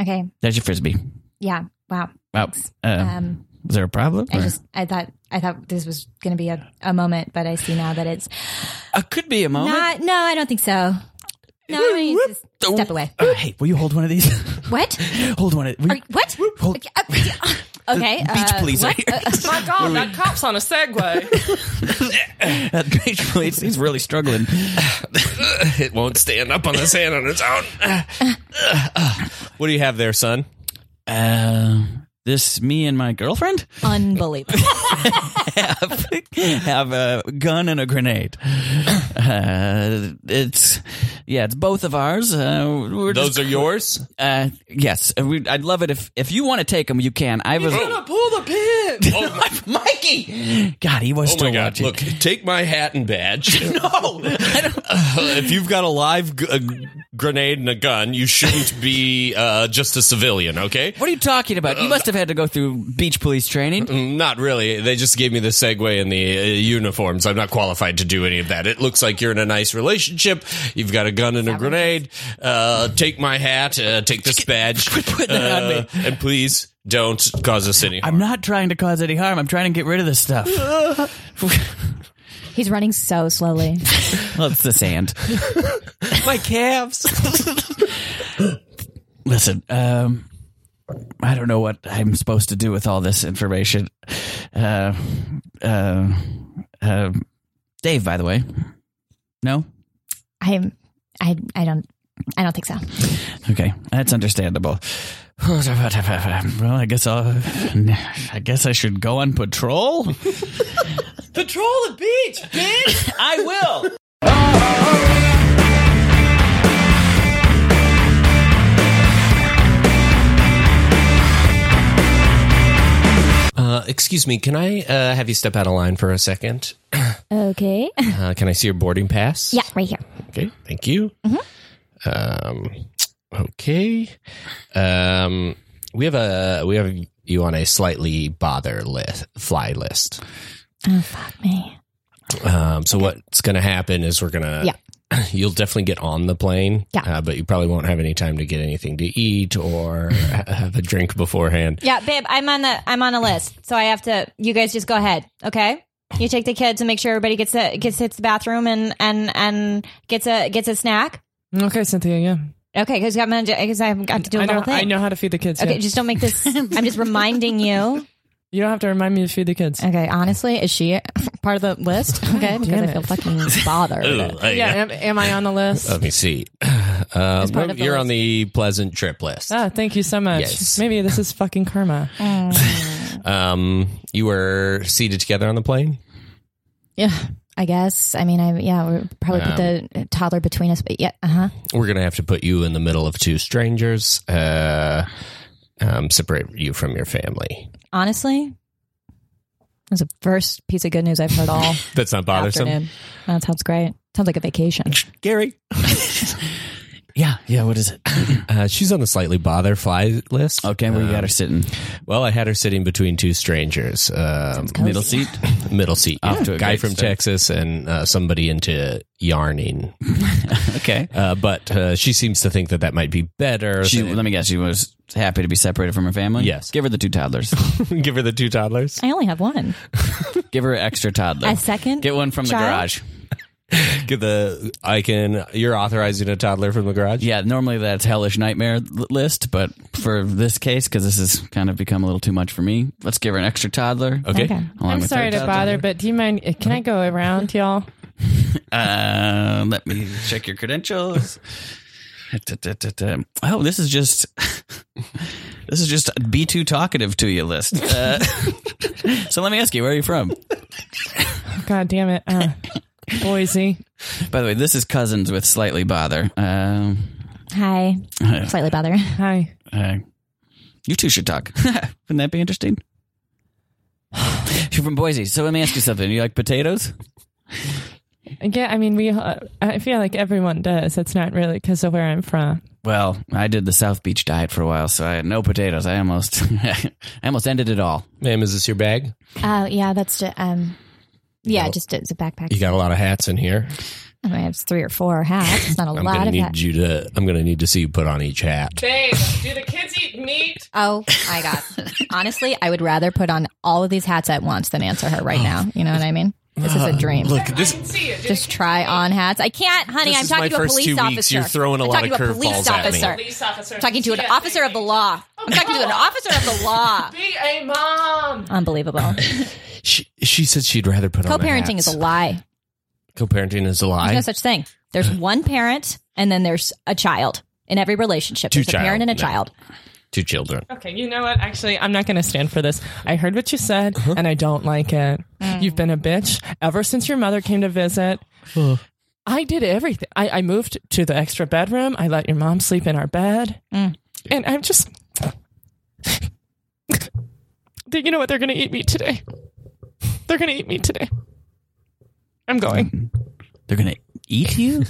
[SPEAKER 6] okay.
[SPEAKER 3] there's your frisbee.
[SPEAKER 6] Yeah. Wow.
[SPEAKER 3] Wow. Uh,
[SPEAKER 6] Um,
[SPEAKER 3] is there a problem?
[SPEAKER 6] I
[SPEAKER 3] or-
[SPEAKER 6] just I thought I thought this was going to be a, a moment, but I see now that it's
[SPEAKER 3] Uh, could be a moment.
[SPEAKER 6] not. No, I don't think so. No, I mean, it's just step away.
[SPEAKER 3] Uh, hey, will you hold one of these? <laughs>
[SPEAKER 6] What?
[SPEAKER 3] hold one of. will
[SPEAKER 6] Are
[SPEAKER 3] you-
[SPEAKER 6] you- what?
[SPEAKER 3] Hold-
[SPEAKER 6] Okay. uh, <laughs> okay,
[SPEAKER 3] The beach
[SPEAKER 6] uh,
[SPEAKER 3] police
[SPEAKER 6] what?
[SPEAKER 3] are here.
[SPEAKER 5] My God, that cop's on a Segway.
[SPEAKER 3] That beach police, he's really struggling.
[SPEAKER 4] <laughs> it won't stand up on
[SPEAKER 3] <laughs>
[SPEAKER 4] the sand on its own. what do you have there, son?
[SPEAKER 3] Uh, this me and my
[SPEAKER 6] <laughs>
[SPEAKER 3] girlfriend
[SPEAKER 6] uh, Unbelievable.
[SPEAKER 3] have, have a gun and a grenade. Uh, it's yeah, it's both of ours. Uh, we're
[SPEAKER 4] Those
[SPEAKER 3] just, <laughs>
[SPEAKER 4] are yours.
[SPEAKER 3] uh, yes. Uh, we- I'd love it if if you want to take them, you can. I was
[SPEAKER 4] pull the pin. Oh my,
[SPEAKER 3] Mikey. God, he was
[SPEAKER 4] oh
[SPEAKER 3] still
[SPEAKER 4] my God!
[SPEAKER 3] watching.
[SPEAKER 4] Look, take my hat
[SPEAKER 3] <laughs>
[SPEAKER 4] and badge. no, <laughs> if you've got a live g- a g- grenade and a gun, you shouldn't be uh, just a civilian. Okay.
[SPEAKER 3] What are you talking about?
[SPEAKER 4] Uh,
[SPEAKER 3] You must have had to go through beach police training.
[SPEAKER 4] Mm, Not really. They just gave me the segue and the uh, uniforms. I'm not qualified to do any of that. It looks like you're in a nice relationship. You've got a gun and a grenade. Uh, take my hat. Uh, take this badge. Quit
[SPEAKER 3] putting that on me.
[SPEAKER 4] And please don't cause us any harm.
[SPEAKER 3] I'm not trying to cause any harm. I'm trying to get rid of this stuff.
[SPEAKER 6] He's running so slowly.
[SPEAKER 3] Well, it's the sand. <laughs> My calves. <laughs> Listen, um, I don't know what I'm supposed to do with all this information. Uh, uh, uh, Dave, by the way. No?
[SPEAKER 6] I'm. I. I don't. I don't think so.
[SPEAKER 3] Okay, that's understandable. <sighs> Well, I guess I'll, I guess I should go on patrol.
[SPEAKER 2] Patrol the beach, bitch!
[SPEAKER 3] I will.
[SPEAKER 4] Uh, excuse me. Can I uh, have you step out of line for a second?
[SPEAKER 6] Okay.
[SPEAKER 4] Uh, can I see your boarding pass?
[SPEAKER 6] Yeah, right here.
[SPEAKER 4] Okay. Thank you. Um, okay. Um, we have a we have you on a slightly bother list fly list.
[SPEAKER 6] Oh fuck me.
[SPEAKER 4] Um, so what's going to happen is we're going to.
[SPEAKER 6] Yeah.
[SPEAKER 4] <clears throat> You'll definitely get on the plane,
[SPEAKER 6] Yeah.
[SPEAKER 4] uh, but you probably won't have any time to get anything to eat or <laughs> ha- have a drink beforehand.
[SPEAKER 6] Yeah, babe. I'm on the. I'm on a list, so I have to. You guys just go ahead. Okay. You take the kids and make sure everybody gets a, gets hits the bathroom and and and gets a gets a snack.
[SPEAKER 5] Okay, Cynthia. Yeah,
[SPEAKER 6] Okay, because I'm gonna because I've got to do the
[SPEAKER 5] I know.
[SPEAKER 6] whole thing.
[SPEAKER 5] I know how to feed the kids.
[SPEAKER 6] Okay,
[SPEAKER 5] yeah.
[SPEAKER 6] just don't make this. <laughs> I'm just reminding you.
[SPEAKER 5] you don't have to remind me to feed the kids.
[SPEAKER 6] Okay, honestly, is she part of the list? Okay, because
[SPEAKER 5] damn
[SPEAKER 6] I feel
[SPEAKER 5] it.
[SPEAKER 6] fucking <laughs> bothered.
[SPEAKER 4] Hey,
[SPEAKER 5] yeah, am, am I on the list?
[SPEAKER 4] Uh, Let me see. <sighs> Uh,
[SPEAKER 6] part of the
[SPEAKER 4] you're
[SPEAKER 6] list.
[SPEAKER 4] on the pleasant trip list.
[SPEAKER 5] Ah, thank you so much.
[SPEAKER 4] Yes.
[SPEAKER 5] Maybe this is fucking karma.
[SPEAKER 4] Um, you were seated together on the plane.
[SPEAKER 6] yeah, I guess. I mean, I yeah, we probably put the toddler between us, but yeah, uh huh.
[SPEAKER 4] We're gonna have to put you in the middle of two strangers. Uh, um, separate you from your family.
[SPEAKER 6] Honestly, it was the first piece of good news I've heard all
[SPEAKER 4] That's not bothersome.
[SPEAKER 6] afternoon. That sounds great. Sounds like a vacation.
[SPEAKER 4] Gary,
[SPEAKER 3] <laughs> Yeah, yeah. What is it?
[SPEAKER 4] uh, she's on the slightly bother fly list.
[SPEAKER 3] Okay, we got her sitting
[SPEAKER 4] Well, I had her sitting between two strangers. Um,
[SPEAKER 3] middle seat.
[SPEAKER 4] middle seat.
[SPEAKER 3] Off to a
[SPEAKER 4] guy
[SPEAKER 3] great
[SPEAKER 4] from
[SPEAKER 3] start.
[SPEAKER 4] Texas and uh, somebody into yarning.
[SPEAKER 3] Okay.
[SPEAKER 4] Uh, but uh, she seems to think that that might be better.
[SPEAKER 3] She, let me guess. She was happy to be separated from her family.
[SPEAKER 4] Yes.
[SPEAKER 3] Give her the two toddlers.
[SPEAKER 4] <laughs> <laughs> Give her the two toddlers.
[SPEAKER 6] I only have one.
[SPEAKER 3] Give her an extra toddler.
[SPEAKER 6] A second
[SPEAKER 3] Get one from
[SPEAKER 6] child?
[SPEAKER 3] the garage.
[SPEAKER 4] Give the I can. You're authorizing a toddler from the garage.
[SPEAKER 3] Yeah. Normally that's hellish nightmare l- list, but for this case, because this has kind of become a little too much for me, let's give her an extra toddler.
[SPEAKER 4] Okay.
[SPEAKER 6] Okay.
[SPEAKER 3] along
[SPEAKER 5] I'm
[SPEAKER 3] with
[SPEAKER 5] sorry
[SPEAKER 3] her
[SPEAKER 5] to
[SPEAKER 3] toddler.
[SPEAKER 5] bother, but do you mind? uh, Can I go around, y'all?
[SPEAKER 3] Uh, let me check your credentials. <laughs> Da-da-da-da. Oh, this is just <laughs> this is just be too talkative to you list. Uh, <laughs> so let me ask you, where are you from?
[SPEAKER 5] God damn it, uh, Boise.
[SPEAKER 3] By the way, this is cousins with slightly bother. Um,
[SPEAKER 6] Hi. Slightly bother.
[SPEAKER 5] Hi.
[SPEAKER 3] Uh, you two should
[SPEAKER 5] <laughs>
[SPEAKER 3] talk. Wouldn't that be interesting? You're from Boise, so let me ask you something. You like potatoes?
[SPEAKER 5] Yeah, I mean, we. Uh, I feel like everyone does. It's not really because of where I'm from.
[SPEAKER 3] Well, I did the South Beach diet for a while, so I had no potatoes. I almost, <laughs> I almost ended it all.
[SPEAKER 4] Ma'am, is this your bag?
[SPEAKER 6] Oh yeah, that's just um. Yeah, just it's a backpack.
[SPEAKER 4] You got a lot of hats in here.
[SPEAKER 6] I mean, it's three or four hats. It's not a
[SPEAKER 4] <laughs> I'm
[SPEAKER 6] lot
[SPEAKER 4] gonna
[SPEAKER 6] of
[SPEAKER 4] need
[SPEAKER 6] hats.
[SPEAKER 4] you to. I'm gonna need to see you put on each hat.
[SPEAKER 5] Babe, do the kids eat meat?
[SPEAKER 6] Oh
[SPEAKER 4] <laughs>
[SPEAKER 6] my god! Honestly, I would rather put on all of these hats at once than answer her right now. You know what I mean? This is a dream.
[SPEAKER 4] Uh, Look, this
[SPEAKER 6] Just try on hats. I can't, honey.
[SPEAKER 4] This
[SPEAKER 6] I'm
[SPEAKER 4] is
[SPEAKER 6] talking
[SPEAKER 4] my
[SPEAKER 6] to a
[SPEAKER 4] first
[SPEAKER 6] police
[SPEAKER 4] two
[SPEAKER 6] officer.
[SPEAKER 4] weeks. You're throwing a
[SPEAKER 6] I'm
[SPEAKER 4] lot
[SPEAKER 6] talking
[SPEAKER 4] of
[SPEAKER 6] to a police
[SPEAKER 4] curveballs at me.
[SPEAKER 6] officer.
[SPEAKER 2] officer.
[SPEAKER 6] I'm talking to an officer of the law. I'm talking
[SPEAKER 4] <laughs>
[SPEAKER 6] to an officer of the law.
[SPEAKER 5] Be a mom.
[SPEAKER 6] Unbelievable.
[SPEAKER 4] she, she said she'd rather put on.
[SPEAKER 6] Co-parenting is a lie.
[SPEAKER 4] Co-parenting is a
[SPEAKER 6] There's
[SPEAKER 4] lie.
[SPEAKER 6] no such thing. There's one parent, and then there's a child in every relationship.
[SPEAKER 4] Two
[SPEAKER 6] There's a
[SPEAKER 4] child,
[SPEAKER 6] parent and a
[SPEAKER 4] no.
[SPEAKER 6] child.
[SPEAKER 4] to children.
[SPEAKER 5] Okay, you know what? Actually, I'm not going to stand for this. I heard what you said, and I don't like it. You've been a bitch ever since your mother came to visit. I did everything. I, I moved to the extra bedroom. I let your mom sleep in our bed, and I'm just. you know what? They're going to eat me today. They're going to eat me today. I'm going.
[SPEAKER 3] They're gonna eat you.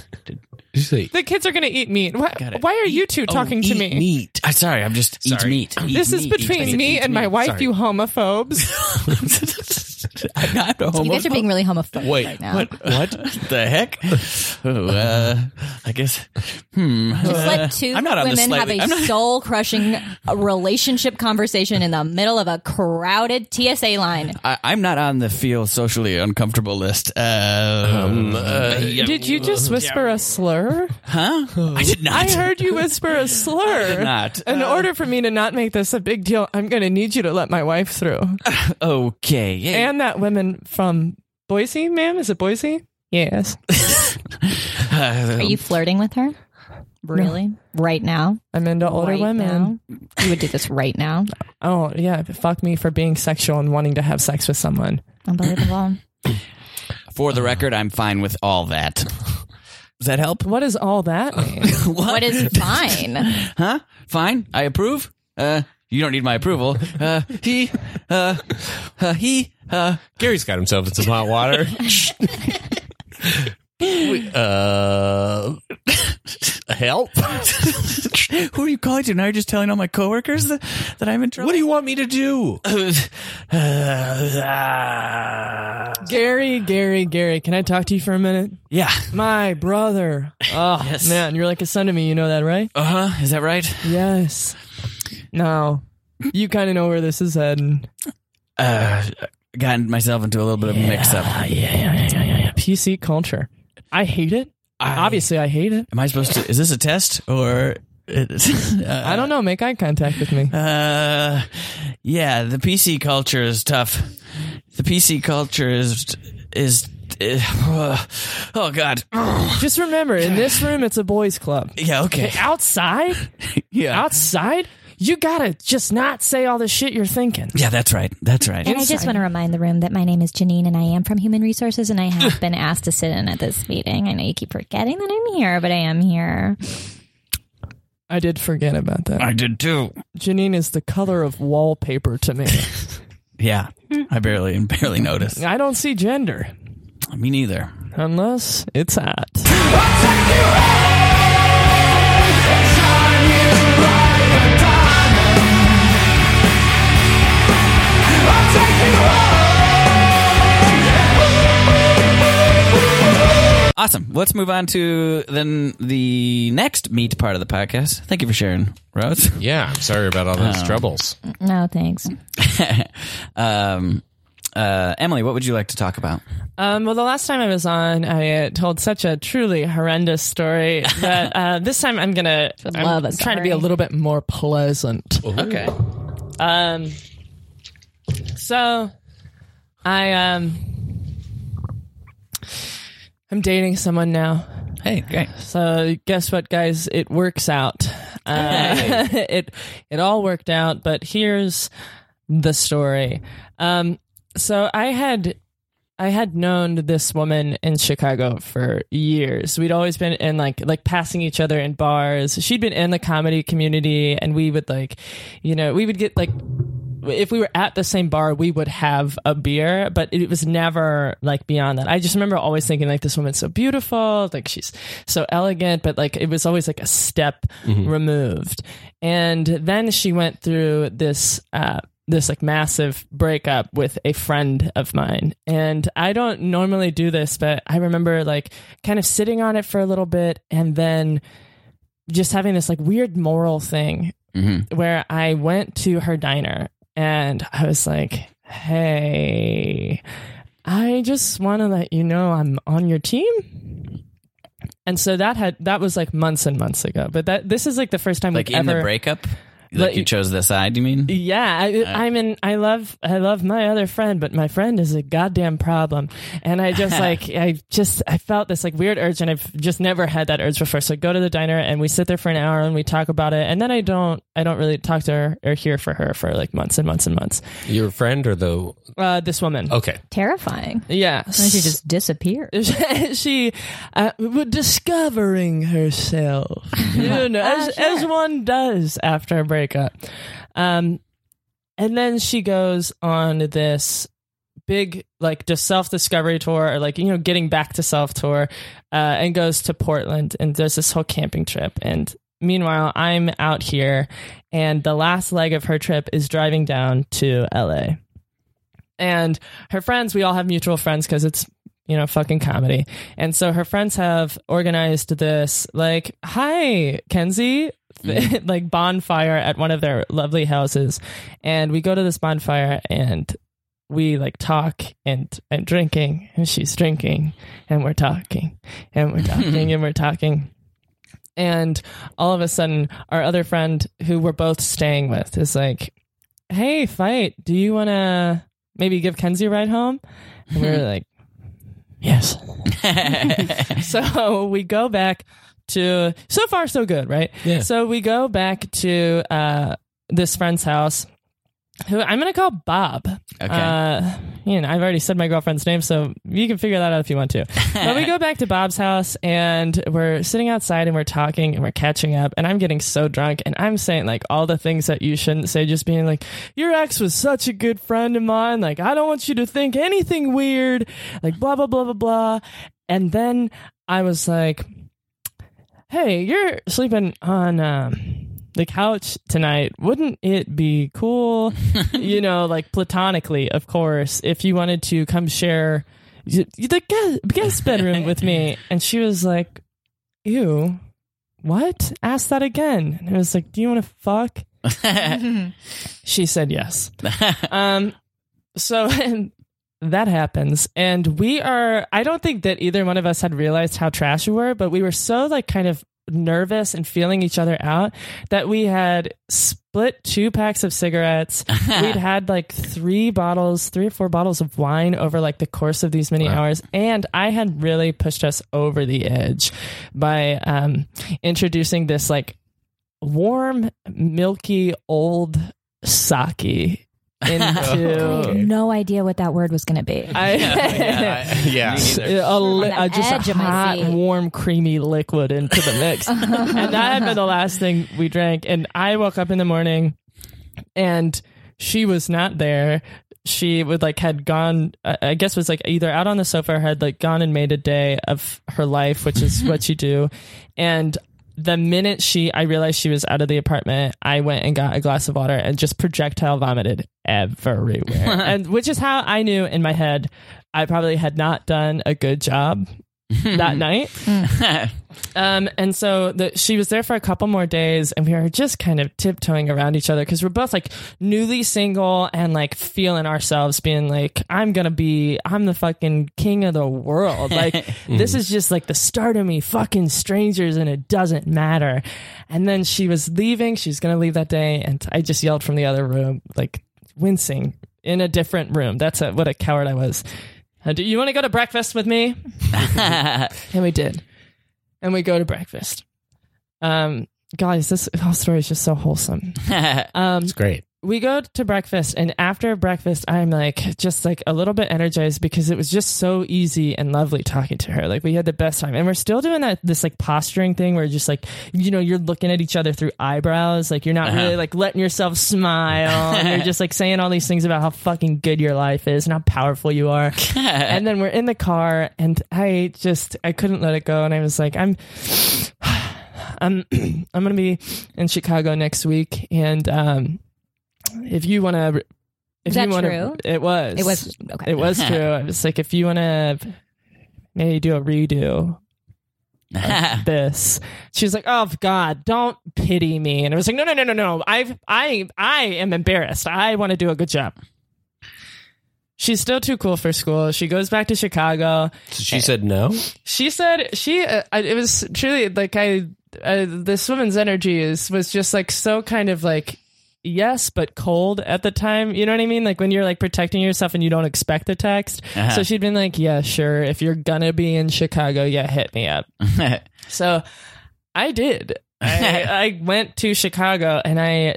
[SPEAKER 5] The kids are going to eat me. Why,
[SPEAKER 3] Gotta
[SPEAKER 5] why are you two <laughs> talking to Oh, me?
[SPEAKER 3] oh, Meat. I'm sorry. I'm just eat
[SPEAKER 4] Sorry.
[SPEAKER 3] meat. Eat
[SPEAKER 5] This is
[SPEAKER 3] meat, eat meat,
[SPEAKER 5] between me
[SPEAKER 3] eat
[SPEAKER 5] and
[SPEAKER 3] meat.
[SPEAKER 5] my wife,
[SPEAKER 4] Sorry.
[SPEAKER 3] <laughs>
[SPEAKER 5] you <laughs> homophobes.
[SPEAKER 3] I'm not a
[SPEAKER 6] You guys
[SPEAKER 5] <laughs>
[SPEAKER 6] are
[SPEAKER 3] homophobe.
[SPEAKER 6] being really homophobic
[SPEAKER 4] Wait,
[SPEAKER 6] right now.
[SPEAKER 4] what?
[SPEAKER 3] <laughs>
[SPEAKER 4] What?
[SPEAKER 3] the heck? Oh, uh, I guess. Hmm.
[SPEAKER 6] Just let 2
[SPEAKER 3] I'm not on this
[SPEAKER 6] women have
[SPEAKER 3] slightly-
[SPEAKER 6] a
[SPEAKER 3] I'm not-
[SPEAKER 6] soul crushing relationship conversation in the middle of a crowded TSA line.
[SPEAKER 3] I, I'm not on the feel socially uncomfortable list. Um, uh, yeah.
[SPEAKER 5] Did you just whisper a slur?
[SPEAKER 3] huh? I did not.
[SPEAKER 5] <laughs> I heard you whisper a slur.
[SPEAKER 3] not.
[SPEAKER 5] In order for me to not make this a big deal, I'm going to need you to let my wife through.
[SPEAKER 3] Okay. Yeah.
[SPEAKER 5] And that woman from Boise, ma'am? Is it Boise? Yes.
[SPEAKER 3] Uh,
[SPEAKER 6] Are
[SPEAKER 3] Um,
[SPEAKER 6] you flirting with her? Really? Right now?
[SPEAKER 5] I'm into older
[SPEAKER 6] right
[SPEAKER 5] women.
[SPEAKER 6] now? You would do this right now?
[SPEAKER 5] Oh, yeah. Fuck me for being sexual and wanting to have sex with someone.
[SPEAKER 6] Unbelievable.
[SPEAKER 3] For the record, I'm fine with all that. Does that help?
[SPEAKER 5] What does
[SPEAKER 3] <laughs>
[SPEAKER 5] all that mean?
[SPEAKER 6] what is fine?
[SPEAKER 3] Huh? Fine. I approve. Uh, you don't need my approval. Uh, he, uh, uh he, uh,
[SPEAKER 4] Gary's got himself in some hot
[SPEAKER 5] <laughs>
[SPEAKER 4] water. We- uh, help.
[SPEAKER 3] who are you calling to? Now you're just telling all my coworkers that, that I'm in trouble.
[SPEAKER 4] What do you want me to do?
[SPEAKER 5] Gary, Gary, Gary, can I talk to you for a minute?
[SPEAKER 3] <laughs> yeah.
[SPEAKER 5] My brother. Oh,
[SPEAKER 3] Yes.
[SPEAKER 5] man. You're like a son to me. You know that, right?
[SPEAKER 3] Uh
[SPEAKER 4] Uh-huh.
[SPEAKER 3] huh. Is that right?
[SPEAKER 5] Yes. Now, you kind of know where this is heading.
[SPEAKER 3] Uh, gotten myself into a little bit of a mix up.
[SPEAKER 5] PC culture. I hate it. Obviously, I hate it.
[SPEAKER 3] Am I supposed to? Is this a test or? uh,
[SPEAKER 5] I don't know. Make eye contact with me.
[SPEAKER 3] <laughs> Uh, yeah, the PC culture is tough. The PC culture is is. uh, oh God!
[SPEAKER 5] Just remember, in this room, it's a boys' club.
[SPEAKER 3] <laughs> Yeah, Uh, okay.
[SPEAKER 5] Outside,
[SPEAKER 3] Yeah,
[SPEAKER 5] outside, you gotta just not say all the shit you're thinking.
[SPEAKER 3] yeah. That's right. That's right.
[SPEAKER 6] And I just want to remind the room that my name is Janine and I am from Human Resources and I have been asked to sit in at this meeting. I know you keep forgetting that I'm here, but I am here.
[SPEAKER 5] I did forget about that.
[SPEAKER 3] I did too.
[SPEAKER 5] Janine is the color of wallpaper to
[SPEAKER 3] <laughs>
[SPEAKER 5] me.
[SPEAKER 3] Yeah, I barely <laughs> barely noticed.
[SPEAKER 5] I don't see gender
[SPEAKER 3] Me neither.
[SPEAKER 5] unless it's hot.
[SPEAKER 3] Awesome. Let's move on to then the next meat part of the podcast. Thank you for sharing, Rose.
[SPEAKER 4] Yeah, I'm sorry about all
[SPEAKER 5] Um,
[SPEAKER 4] those troubles.
[SPEAKER 6] No, thanks.
[SPEAKER 3] um, uh, Emily, what would you like to talk about?
[SPEAKER 5] Um, well, the last time I was on, I uh, told such a truly
[SPEAKER 3] <laughs>
[SPEAKER 5] horrendous story that uh, this time I'm gonna. I'm
[SPEAKER 6] love a
[SPEAKER 5] trying to be a
[SPEAKER 6] story.
[SPEAKER 5] little bit more pleasant.
[SPEAKER 3] Okay.
[SPEAKER 5] Um, so I um, I'm dating someone now.
[SPEAKER 3] Hey, great.
[SPEAKER 5] So guess what, guys? It works out. Uh, <laughs> it it all worked out. But here's the story. Um, so I had I had known this woman in Chicago for years. We'd always been in like like passing each other in bars. She'd been in the comedy community, and we would like, you know, we would get like. If we were at the same bar, we would have a beer, but it was never like beyond that. I just remember always thinking like this woman's so beautiful, like she's so elegant, but like it was always like a step removed. And then she went through this uh, this like massive breakup with a friend of mine. And I don't normally do this, but I remember like kind of sitting on it for a little bit and then just having this like weird moral thing
[SPEAKER 3] Mm-hmm.
[SPEAKER 5] where I went to her diner and I was like, hey, I just want to let you know I'm on your team. And so that had that was like months and months ago, but that this is like the first time
[SPEAKER 3] Like
[SPEAKER 5] we've
[SPEAKER 3] in
[SPEAKER 5] ever
[SPEAKER 3] the breakup. Like you chose the side, you mean?
[SPEAKER 5] <laughs> Yeah, I, I'm in. I love, I love my other friend, but my friend is a goddamn problem. And I just like, I just, I felt this like weird urge, and I've just never had that urge before. So I go to the diner, and we sit there for an hour, and we talk about it, and then I don't, I don't really talk to her or hear for her for like months and months and months.
[SPEAKER 4] Your friend or the
[SPEAKER 5] Uh, this woman,
[SPEAKER 4] okay?
[SPEAKER 6] Terrifying.
[SPEAKER 5] yeah,
[SPEAKER 6] And she just disappeared.
[SPEAKER 5] <laughs> she uh, was discovering herself, you know, as, as one does after a breakup. Um, and then she goes on this big, like, just self discovery tour, or like, you know, getting back to self tour, uh, and goes to Portland and does this whole camping trip. And meanwhile, I'm out here, and the last leg of her trip is driving down to LA and her friends we all have mutual friends because it's you know fucking comedy and so her friends have organized this like hi kenzie <laughs> like bonfire at one of their lovely houses and we go to this bonfire and we like talk and and drinking and she's drinking and we're talking and we're talking and we're talking and all of a sudden our other friend who we're both staying with is like hey fight do you want to maybe give kenzie a ride home and we were like yes <laughs> so we go back to so far so good right
[SPEAKER 4] Yeah.
[SPEAKER 5] so we go back to uh this friend's house who i'm gonna call bob
[SPEAKER 3] Okay.
[SPEAKER 5] uh you know i've already said my girlfriend's name so you can figure that out if you want to but we go back to bob's house and we're sitting outside and we're talking and we're catching up and i'm getting so drunk and i'm saying like all the things that you shouldn't say just being like your ex was such a good friend of mine like i don't want you to think anything weird like blah blah blah blah blah and then i was like hey, you're sleeping on um, the couch tonight. Wouldn't it be cool, you know, like platonically, of course, if you wanted to come share y- the guest, guest bedroom with me? And she was like, ew, what? Ask that again. And I was like, do you want to fuck? she said yes. um, so <laughs> and that happens, and we are. I don't think that either one of us had realized how trash we were, but we were so like kind of nervous and feeling each other out that we had split two packs of cigarettes. We'd had like three bottles, three or four bottles of wine over like the course of these many hours, and I had really pushed us over the edge by um, introducing this like warm, milky old sake into
[SPEAKER 6] No idea what that word was going to be.
[SPEAKER 5] I, <laughs>
[SPEAKER 4] Yeah,
[SPEAKER 5] a li-
[SPEAKER 6] On the
[SPEAKER 5] uh, just
[SPEAKER 6] edge
[SPEAKER 5] a
[SPEAKER 6] of my
[SPEAKER 5] hot,
[SPEAKER 6] seat.
[SPEAKER 5] warm, creamy liquid into the
[SPEAKER 6] <laughs>
[SPEAKER 5] mix, and that had been the last thing we drank. And I woke up in the morning, and she was not there. She would like had gone, I I guess was like either out on the sofa or had like gone and made a day of her life, which is what you do. And the minute she, I realized she was out of the apartment, I went and got a glass of water and just projectile vomited everywhere. and which is how I knew in my head I probably had not done a good job that night. Um, and so the, she was there for a couple more days, and we were just kind of tiptoeing around each other because we're both like newly single and like feeling ourselves, being like, "I'm gonna be, I'm the fucking king of the world." Like this is just like the start of me, fucking strangers, and it doesn't matter. And then she was leaving; she was gonna leave that day, and I just yelled from the other room, like wincing in a different room. That's a, what a coward I was. Uh, do you want to go to breakfast with me? and we did and we go to breakfast. Um, guys, this whole story is just so wholesome.
[SPEAKER 4] it's great.
[SPEAKER 5] We go to breakfast, and after breakfast, I'm like just like a little bit energized because it was just so easy and lovely talking to her. Like we had the best time, and we're still doing that this like posturing thing where just like you know you're looking at each other through eyebrows, like you're not really like letting yourself smile. and you're just like saying all these things about how fucking good your life is and how powerful you are. and then we're in the car, and I just I couldn't let it go, and I was like I'm. <sighs> I'm <clears throat> I'm gonna be in Chicago next week, and um, if you want to, if
[SPEAKER 6] Was that
[SPEAKER 5] you want
[SPEAKER 6] true?
[SPEAKER 5] it was
[SPEAKER 6] It was okay.
[SPEAKER 5] it was true. I was like, if you want to, maybe do a redo. of this she was like oh god don't pity me and i was like no no no no no i've i i am embarrassed i want to do a good job she's still too cool for school she goes back to chicago
[SPEAKER 4] So she said no.
[SPEAKER 5] she said she uh, I- it was truly like i uh, this woman's energy is was just like so kind of like yes but cold at the time you know what i mean like when you're like protecting yourself and you don't expect the text so she'd been like yeah sure if you're gonna be in chicago yeah hit me up so i did I, I went to chicago and i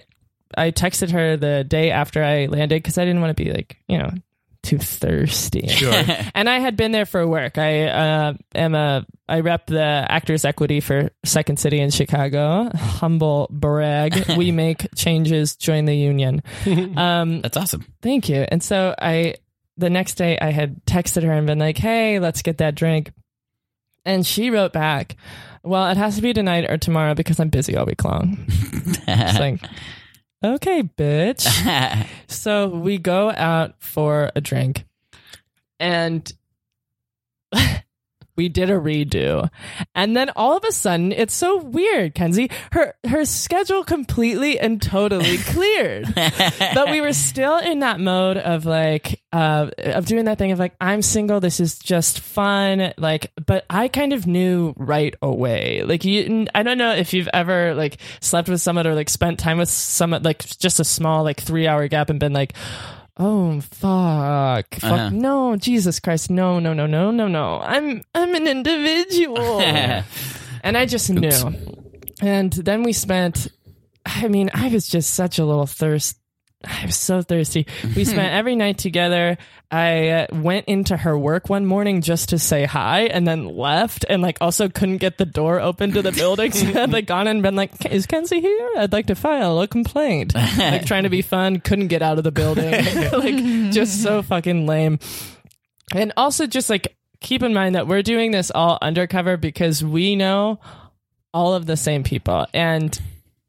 [SPEAKER 5] i texted her the day after i landed because i didn't want to be like you know too thirsty <laughs> and I had been there for work. I uh, am a I rep the Actors Equity for Second City in Chicago. Humble brag. we make changes. Join the union.
[SPEAKER 3] <laughs>
[SPEAKER 5] Um,
[SPEAKER 3] That's awesome. <laughs>
[SPEAKER 5] thank you. And so I, the next day, I had texted her and been like, "Hey, let's get that drink," and she wrote back, "Well, it has to be tonight or tomorrow because I'm busy all week long." It's like. Okay, bitch.
[SPEAKER 3] <laughs>
[SPEAKER 5] So we go out for a drink and <laughs> we did a redo. And then all of a sudden, it's so weird, Kenzie. Her her schedule completely and totally cleared. but we were still in that mode of like uh of doing that thing of like I'm single, this is just fun, like but I kind of knew right away. Like you I don't know if you've ever like slept with someone or like spent time with someone like just a small like 3-hour gap and been like Oh fuck! Fuck
[SPEAKER 3] Uh-huh.
[SPEAKER 5] no! Jesus Christ! No! No! No! No! No! No! I'm I'm an individual, and I just knew. And then we spent. I mean, I was just such a little thirst. I was so thirsty. We spent every night together. I uh, went into her work one morning just to say hi, and then left, and like also couldn't get the door open to the building. <laughs> So I'd like gone and been like, "Is Kenzie here? I'd like to file a complaint." like trying to be fun, couldn't get out of the building. like just so fucking lame. And also just like keep in mind that we're doing this all undercover because we know all of the same people. And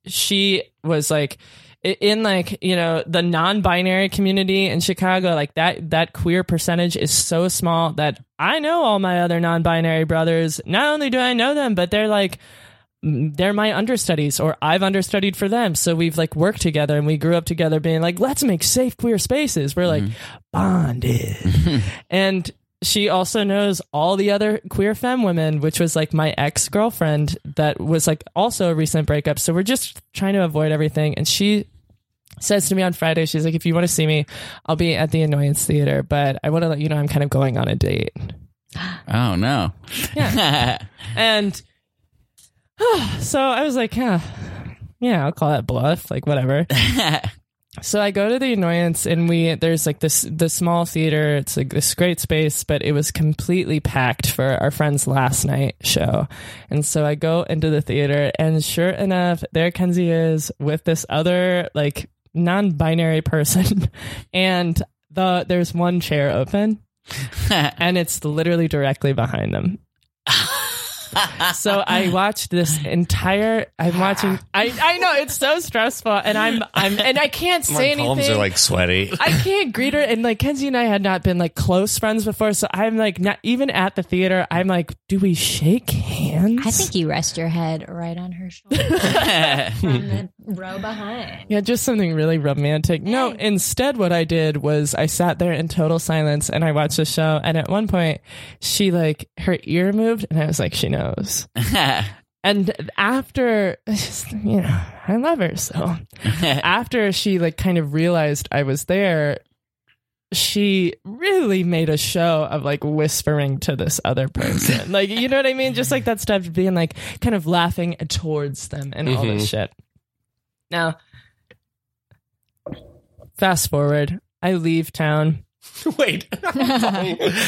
[SPEAKER 5] she was like i- in like, you know, the non-binary community in Chicago, like that that queer percentage is so small that I know all my other non-binary brothers. Not only do I know them, but they're like they're my understudies or I've understudied for them. So we've like worked together and we grew up together being like, let's make safe queer spaces. We're like bonded. and she also knows all the other queer femme women, which was like my ex girlfriend that was like also a recent breakup. So we're just trying to avoid everything. And she says to me on Friday, she's like, if you want to see me, I'll be at the Annoyance Theater, but I want to let you know I'm kind of going on a date.
[SPEAKER 3] Oh no.
[SPEAKER 5] And <sighs> so I was like, yeah, yeah, I'll call that bluff, like whatever. so I go to the annoyance, and we there's like this the small theater. It's like this great space, but it was completely packed for our friend's last night show. And so I go into the theater, and sure enough, there Kenzie is with this other like non-binary person, <laughs> and the there's one chair open. and it's literally directly behind them
[SPEAKER 6] <laughs>
[SPEAKER 5] so I watched this entire. I'm watching. I I know it's so stressful, and I'm I'm and I can't say
[SPEAKER 4] My
[SPEAKER 5] anything.
[SPEAKER 4] palms are like sweaty.
[SPEAKER 5] <laughs> I can't greet her, and like Kenzie and I had not been like close friends before, so I'm like not even at the theater. I'm like, do we shake hands?
[SPEAKER 6] I think you rest your head right on her
[SPEAKER 5] <laughs>
[SPEAKER 6] shoulder from the row behind.
[SPEAKER 5] Yeah, just something really romantic. No, instead, what I did was I sat there in total silence and I watched the show. And at one point, she like her ear moved, and I was like, she knows. and after, <laughs> you know, I love her so. after she like kind of realized I was there, she really made a show of like whispering to this other person. like, you know what I mean? Just like that stuff being like kind of laughing towards them and all this shit. Now, fast forward, I leave town.
[SPEAKER 4] <laughs> Wait,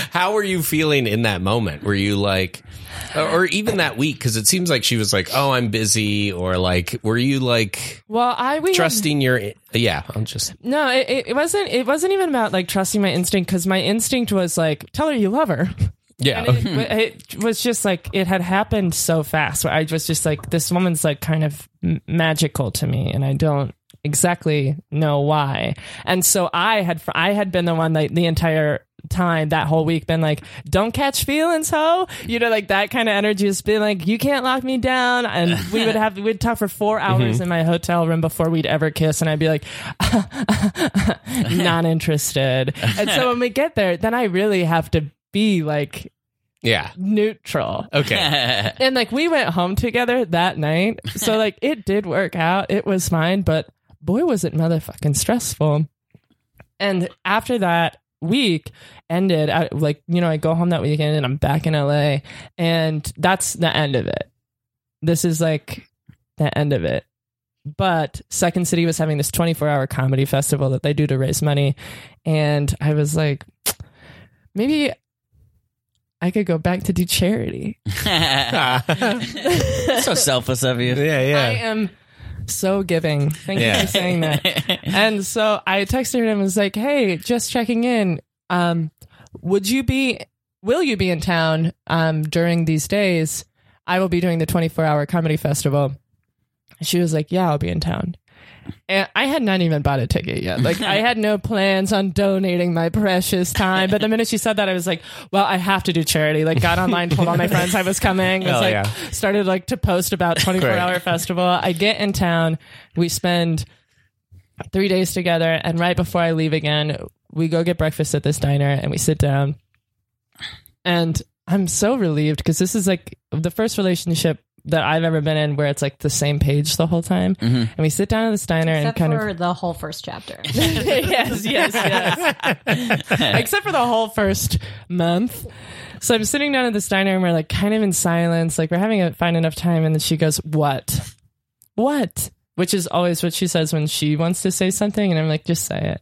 [SPEAKER 4] how were you feeling in that moment? Were you like, or- or even that week? Because it seems like she was like, "Oh, I'm busy," or like, were you like
[SPEAKER 5] Well, I we had-
[SPEAKER 4] trusting your? Yeah, I'm just
[SPEAKER 5] no, it- it, it wasn't. It wasn't even about like trusting my instinct because my instinct was like, tell her you love her.
[SPEAKER 4] yeah.
[SPEAKER 5] And it, it was just like it had happened so fast. Where I was just like, this woman's like kind of m- magical to me, and I don't exactly know why. And so I had fr- I had been the one like the entire time that whole week been like, don't catch feelings, ho. You know, like that kind of energy has been like, you can't lock me down. And we would have we'd talk for four hours in my hotel room before we'd ever kiss, and I'd be like, <laughs> not interested. And so when we get there, then I really have to be like
[SPEAKER 4] Yeah.
[SPEAKER 5] neutral.
[SPEAKER 4] Okay.
[SPEAKER 3] <laughs>
[SPEAKER 5] <laughs> And like we went home together that night. So like it did work out. It was fine, but boy was it motherfucking stressful. And after that week ended, I like, you know, I go home that weekend and I'm back in LA and that's the end of it. This is like the end of it. But Second City was having this 24 hour comedy festival that they do to raise money. And I was like, maybe I could go back to do charity.
[SPEAKER 3] so selfless of you.
[SPEAKER 4] yeah, yeah.
[SPEAKER 5] I am so giving. Thank
[SPEAKER 4] Yeah.
[SPEAKER 5] you for saying
[SPEAKER 4] <laughs>
[SPEAKER 5] that. and so I texted him and was like, "Hey, just checking in. Um, would you be? Will you be in town um, during these days? I will be doing the 24 hour comedy festival." She was like, "Yeah, I'll be in town." And I had not even bought a ticket yet. Like I had no plans on donating my precious time. But the minute she said that, I was like, "Well, I have to do charity." Like got online,
[SPEAKER 4] <laughs>
[SPEAKER 5] told all my friends I was coming. Was
[SPEAKER 4] Hell
[SPEAKER 5] like,
[SPEAKER 4] yeah.
[SPEAKER 5] started like to
[SPEAKER 4] <laughs>
[SPEAKER 5] post about 24
[SPEAKER 4] Great.
[SPEAKER 5] hour festival. I get in town. We spend three days together, and right before I leave again, we go get breakfast at this diner and we sit down. And I'm so relieved because this is like the first relationship that I've ever been in where it's like the same page the whole time.
[SPEAKER 4] Mm-hmm.
[SPEAKER 5] And we sit down at this diner and
[SPEAKER 6] Except
[SPEAKER 5] kind
[SPEAKER 6] for
[SPEAKER 5] of
[SPEAKER 6] the whole
[SPEAKER 5] <laughs>
[SPEAKER 6] first chapter.
[SPEAKER 5] yes, yes, yes. Except for the whole first month. So I'm sitting down at this diner and we're like kind of in silence, like we're having a fine enough time. And then she goes, What? What? Which is always what she says when she wants to say something. And I'm like, Just say it.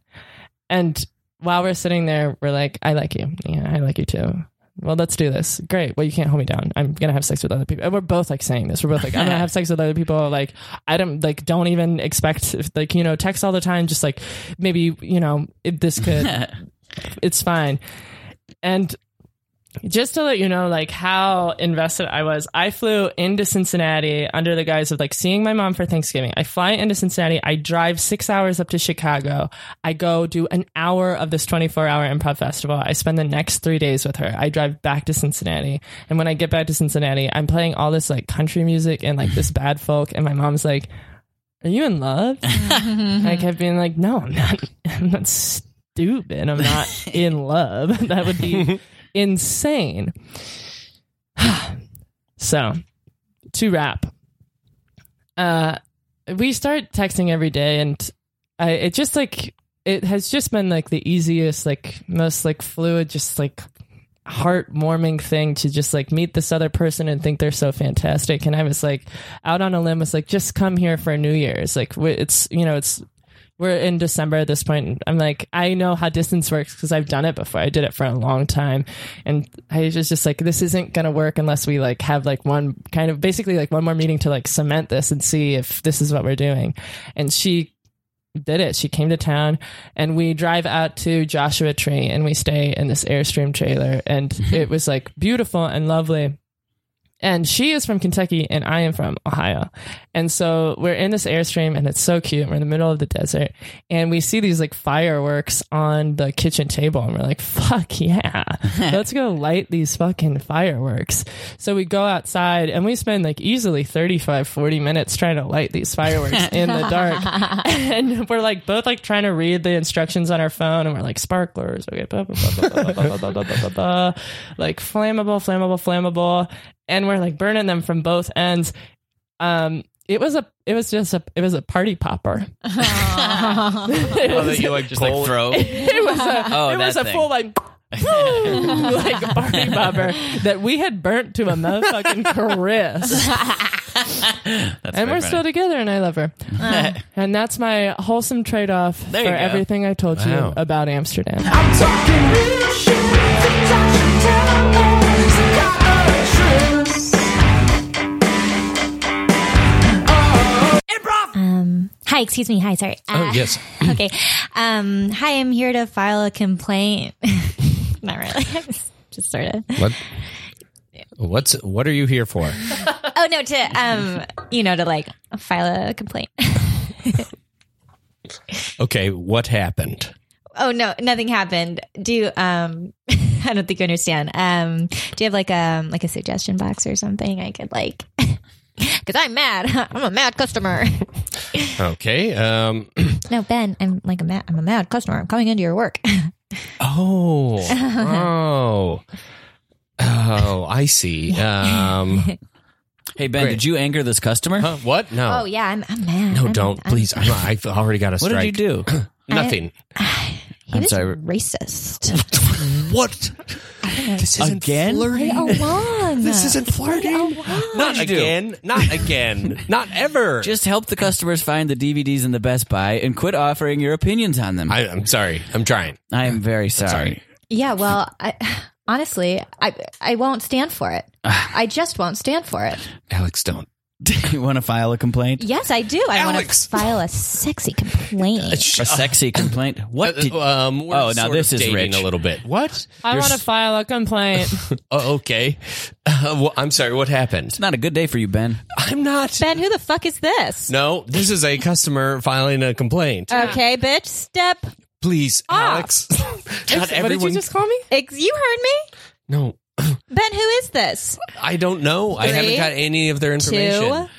[SPEAKER 5] And while we're sitting there, we're like, I like you. Yeah, I like you too. Well, let's do this. Great. Well, you can't hold me down. I'm gonna have sex with other people. And we're both like saying this. We're both like, I'm gonna have sex with other people. Like, I don't like. Don't even expect like you know text all the time. Just like maybe you know if this could. it's fine. And just to let you know, like how invested I was, I flew into Cincinnati under the guise of like seeing my mom for Thanksgiving. I fly into Cincinnati. I drive six hours up to Chicago. I go do an hour of this 24 hour improv festival. I spend the next three days with her. I drive back to Cincinnati. And when I get back to Cincinnati, I'm playing all this like country music and like this bad folk. And my mom's like, are you in love? I kept being like, no, I'm not. <laughs> I'm not stupid. I'm not in love. <laughs> That would be insane. <sighs> so, to wrap, uh, we start texting every day, and I it just like it has just been like the easiest, like most like fluid, just like heartwarming thing to just like meet this other person and think they're so fantastic. And I was like out on a limb, was like, just come here for New Year's. Like we- it's, you know, it's, we're in December at this point. I'm like, I know how distance works because I've done it before. I did it for a long time. And I was just like, this isn't going to work unless we like have like one kind of basically like one more meeting to like cement this and see if this is what we're doing. And she did it. She came to town and we drive out to Joshua Tree and we stay in this Airstream trailer. And it was like beautiful and lovely. And she is from Kentucky and I am from Ohio. And so we're in this Airstream and it's so cute. We're in the middle of the desert and we see these like fireworks on the kitchen table and we're like, fuck yeah, let's go light these fucking fireworks. So we go outside and we spend like easily 35, 40 minutes trying to light these fireworks in the dark and we're like both like trying to read the instructions on our phone and we're like sparklers okay blah, blah, blah, blah, blah, blah, blah, blah, blah, blah, blah. like flammable flammable flammable and we're like burning them from both ends um it was a it was just a it was a party popper <laughs> it
[SPEAKER 4] Oh,
[SPEAKER 5] was,
[SPEAKER 4] that you like
[SPEAKER 3] Just like
[SPEAKER 4] pull-
[SPEAKER 3] throw.
[SPEAKER 5] it was a
[SPEAKER 3] Oh,
[SPEAKER 5] it was
[SPEAKER 3] that
[SPEAKER 5] a
[SPEAKER 3] <laughs>
[SPEAKER 5] full like woo, like party popper that we had burnt to a motherfucking crisp
[SPEAKER 3] That's
[SPEAKER 5] and
[SPEAKER 3] very
[SPEAKER 5] we're
[SPEAKER 3] funny.
[SPEAKER 5] still together and i love her and that's my wholesome trade-off
[SPEAKER 3] There
[SPEAKER 5] for
[SPEAKER 3] you go.
[SPEAKER 5] everything i told
[SPEAKER 4] Wow.
[SPEAKER 5] you about amsterdam
[SPEAKER 7] I'm talking real shit. Sometimes you tell me it's a goddamn truth.
[SPEAKER 6] Um, hi, excuse me. Hi, sorry. Uh,
[SPEAKER 4] Oh, yes.
[SPEAKER 6] <laughs> okay. Um, hi, I'm here to file a complaint. <laughs> Not really. <laughs> Just sort of.
[SPEAKER 4] What? What's what are you here for?
[SPEAKER 6] Oh no, to um, you know, to like file a complaint. <laughs>
[SPEAKER 4] Okay, what happened?
[SPEAKER 6] oh no, nothing happened. Do you, um, <laughs> I don't think you understand. Um, do you have like um like a suggestion box or something I could like? <laughs> Because I'm mad. <laughs> I'm a mad customer.
[SPEAKER 4] Okay. Um <clears throat>
[SPEAKER 6] no, Ben, I'm like a mad. I'm a mad customer. <laughs> I'm coming into your work.
[SPEAKER 4] oh. Oh. Oh, I see. Um,
[SPEAKER 3] Hey Ben, did you anger this customer?
[SPEAKER 4] huh, what? No.
[SPEAKER 6] Oh yeah, I'm, I'm mad.
[SPEAKER 4] No,
[SPEAKER 6] I'm-
[SPEAKER 4] don't.
[SPEAKER 6] I'm-
[SPEAKER 4] Please. I'm, I've already got a
[SPEAKER 3] What
[SPEAKER 4] strike.
[SPEAKER 3] did you do?
[SPEAKER 6] <laughs>
[SPEAKER 4] Nothing.
[SPEAKER 6] He
[SPEAKER 3] I'm
[SPEAKER 6] was
[SPEAKER 3] sorry.
[SPEAKER 6] Racist.
[SPEAKER 4] what? This isn't
[SPEAKER 3] Again?
[SPEAKER 4] flirting.
[SPEAKER 6] oh, Along.
[SPEAKER 4] This isn't
[SPEAKER 6] Oh,
[SPEAKER 4] flirting. Not
[SPEAKER 3] you do?
[SPEAKER 4] again. Not again. Not ever.
[SPEAKER 3] Just help the customers find the DVDs in the Best Buy and quit offering your opinions on them. I,
[SPEAKER 4] I, I'm sorry. I'm trying.
[SPEAKER 3] am very sorry.
[SPEAKER 4] sorry.
[SPEAKER 6] Yeah, well, I, honestly, I I won't stand for it. I just won't stand for it.
[SPEAKER 4] Alex, don't.
[SPEAKER 3] <laughs> Do you want to file a complaint?
[SPEAKER 6] Yes, I do. I want to
[SPEAKER 4] Alex.
[SPEAKER 6] file a sexy complaint.
[SPEAKER 3] A sexy complaint? What? Did,
[SPEAKER 4] um, we're
[SPEAKER 3] Oh, now
[SPEAKER 4] sort
[SPEAKER 3] this
[SPEAKER 4] of
[SPEAKER 3] is
[SPEAKER 4] dating
[SPEAKER 3] rich.
[SPEAKER 4] a little bit. What?
[SPEAKER 5] I
[SPEAKER 4] You're
[SPEAKER 5] want to
[SPEAKER 4] s-
[SPEAKER 5] file a
[SPEAKER 3] <laughs>
[SPEAKER 5] complaint.
[SPEAKER 4] Oh, okay. Uh, well, I'm sorry. What happened?
[SPEAKER 3] it's not a good day for you, Ben.
[SPEAKER 4] I'm not.
[SPEAKER 6] Ben, who the fuck is this?
[SPEAKER 4] No, this is a customer filing a complaint.
[SPEAKER 6] Okay, bitch, step.
[SPEAKER 4] Please,
[SPEAKER 5] <laughs>
[SPEAKER 4] Alex. <laughs> not
[SPEAKER 5] what did Ah. you
[SPEAKER 4] everyone.
[SPEAKER 5] just call me?
[SPEAKER 6] Ex- you heard
[SPEAKER 4] no,
[SPEAKER 6] me, Ben. Who is this?
[SPEAKER 4] I don't know. I haven't
[SPEAKER 6] Three,
[SPEAKER 4] got any of their information.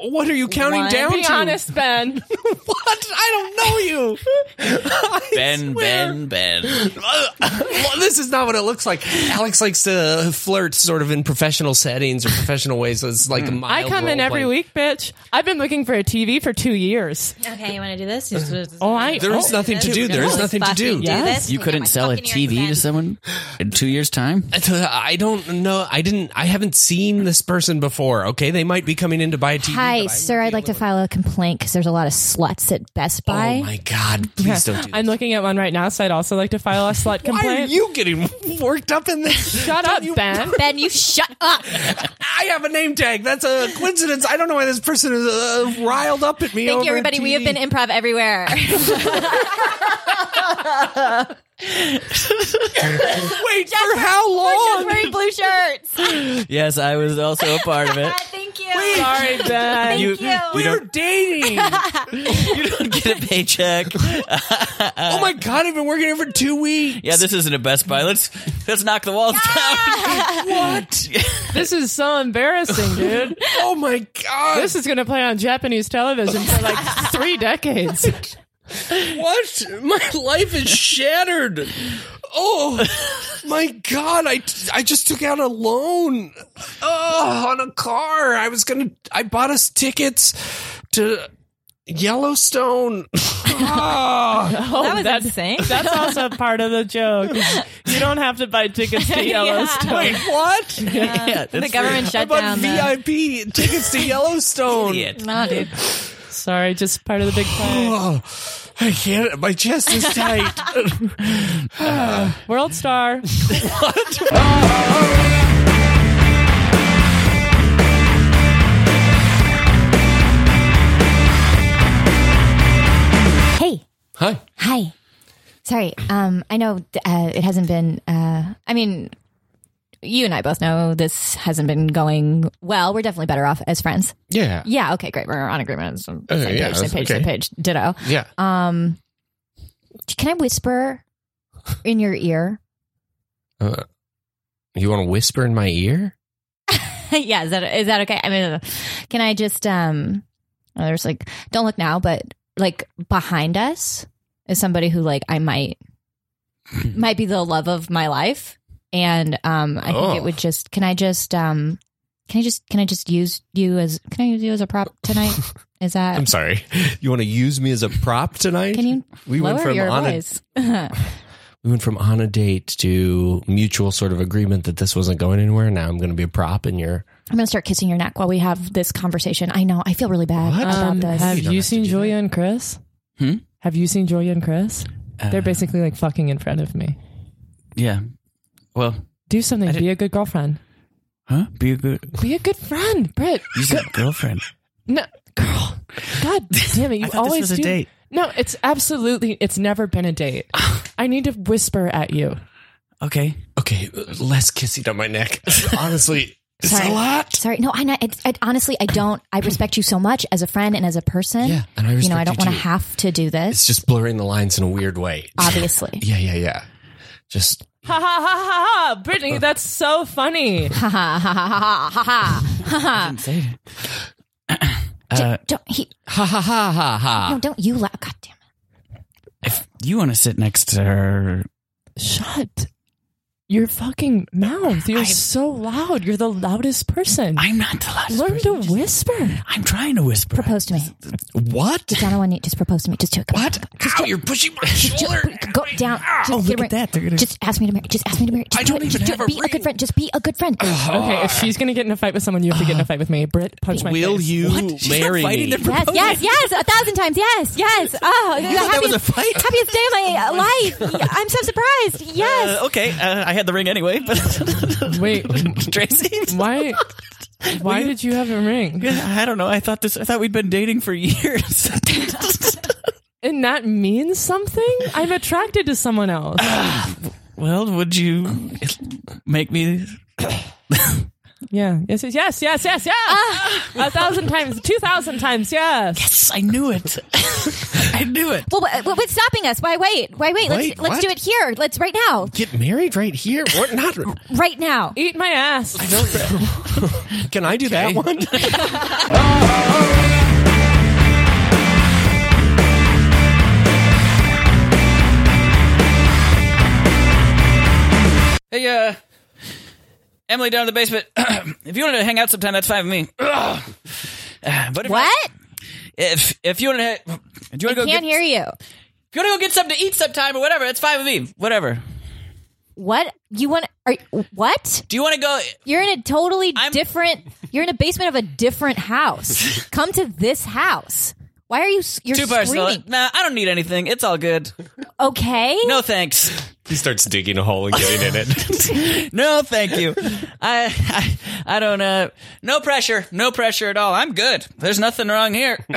[SPEAKER 4] what are you counting
[SPEAKER 6] one.
[SPEAKER 4] down
[SPEAKER 5] Be
[SPEAKER 4] to?
[SPEAKER 5] honest, Ben.
[SPEAKER 4] <laughs> What? I don't know you. <laughs> I swear.
[SPEAKER 3] Ben.
[SPEAKER 4] <laughs> Well, this is not what it looks like. Alex likes to flirt sort of in professional settings or professional ways. So it's like a
[SPEAKER 5] I
[SPEAKER 4] mild
[SPEAKER 5] come in
[SPEAKER 4] role
[SPEAKER 5] every
[SPEAKER 4] play.
[SPEAKER 5] week, bitch. I've been looking for a TV for two years.
[SPEAKER 6] Okay, you want to do this?
[SPEAKER 5] Oh, I.
[SPEAKER 4] There is
[SPEAKER 5] oh.
[SPEAKER 4] nothing to do. There is nothing to do.
[SPEAKER 5] Yes.
[SPEAKER 3] You couldn't sell a TV to someone in two years' time?
[SPEAKER 4] <laughs> I don't know. I didn't. I haven't seen this person before. Okay, they might be coming in to buy a TV. but
[SPEAKER 6] Hi,
[SPEAKER 4] I
[SPEAKER 6] sir.
[SPEAKER 4] wouldn't
[SPEAKER 6] I'd
[SPEAKER 4] be
[SPEAKER 6] like to
[SPEAKER 4] able
[SPEAKER 6] file a complaint because there's a lot of sluts at Best
[SPEAKER 4] Oh
[SPEAKER 6] Buy.
[SPEAKER 4] my God! Please don't do. This.
[SPEAKER 5] I'm looking at one right now, so I'd also like to file a slut
[SPEAKER 4] <laughs> Why are
[SPEAKER 5] complaint.
[SPEAKER 4] you getting <laughs> worked up in this?
[SPEAKER 5] Shut up,
[SPEAKER 4] <laughs>
[SPEAKER 5] Ben.
[SPEAKER 6] <laughs> ben, you shut up.
[SPEAKER 4] I have a name tag. That's a coincidence. I don't know why this person is uh, riled up at me.
[SPEAKER 6] Thank
[SPEAKER 4] over
[SPEAKER 6] you, everybody. We have
[SPEAKER 4] TV.
[SPEAKER 6] been improv everywhere.
[SPEAKER 4] Wait for how
[SPEAKER 6] <laughs> We're <laughs> just
[SPEAKER 4] long?
[SPEAKER 6] wearing blue shirts.
[SPEAKER 3] <laughs> Yes, I was also a part
[SPEAKER 6] <laughs>
[SPEAKER 3] of it.
[SPEAKER 6] Thank you.
[SPEAKER 5] Sorry, Ben.
[SPEAKER 3] You,
[SPEAKER 6] you.
[SPEAKER 3] you
[SPEAKER 4] We're
[SPEAKER 3] don't,
[SPEAKER 6] <laughs>
[SPEAKER 4] dating. oh
[SPEAKER 3] you don't get a paycheck.
[SPEAKER 4] Oh my God! I've been working here for two weeks.
[SPEAKER 3] Yeah, this isn't a Best Buy. Let's let's knock the walls
[SPEAKER 6] <laughs>
[SPEAKER 3] down. <laughs>
[SPEAKER 4] What?
[SPEAKER 5] This is so
[SPEAKER 4] <laughs>
[SPEAKER 5] embarrassing, dude.
[SPEAKER 4] Oh my God!
[SPEAKER 5] This is going to play on Japanese television for like three decades.
[SPEAKER 4] What? My life is shattered. Oh my god! I I just took out a loan oh, on a car. I was gonna. I bought us tickets to Yellowstone. <laughs> Ah.
[SPEAKER 5] Oh,
[SPEAKER 6] That was
[SPEAKER 5] that's-
[SPEAKER 6] insane.
[SPEAKER 5] That's also part of the joke. You don't have to buy tickets
[SPEAKER 4] <laughs>
[SPEAKER 5] to
[SPEAKER 6] Yeah.
[SPEAKER 5] Yellowstone.
[SPEAKER 4] Wait,
[SPEAKER 6] <laughs>
[SPEAKER 4] what?
[SPEAKER 3] Yeah,
[SPEAKER 6] <laughs> The
[SPEAKER 3] that's
[SPEAKER 6] government
[SPEAKER 4] I
[SPEAKER 6] shut
[SPEAKER 4] bought
[SPEAKER 6] down. the-
[SPEAKER 4] VIP tickets to Yellowstone.
[SPEAKER 3] pretty idiot.
[SPEAKER 6] No, dude.
[SPEAKER 5] Sorry, just part of the
[SPEAKER 4] <laughs>
[SPEAKER 5] big play.
[SPEAKER 4] Oh, I can't. My chest is tight.
[SPEAKER 5] World star.
[SPEAKER 6] <laughs> Hey,
[SPEAKER 4] Hi.
[SPEAKER 6] hi. Sorry. Um, I know uh, it hasn't been. Uh, I mean, you and I both know this hasn't been going well. We're definitely better off as friends.
[SPEAKER 4] Yeah.
[SPEAKER 6] Yeah. Okay. Great. We're on agreement. Same
[SPEAKER 4] Okay,
[SPEAKER 6] page.
[SPEAKER 4] Oh, yeah,
[SPEAKER 6] same
[SPEAKER 4] that's
[SPEAKER 6] page.
[SPEAKER 4] okay.
[SPEAKER 6] Same page. Ditto.
[SPEAKER 4] Yeah.
[SPEAKER 6] Um, can I whisper in your ear?
[SPEAKER 4] Uh, you want to whisper in my ear?
[SPEAKER 6] <laughs> yeah, is that is that okay? I mean, can I just um? There's like, don't look now, but like behind us is somebody who like I might might be the love of my life, and um, I think
[SPEAKER 4] Oh.
[SPEAKER 6] it would just. Can I just um? Can I just can I just use you as can I use you as a prop
[SPEAKER 4] <laughs>
[SPEAKER 6] tonight? Is that
[SPEAKER 4] I'm sorry. You want to use me as a prop tonight?
[SPEAKER 6] can you
[SPEAKER 4] We
[SPEAKER 6] lower
[SPEAKER 4] went from
[SPEAKER 6] your
[SPEAKER 4] on
[SPEAKER 6] voice?
[SPEAKER 4] a we went from on a date to mutual sort of agreement that this wasn't going anywhere. Now I'm going to be a prop in your.
[SPEAKER 6] I'm gonna start kissing your neck while we have this conversation. I know I feel really bad
[SPEAKER 4] What?
[SPEAKER 6] about
[SPEAKER 4] Um,
[SPEAKER 6] this.
[SPEAKER 5] Have
[SPEAKER 4] You don't
[SPEAKER 5] you
[SPEAKER 4] have to
[SPEAKER 5] seen
[SPEAKER 4] do that.
[SPEAKER 5] Julia and Chris?
[SPEAKER 3] Hmm?
[SPEAKER 5] Have you seen Julia and Chris?
[SPEAKER 4] Uh,
[SPEAKER 5] They're basically like fucking in front of me.
[SPEAKER 3] Yeah. Well,
[SPEAKER 5] Do something. Be a good girlfriend.
[SPEAKER 3] huh? Be a good.
[SPEAKER 5] Be a good friend, Britt.
[SPEAKER 3] You said girlfriend.
[SPEAKER 5] No, girl.
[SPEAKER 3] <laughs>
[SPEAKER 5] God damn it! You
[SPEAKER 3] thought this
[SPEAKER 5] always
[SPEAKER 3] was a
[SPEAKER 5] do.
[SPEAKER 3] date.
[SPEAKER 5] No, it's absolutely. It's never been
[SPEAKER 3] <laughs>
[SPEAKER 5] a date. I need to whisper at you.
[SPEAKER 3] Okay.
[SPEAKER 4] Okay, less kissing on my neck. <laughs> Honestly, it's
[SPEAKER 6] Sorry.
[SPEAKER 4] a lot.
[SPEAKER 6] Sorry, no, I, know- I, I honestly, I don't. I respect you so much as a friend and as a person.
[SPEAKER 4] Yeah, and I
[SPEAKER 6] you know,
[SPEAKER 4] respect
[SPEAKER 6] I don't
[SPEAKER 4] you
[SPEAKER 6] want to
[SPEAKER 4] too.
[SPEAKER 6] have to do this.
[SPEAKER 4] It's just blurring the lines in a weird way. <laughs>
[SPEAKER 6] obviously,
[SPEAKER 4] Yeah, yeah, yeah. Just
[SPEAKER 5] Ha ha ha ha ha! Brittany, that's so funny.
[SPEAKER 6] ha ha ha ha ha ha.
[SPEAKER 3] Say it.
[SPEAKER 6] ha. Don't he?
[SPEAKER 4] Uh, ha ha ha ha ha.
[SPEAKER 6] No, don't you laugh. God damn it.
[SPEAKER 3] If you want to sit next to her,
[SPEAKER 5] Shut your fucking mouth. You're so loud. You're the loudest person.
[SPEAKER 3] I'm not the loudest
[SPEAKER 5] Learn
[SPEAKER 3] person.
[SPEAKER 5] to whisper.
[SPEAKER 3] I'm trying to whisper.
[SPEAKER 6] Propose to me.
[SPEAKER 3] What?
[SPEAKER 6] Down on one knee. Just propose to me. Just do it. Come on,
[SPEAKER 3] What?
[SPEAKER 6] come on.
[SPEAKER 3] Ow, you're pushing <laughs> my
[SPEAKER 6] Just do
[SPEAKER 3] shoulder.
[SPEAKER 6] it. Go down. Just
[SPEAKER 3] Oh, look
[SPEAKER 6] get a
[SPEAKER 3] at
[SPEAKER 6] ring.
[SPEAKER 3] that. They're gonna-
[SPEAKER 6] Just ask me to marry. Just ask me to marry. Just
[SPEAKER 3] I
[SPEAKER 6] do
[SPEAKER 3] don't
[SPEAKER 6] it.
[SPEAKER 3] even
[SPEAKER 6] Just do
[SPEAKER 3] have
[SPEAKER 6] it.
[SPEAKER 3] a
[SPEAKER 6] Be a
[SPEAKER 3] ring.
[SPEAKER 6] good friend. Just be a good friend.
[SPEAKER 3] Oh,
[SPEAKER 5] Okay, if she's gonna get in a fight with someone, you have to get in a
[SPEAKER 3] Uh,
[SPEAKER 5] fight with me. Britt, punch my
[SPEAKER 4] Will
[SPEAKER 5] face.
[SPEAKER 4] you
[SPEAKER 3] She's not
[SPEAKER 4] marry
[SPEAKER 3] fighting
[SPEAKER 4] me?
[SPEAKER 3] the
[SPEAKER 6] Yes, yes, yes, a thousand times. Yes, yes. Oh, you
[SPEAKER 3] thought that was a fight? Oh
[SPEAKER 6] Happiest day of
[SPEAKER 3] <laughs>
[SPEAKER 6] my uh, life. I'm so surprised. Yes.
[SPEAKER 3] Uh, okay, uh, I had the ring anyway, but <laughs>
[SPEAKER 5] Wait,
[SPEAKER 3] Tracy,
[SPEAKER 5] why? Why did you have a ring?
[SPEAKER 3] I don't know. I thought this. I thought we'd been dating for <laughs> years.
[SPEAKER 5] And that means something. I'm attracted to someone else.
[SPEAKER 3] well, would you make me?
[SPEAKER 5] Yeah. Yes. Yes. Yes. Yes. Yes. yes. a thousand times. Two thousand times. Ah. Yes.
[SPEAKER 3] Yes, I knew it. <laughs> I knew it.
[SPEAKER 6] Well, wh- wh- what's stopping us? Why wait? Why wait?
[SPEAKER 4] Wait,
[SPEAKER 6] Let's let's
[SPEAKER 4] what?
[SPEAKER 6] do it here. Let's right now.
[SPEAKER 4] Get married right here? Or not?
[SPEAKER 6] Right now.
[SPEAKER 5] Eat my ass.
[SPEAKER 4] Can I do that one?
[SPEAKER 6] <laughs>
[SPEAKER 3] Hey, uh, Emily down in the basement. <clears throat> if you wanted to hang out sometime, that's fine with me. Ugh. Uh, but if
[SPEAKER 6] What?
[SPEAKER 3] If if you want to, do you
[SPEAKER 6] I
[SPEAKER 3] want to go?
[SPEAKER 6] can't
[SPEAKER 3] Get,
[SPEAKER 6] hear you.
[SPEAKER 3] If you want to go get something to eat sometime or whatever, that's fine with me. Whatever.
[SPEAKER 6] What you want? Are what?
[SPEAKER 3] Do you want to go?
[SPEAKER 6] You're in a totally
[SPEAKER 3] I'm-
[SPEAKER 6] different. You're in a basement of a different house.
[SPEAKER 3] <laughs>
[SPEAKER 6] Come to this house. Why are you? s- You're
[SPEAKER 3] Too personal.
[SPEAKER 6] screaming.
[SPEAKER 3] Nah, I don't need anything. It's all good.
[SPEAKER 6] Okay.
[SPEAKER 3] No thanks.
[SPEAKER 4] He starts digging a hole and getting in it.
[SPEAKER 6] <laughs>
[SPEAKER 3] No, thank you. I, I I don't uh no pressure, no pressure at all. I'm good. There's nothing wrong here.
[SPEAKER 6] <coughs>
[SPEAKER 3] <coughs>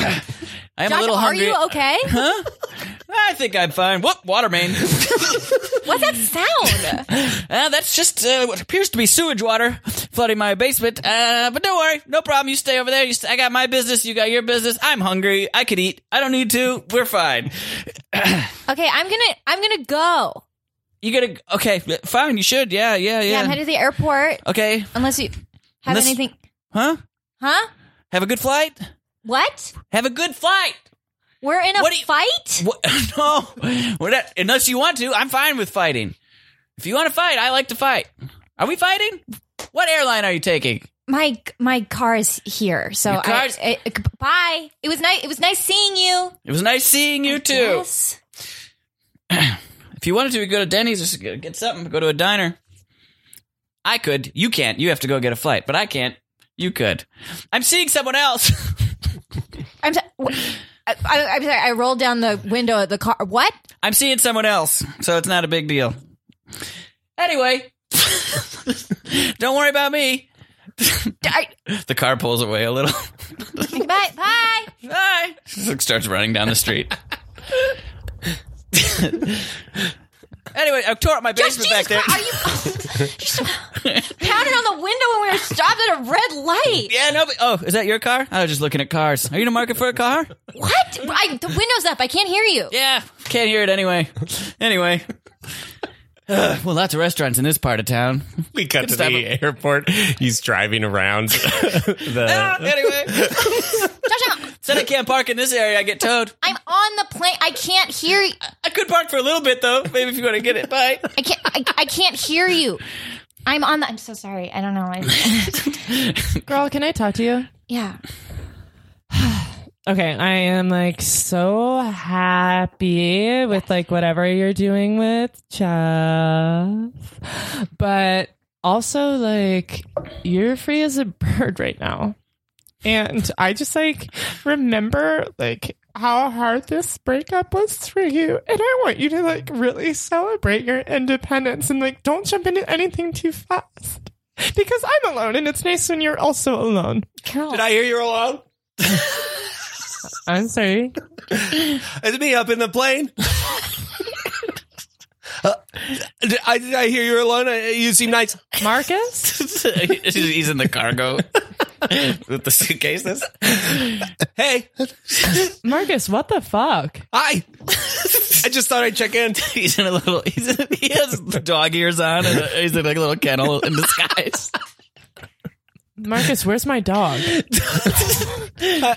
[SPEAKER 3] I'm
[SPEAKER 6] Josh,
[SPEAKER 3] a little
[SPEAKER 6] are
[SPEAKER 3] hungry.
[SPEAKER 6] you okay?
[SPEAKER 3] I think I'm fine. Whoop, water
[SPEAKER 6] <laughs>
[SPEAKER 3] main.
[SPEAKER 6] What's that sound?
[SPEAKER 3] <laughs> uh, that's just uh, what appears to be sewage water flooding my basement. Uh, but don't worry, no problem. You stay over there. You st- I got my business. You got your business. I'm hungry. I could eat. I don't need to. We're fine.
[SPEAKER 6] Okay, I'm gonna I'm gonna go.
[SPEAKER 3] You gonna okay? Fine. You should. Yeah, yeah,
[SPEAKER 6] Yeah,
[SPEAKER 3] yeah.
[SPEAKER 6] I'm headed to the airport.
[SPEAKER 3] okay,
[SPEAKER 6] Unless you have
[SPEAKER 3] Unless-
[SPEAKER 6] anything,
[SPEAKER 3] huh?
[SPEAKER 6] huh?
[SPEAKER 3] Have a good flight.
[SPEAKER 6] What?
[SPEAKER 3] Have a good flight.
[SPEAKER 6] We're in a
[SPEAKER 3] What do you-
[SPEAKER 6] fight?
[SPEAKER 3] What? <laughs> No, We're not- unless you want to. I'm fine with fighting. If you want to fight, I like to fight. Are we fighting? What airline are you taking?
[SPEAKER 6] my my car is here, so
[SPEAKER 3] Your car's-
[SPEAKER 6] I, I- I- bye. It was nice. It was nice seeing you.
[SPEAKER 3] It was nice seeing you too.
[SPEAKER 6] Yes.
[SPEAKER 3] If you wanted to, we could go to Denny's or s- go- get something. Go to a diner. I could. You can't. You have to go get a flight, but I can't. You could. I'm seeing someone else. <laughs>
[SPEAKER 6] I'm. So, I, I, I'm sorry. I rolled down the window of the car. What?
[SPEAKER 3] I'm seeing someone else, so it's not a big deal. Anyway, <laughs> don't worry about me. <laughs>
[SPEAKER 6] I,
[SPEAKER 3] The car pulls away a little.
[SPEAKER 6] bye.
[SPEAKER 3] <laughs>
[SPEAKER 6] Bye.
[SPEAKER 3] Bye. starts running down the street. <laughs> anyway, I tore up my
[SPEAKER 6] Josh,
[SPEAKER 3] basement
[SPEAKER 6] Jesus
[SPEAKER 3] back there.
[SPEAKER 6] Christ, are you <laughs> just pounded on the window when we were stopped at a red light?
[SPEAKER 3] yeah, no. But, oh, is that your car? I was just looking at cars. Are you in the market for a car?
[SPEAKER 6] What? I, the window's up. I can't hear you.
[SPEAKER 3] Yeah, can't hear it anyway. <laughs> Anyway. Ugh, well, lots of restaurants in this part of town.
[SPEAKER 4] we cut to
[SPEAKER 3] stop
[SPEAKER 4] the airport. He's driving
[SPEAKER 6] <laughs>
[SPEAKER 4] around
[SPEAKER 3] Ah,
[SPEAKER 4] the.
[SPEAKER 3] anyway,
[SPEAKER 6] Josh, I'm,
[SPEAKER 3] <laughs> said I can't park in this area. I get towed.
[SPEAKER 6] I'm on the plane. I can't hear. You.
[SPEAKER 3] I could park for a little bit though. Maybe if you want to get it, <laughs> bye.
[SPEAKER 6] I can't. I, I can't hear you. I'm on the. I'm so sorry. I don't know. I,
[SPEAKER 5] <laughs> Girl, can I talk to you?
[SPEAKER 6] yeah.
[SPEAKER 5] Okay, I am like so happy with like whatever you're doing with Jeff, but also like you're free as a bird right now, and I just like remember like how hard this breakup was for you, and I want you to like really celebrate your independence and like don't jump into anything too fast because I'm alone, and it's nice when you're also alone.
[SPEAKER 4] Did I hear you alone?
[SPEAKER 5] I'm sorry.
[SPEAKER 4] It's me up in the plane. Uh, did, I, did I hear you're alone? Uh, You seem nice.
[SPEAKER 5] Marcus?
[SPEAKER 3] He's in the <laughs> cargo with the suitcases.
[SPEAKER 4] Hey,
[SPEAKER 5] Marcus, what the fuck?
[SPEAKER 4] hi. I just thought I'd check in.
[SPEAKER 3] He's in a little. <laughs> He's in, he has dog ears on, and he's in like a little kennel in <laughs> disguise.
[SPEAKER 5] Marcus, where's my
[SPEAKER 6] <laughs>
[SPEAKER 5] dog?
[SPEAKER 4] I,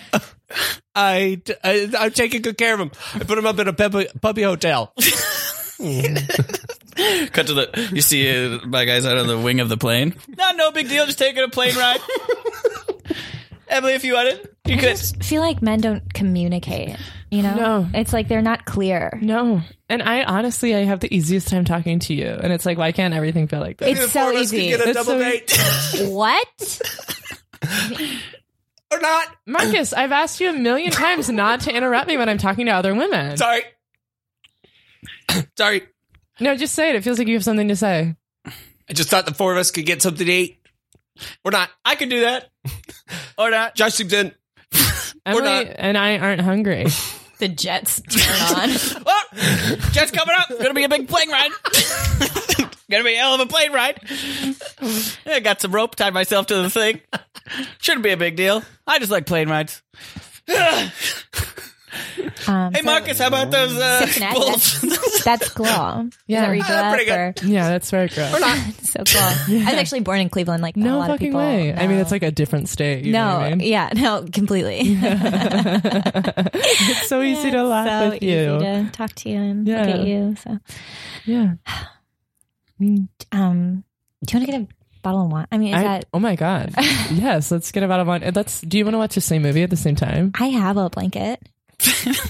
[SPEAKER 4] I I'm taking good care of him. I put him up in a puppy, puppy hotel.
[SPEAKER 3] Cut to the. You see uh, my guy's out on the wing of the plane. No, no big deal. Just taking a plane <laughs> ride. Emily, if you want it, you could.
[SPEAKER 6] I feel like men don't communicate. You know,
[SPEAKER 5] No.
[SPEAKER 6] it's like they're not clear.
[SPEAKER 5] No. And I honestly, I have the easiest time talking to you. And it's like, why can't everything feel like that?
[SPEAKER 6] It's so easy.
[SPEAKER 5] It's
[SPEAKER 4] <laughs>
[SPEAKER 5] so-
[SPEAKER 6] What?
[SPEAKER 2] or not.
[SPEAKER 5] Marcus, I've asked you a million times not to interrupt me when I'm talking to other women.
[SPEAKER 4] <coughs>
[SPEAKER 2] Sorry. Sorry.
[SPEAKER 5] No, just say it. It feels like you have something to say.
[SPEAKER 2] I just thought the four of us could get something to eat. Or not. I could
[SPEAKER 4] <laughs>
[SPEAKER 2] do that. or not. Josh sleeps in.
[SPEAKER 5] Emily
[SPEAKER 2] not.
[SPEAKER 5] and I aren't
[SPEAKER 6] <laughs>
[SPEAKER 5] hungry.
[SPEAKER 6] The jets turn on.
[SPEAKER 2] Oh, Jet's coming up. Gonna be a big plane ride.
[SPEAKER 3] Gonna be a hell of a plane ride. I got some rope, tied myself to the thing. Shouldn't be a big deal. I just like plane rides.
[SPEAKER 6] Um,
[SPEAKER 3] Hey,
[SPEAKER 6] so
[SPEAKER 3] Marcus, how about those uh,
[SPEAKER 6] Cincinnati,
[SPEAKER 3] bulls?
[SPEAKER 6] that's, that's cool. Yeah,
[SPEAKER 5] Yeah.
[SPEAKER 6] where you go
[SPEAKER 2] Ah,
[SPEAKER 6] up
[SPEAKER 2] pretty good.
[SPEAKER 6] or-
[SPEAKER 5] yeah, <laughs> that's where it grows.
[SPEAKER 6] <laughs> so cool. I was actually born in Cleveland. Like a
[SPEAKER 5] No
[SPEAKER 6] lot of
[SPEAKER 5] fucking
[SPEAKER 6] people.
[SPEAKER 5] way. I mean,
[SPEAKER 6] No.
[SPEAKER 5] it's like a different state. You
[SPEAKER 6] no,
[SPEAKER 5] Know what I mean?
[SPEAKER 6] yeah, no,
[SPEAKER 5] <laughs>
[SPEAKER 6] completely.
[SPEAKER 5] It's so easy to laugh
[SPEAKER 6] so
[SPEAKER 5] with
[SPEAKER 6] easy
[SPEAKER 5] you.
[SPEAKER 6] to talk to you and
[SPEAKER 5] Yeah.
[SPEAKER 6] look at you. So,
[SPEAKER 5] yeah.
[SPEAKER 6] um, do you want to get a bottle of wine? I mean, is
[SPEAKER 5] I,
[SPEAKER 6] that
[SPEAKER 5] oh my
[SPEAKER 6] <laughs>
[SPEAKER 5] God. yes. Let's get about a wine. Let's, do you want to watch the same movie at the same time?
[SPEAKER 6] I have a blanket.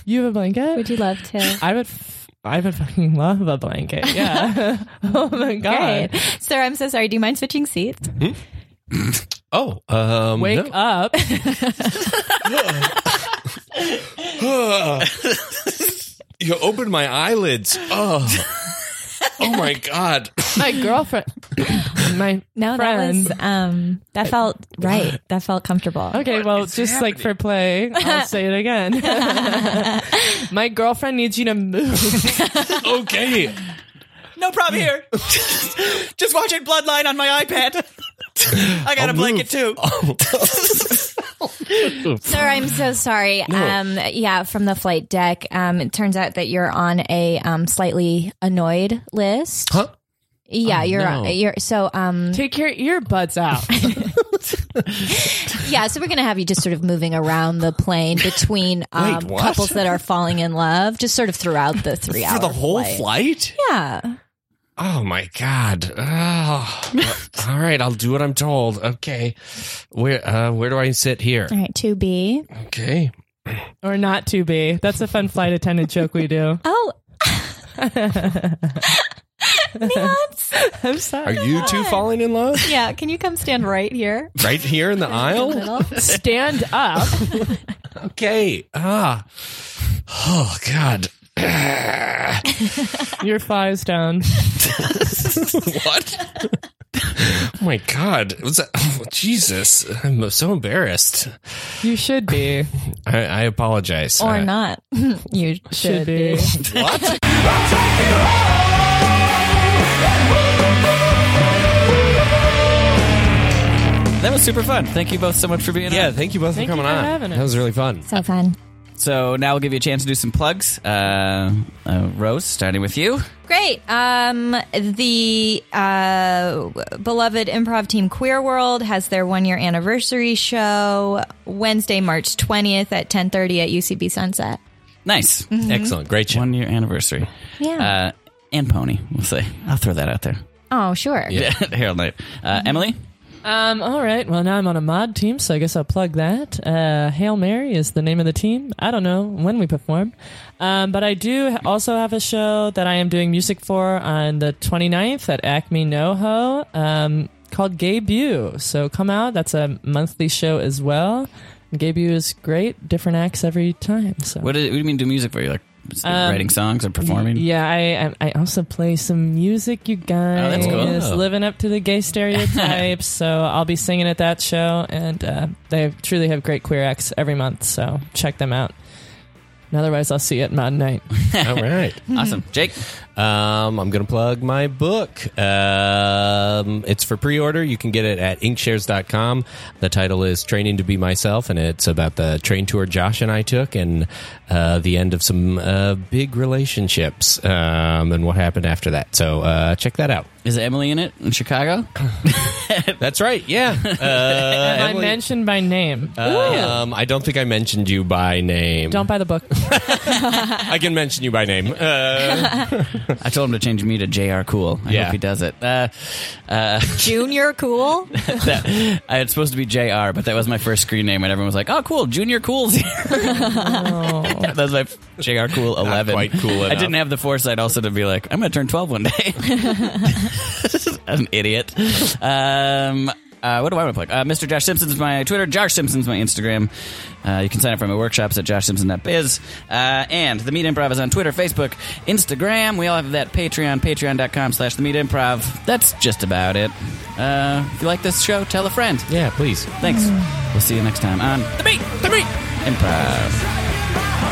[SPEAKER 5] You have a blanket?
[SPEAKER 6] Would you love to?
[SPEAKER 5] I would, f- I would fucking <laughs> love a blanket. Yeah. <laughs> oh my God.
[SPEAKER 6] Great. Sir, I'm so sorry. Do you mind switching seats?
[SPEAKER 4] Oh, um,
[SPEAKER 5] Wake
[SPEAKER 4] no.
[SPEAKER 5] up.
[SPEAKER 4] You opened my eyelids. <laughs> Oh, oh my god.
[SPEAKER 5] my girlfriend. <coughs> my
[SPEAKER 6] No,
[SPEAKER 5] friend.
[SPEAKER 6] that was um that felt right. That felt comfortable.
[SPEAKER 5] Okay, well, just like for play, I'll say it again. My girlfriend needs you to move.
[SPEAKER 4] <laughs> Okay.
[SPEAKER 3] No problem here. <laughs> just watching Bloodline on my iPad. I got a blanket too.
[SPEAKER 6] Sir, I'm so sorry. Um yeah, from the flight deck. Um it turns out that you're on a um slightly annoyed list.
[SPEAKER 4] Huh? Oh,
[SPEAKER 6] Yeah, you're
[SPEAKER 4] no.
[SPEAKER 6] you're so um
[SPEAKER 5] Take your earbuds out.
[SPEAKER 6] yeah, so we're gonna have you just sort of moving around the plane
[SPEAKER 4] <laughs>
[SPEAKER 6] between um,
[SPEAKER 4] what?
[SPEAKER 6] couples that are falling in love, just sort of throughout the three hours.
[SPEAKER 4] For the whole
[SPEAKER 6] flight.
[SPEAKER 4] flight?
[SPEAKER 6] Yeah.
[SPEAKER 4] Oh my god.
[SPEAKER 6] <laughs>
[SPEAKER 4] Oh. All right, I'll do what I'm told. Okay. Where uh where do I sit here?
[SPEAKER 6] All right, two B.
[SPEAKER 4] Okay.
[SPEAKER 5] or not to be. That's a fun flight attendant joke we
[SPEAKER 6] <laughs>
[SPEAKER 5] do.
[SPEAKER 4] <laughs>
[SPEAKER 6] Oh,
[SPEAKER 5] I'm
[SPEAKER 4] Are
[SPEAKER 5] sorry.
[SPEAKER 4] you two falling in
[SPEAKER 6] <laughs>
[SPEAKER 4] love?
[SPEAKER 6] yeah. Can you come stand right here? <laughs>
[SPEAKER 4] Right here in the aisle?
[SPEAKER 6] Middle?
[SPEAKER 5] Stand up.
[SPEAKER 4] Okay. Ah. Oh god. <laughs>
[SPEAKER 5] Your thighs down.
[SPEAKER 4] what? oh my god. Was that oh, Jesus. I'm so embarrassed.
[SPEAKER 5] You should be.
[SPEAKER 4] I, I apologize.
[SPEAKER 6] or
[SPEAKER 4] Uh,
[SPEAKER 6] not. <laughs> you
[SPEAKER 5] Should
[SPEAKER 6] should, be.
[SPEAKER 5] be.
[SPEAKER 6] <laughs>
[SPEAKER 4] What?
[SPEAKER 3] That was super fun. Thank you both so much for being
[SPEAKER 4] Yeah,
[SPEAKER 3] on.
[SPEAKER 4] thank you both
[SPEAKER 5] Thank
[SPEAKER 4] for
[SPEAKER 5] you
[SPEAKER 4] coming
[SPEAKER 5] for
[SPEAKER 4] on.
[SPEAKER 5] having us.
[SPEAKER 4] That was really
[SPEAKER 6] <laughs>
[SPEAKER 4] fun.
[SPEAKER 6] So fun.
[SPEAKER 3] So now we'll give you a chance to do some plugs. Uh, uh, Rose, starting with you.
[SPEAKER 6] Great. Um, the uh, beloved improv team Queer World has their one-year anniversary show Wednesday, March twentieth at ten thirty at UCB Sunset.
[SPEAKER 3] Nice.
[SPEAKER 5] Mm-hmm.
[SPEAKER 4] Excellent. Great show.
[SPEAKER 3] One year anniversary.
[SPEAKER 6] Yeah.
[SPEAKER 3] Uh, and Pony, we'll say. I'll throw that out there.
[SPEAKER 6] oh, sure.
[SPEAKER 3] <laughs> Harold Knight. Uh, Emily?
[SPEAKER 5] Um, all right. Well, now I'm on a mod team, so I guess I'll plug that. Uh, Hail Mary is the name of the team. I don't know when we perform. Um, but I do ha- also have a show that I am doing music for on the 29th at Acme NoHo um, called Gay Bu. So come out. That's a monthly show as well. Gay Bu is great. Different acts every time. So.
[SPEAKER 3] What, is, what do you mean do music for? You like
[SPEAKER 5] Um,
[SPEAKER 3] writing songs or performing?
[SPEAKER 5] Yeah, I I I also play some music, you guys.
[SPEAKER 3] that's cool.
[SPEAKER 4] Oh.
[SPEAKER 5] Living up to the gay stereotypes, so I'll be singing at that show, and uh, they truly have great queer acts every month. So check them out. And otherwise, I'll see you at Mod Night.
[SPEAKER 4] All right.
[SPEAKER 3] Awesome. Jake?
[SPEAKER 4] Um, I'm going to plug my book. Um, it's for pre order. You can get it at inkshares.com. The title is Training to Be Myself, and it's about the train tour Josh and I took and uh, the end of some uh, big relationships um, and what happened after that. So uh, check that out.
[SPEAKER 3] Is Emily in it in Chicago?
[SPEAKER 4] That's right.
[SPEAKER 5] <laughs>
[SPEAKER 4] Yeah. Uh,
[SPEAKER 5] Am I
[SPEAKER 4] Emily,
[SPEAKER 5] mentioned by name?
[SPEAKER 4] um, I don't think I mentioned you by name.
[SPEAKER 5] Don't buy the book.
[SPEAKER 4] I can mention you by name. Uh,
[SPEAKER 3] I told him to change me to J.R. Cool. I
[SPEAKER 4] Yeah.
[SPEAKER 3] hope he does it. Uh, <laughs>
[SPEAKER 6] Junior cool.
[SPEAKER 3] that, I, it's supposed to be J.R., but that was my first screen name, and everyone was like, "Oh, cool, Junior Cool's here." <laughs>
[SPEAKER 5] Oh.
[SPEAKER 3] that was my f- J.R. Cool eleven.
[SPEAKER 4] quite cool
[SPEAKER 3] I didn't
[SPEAKER 4] enough.
[SPEAKER 3] have the foresight also to be like, "I'm going to turn twelve one day." <laughs> I'm an idiot. Um, uh, what do I want to plug? Uh, Mr. Josh Simpson's my Twitter. Josh Simpson's my Instagram. Uh, you can sign up for my workshops at joshsimpson.biz. Uh, and The Meat Improv is on Twitter, Facebook, Instagram. We all have that Patreon, patreon.com slash The Meat Improv. That's just about it. Uh, if you like this show, tell a friend.
[SPEAKER 4] yeah, please.
[SPEAKER 3] Thanks. We'll see you next time on The Meat, The Meat Improv.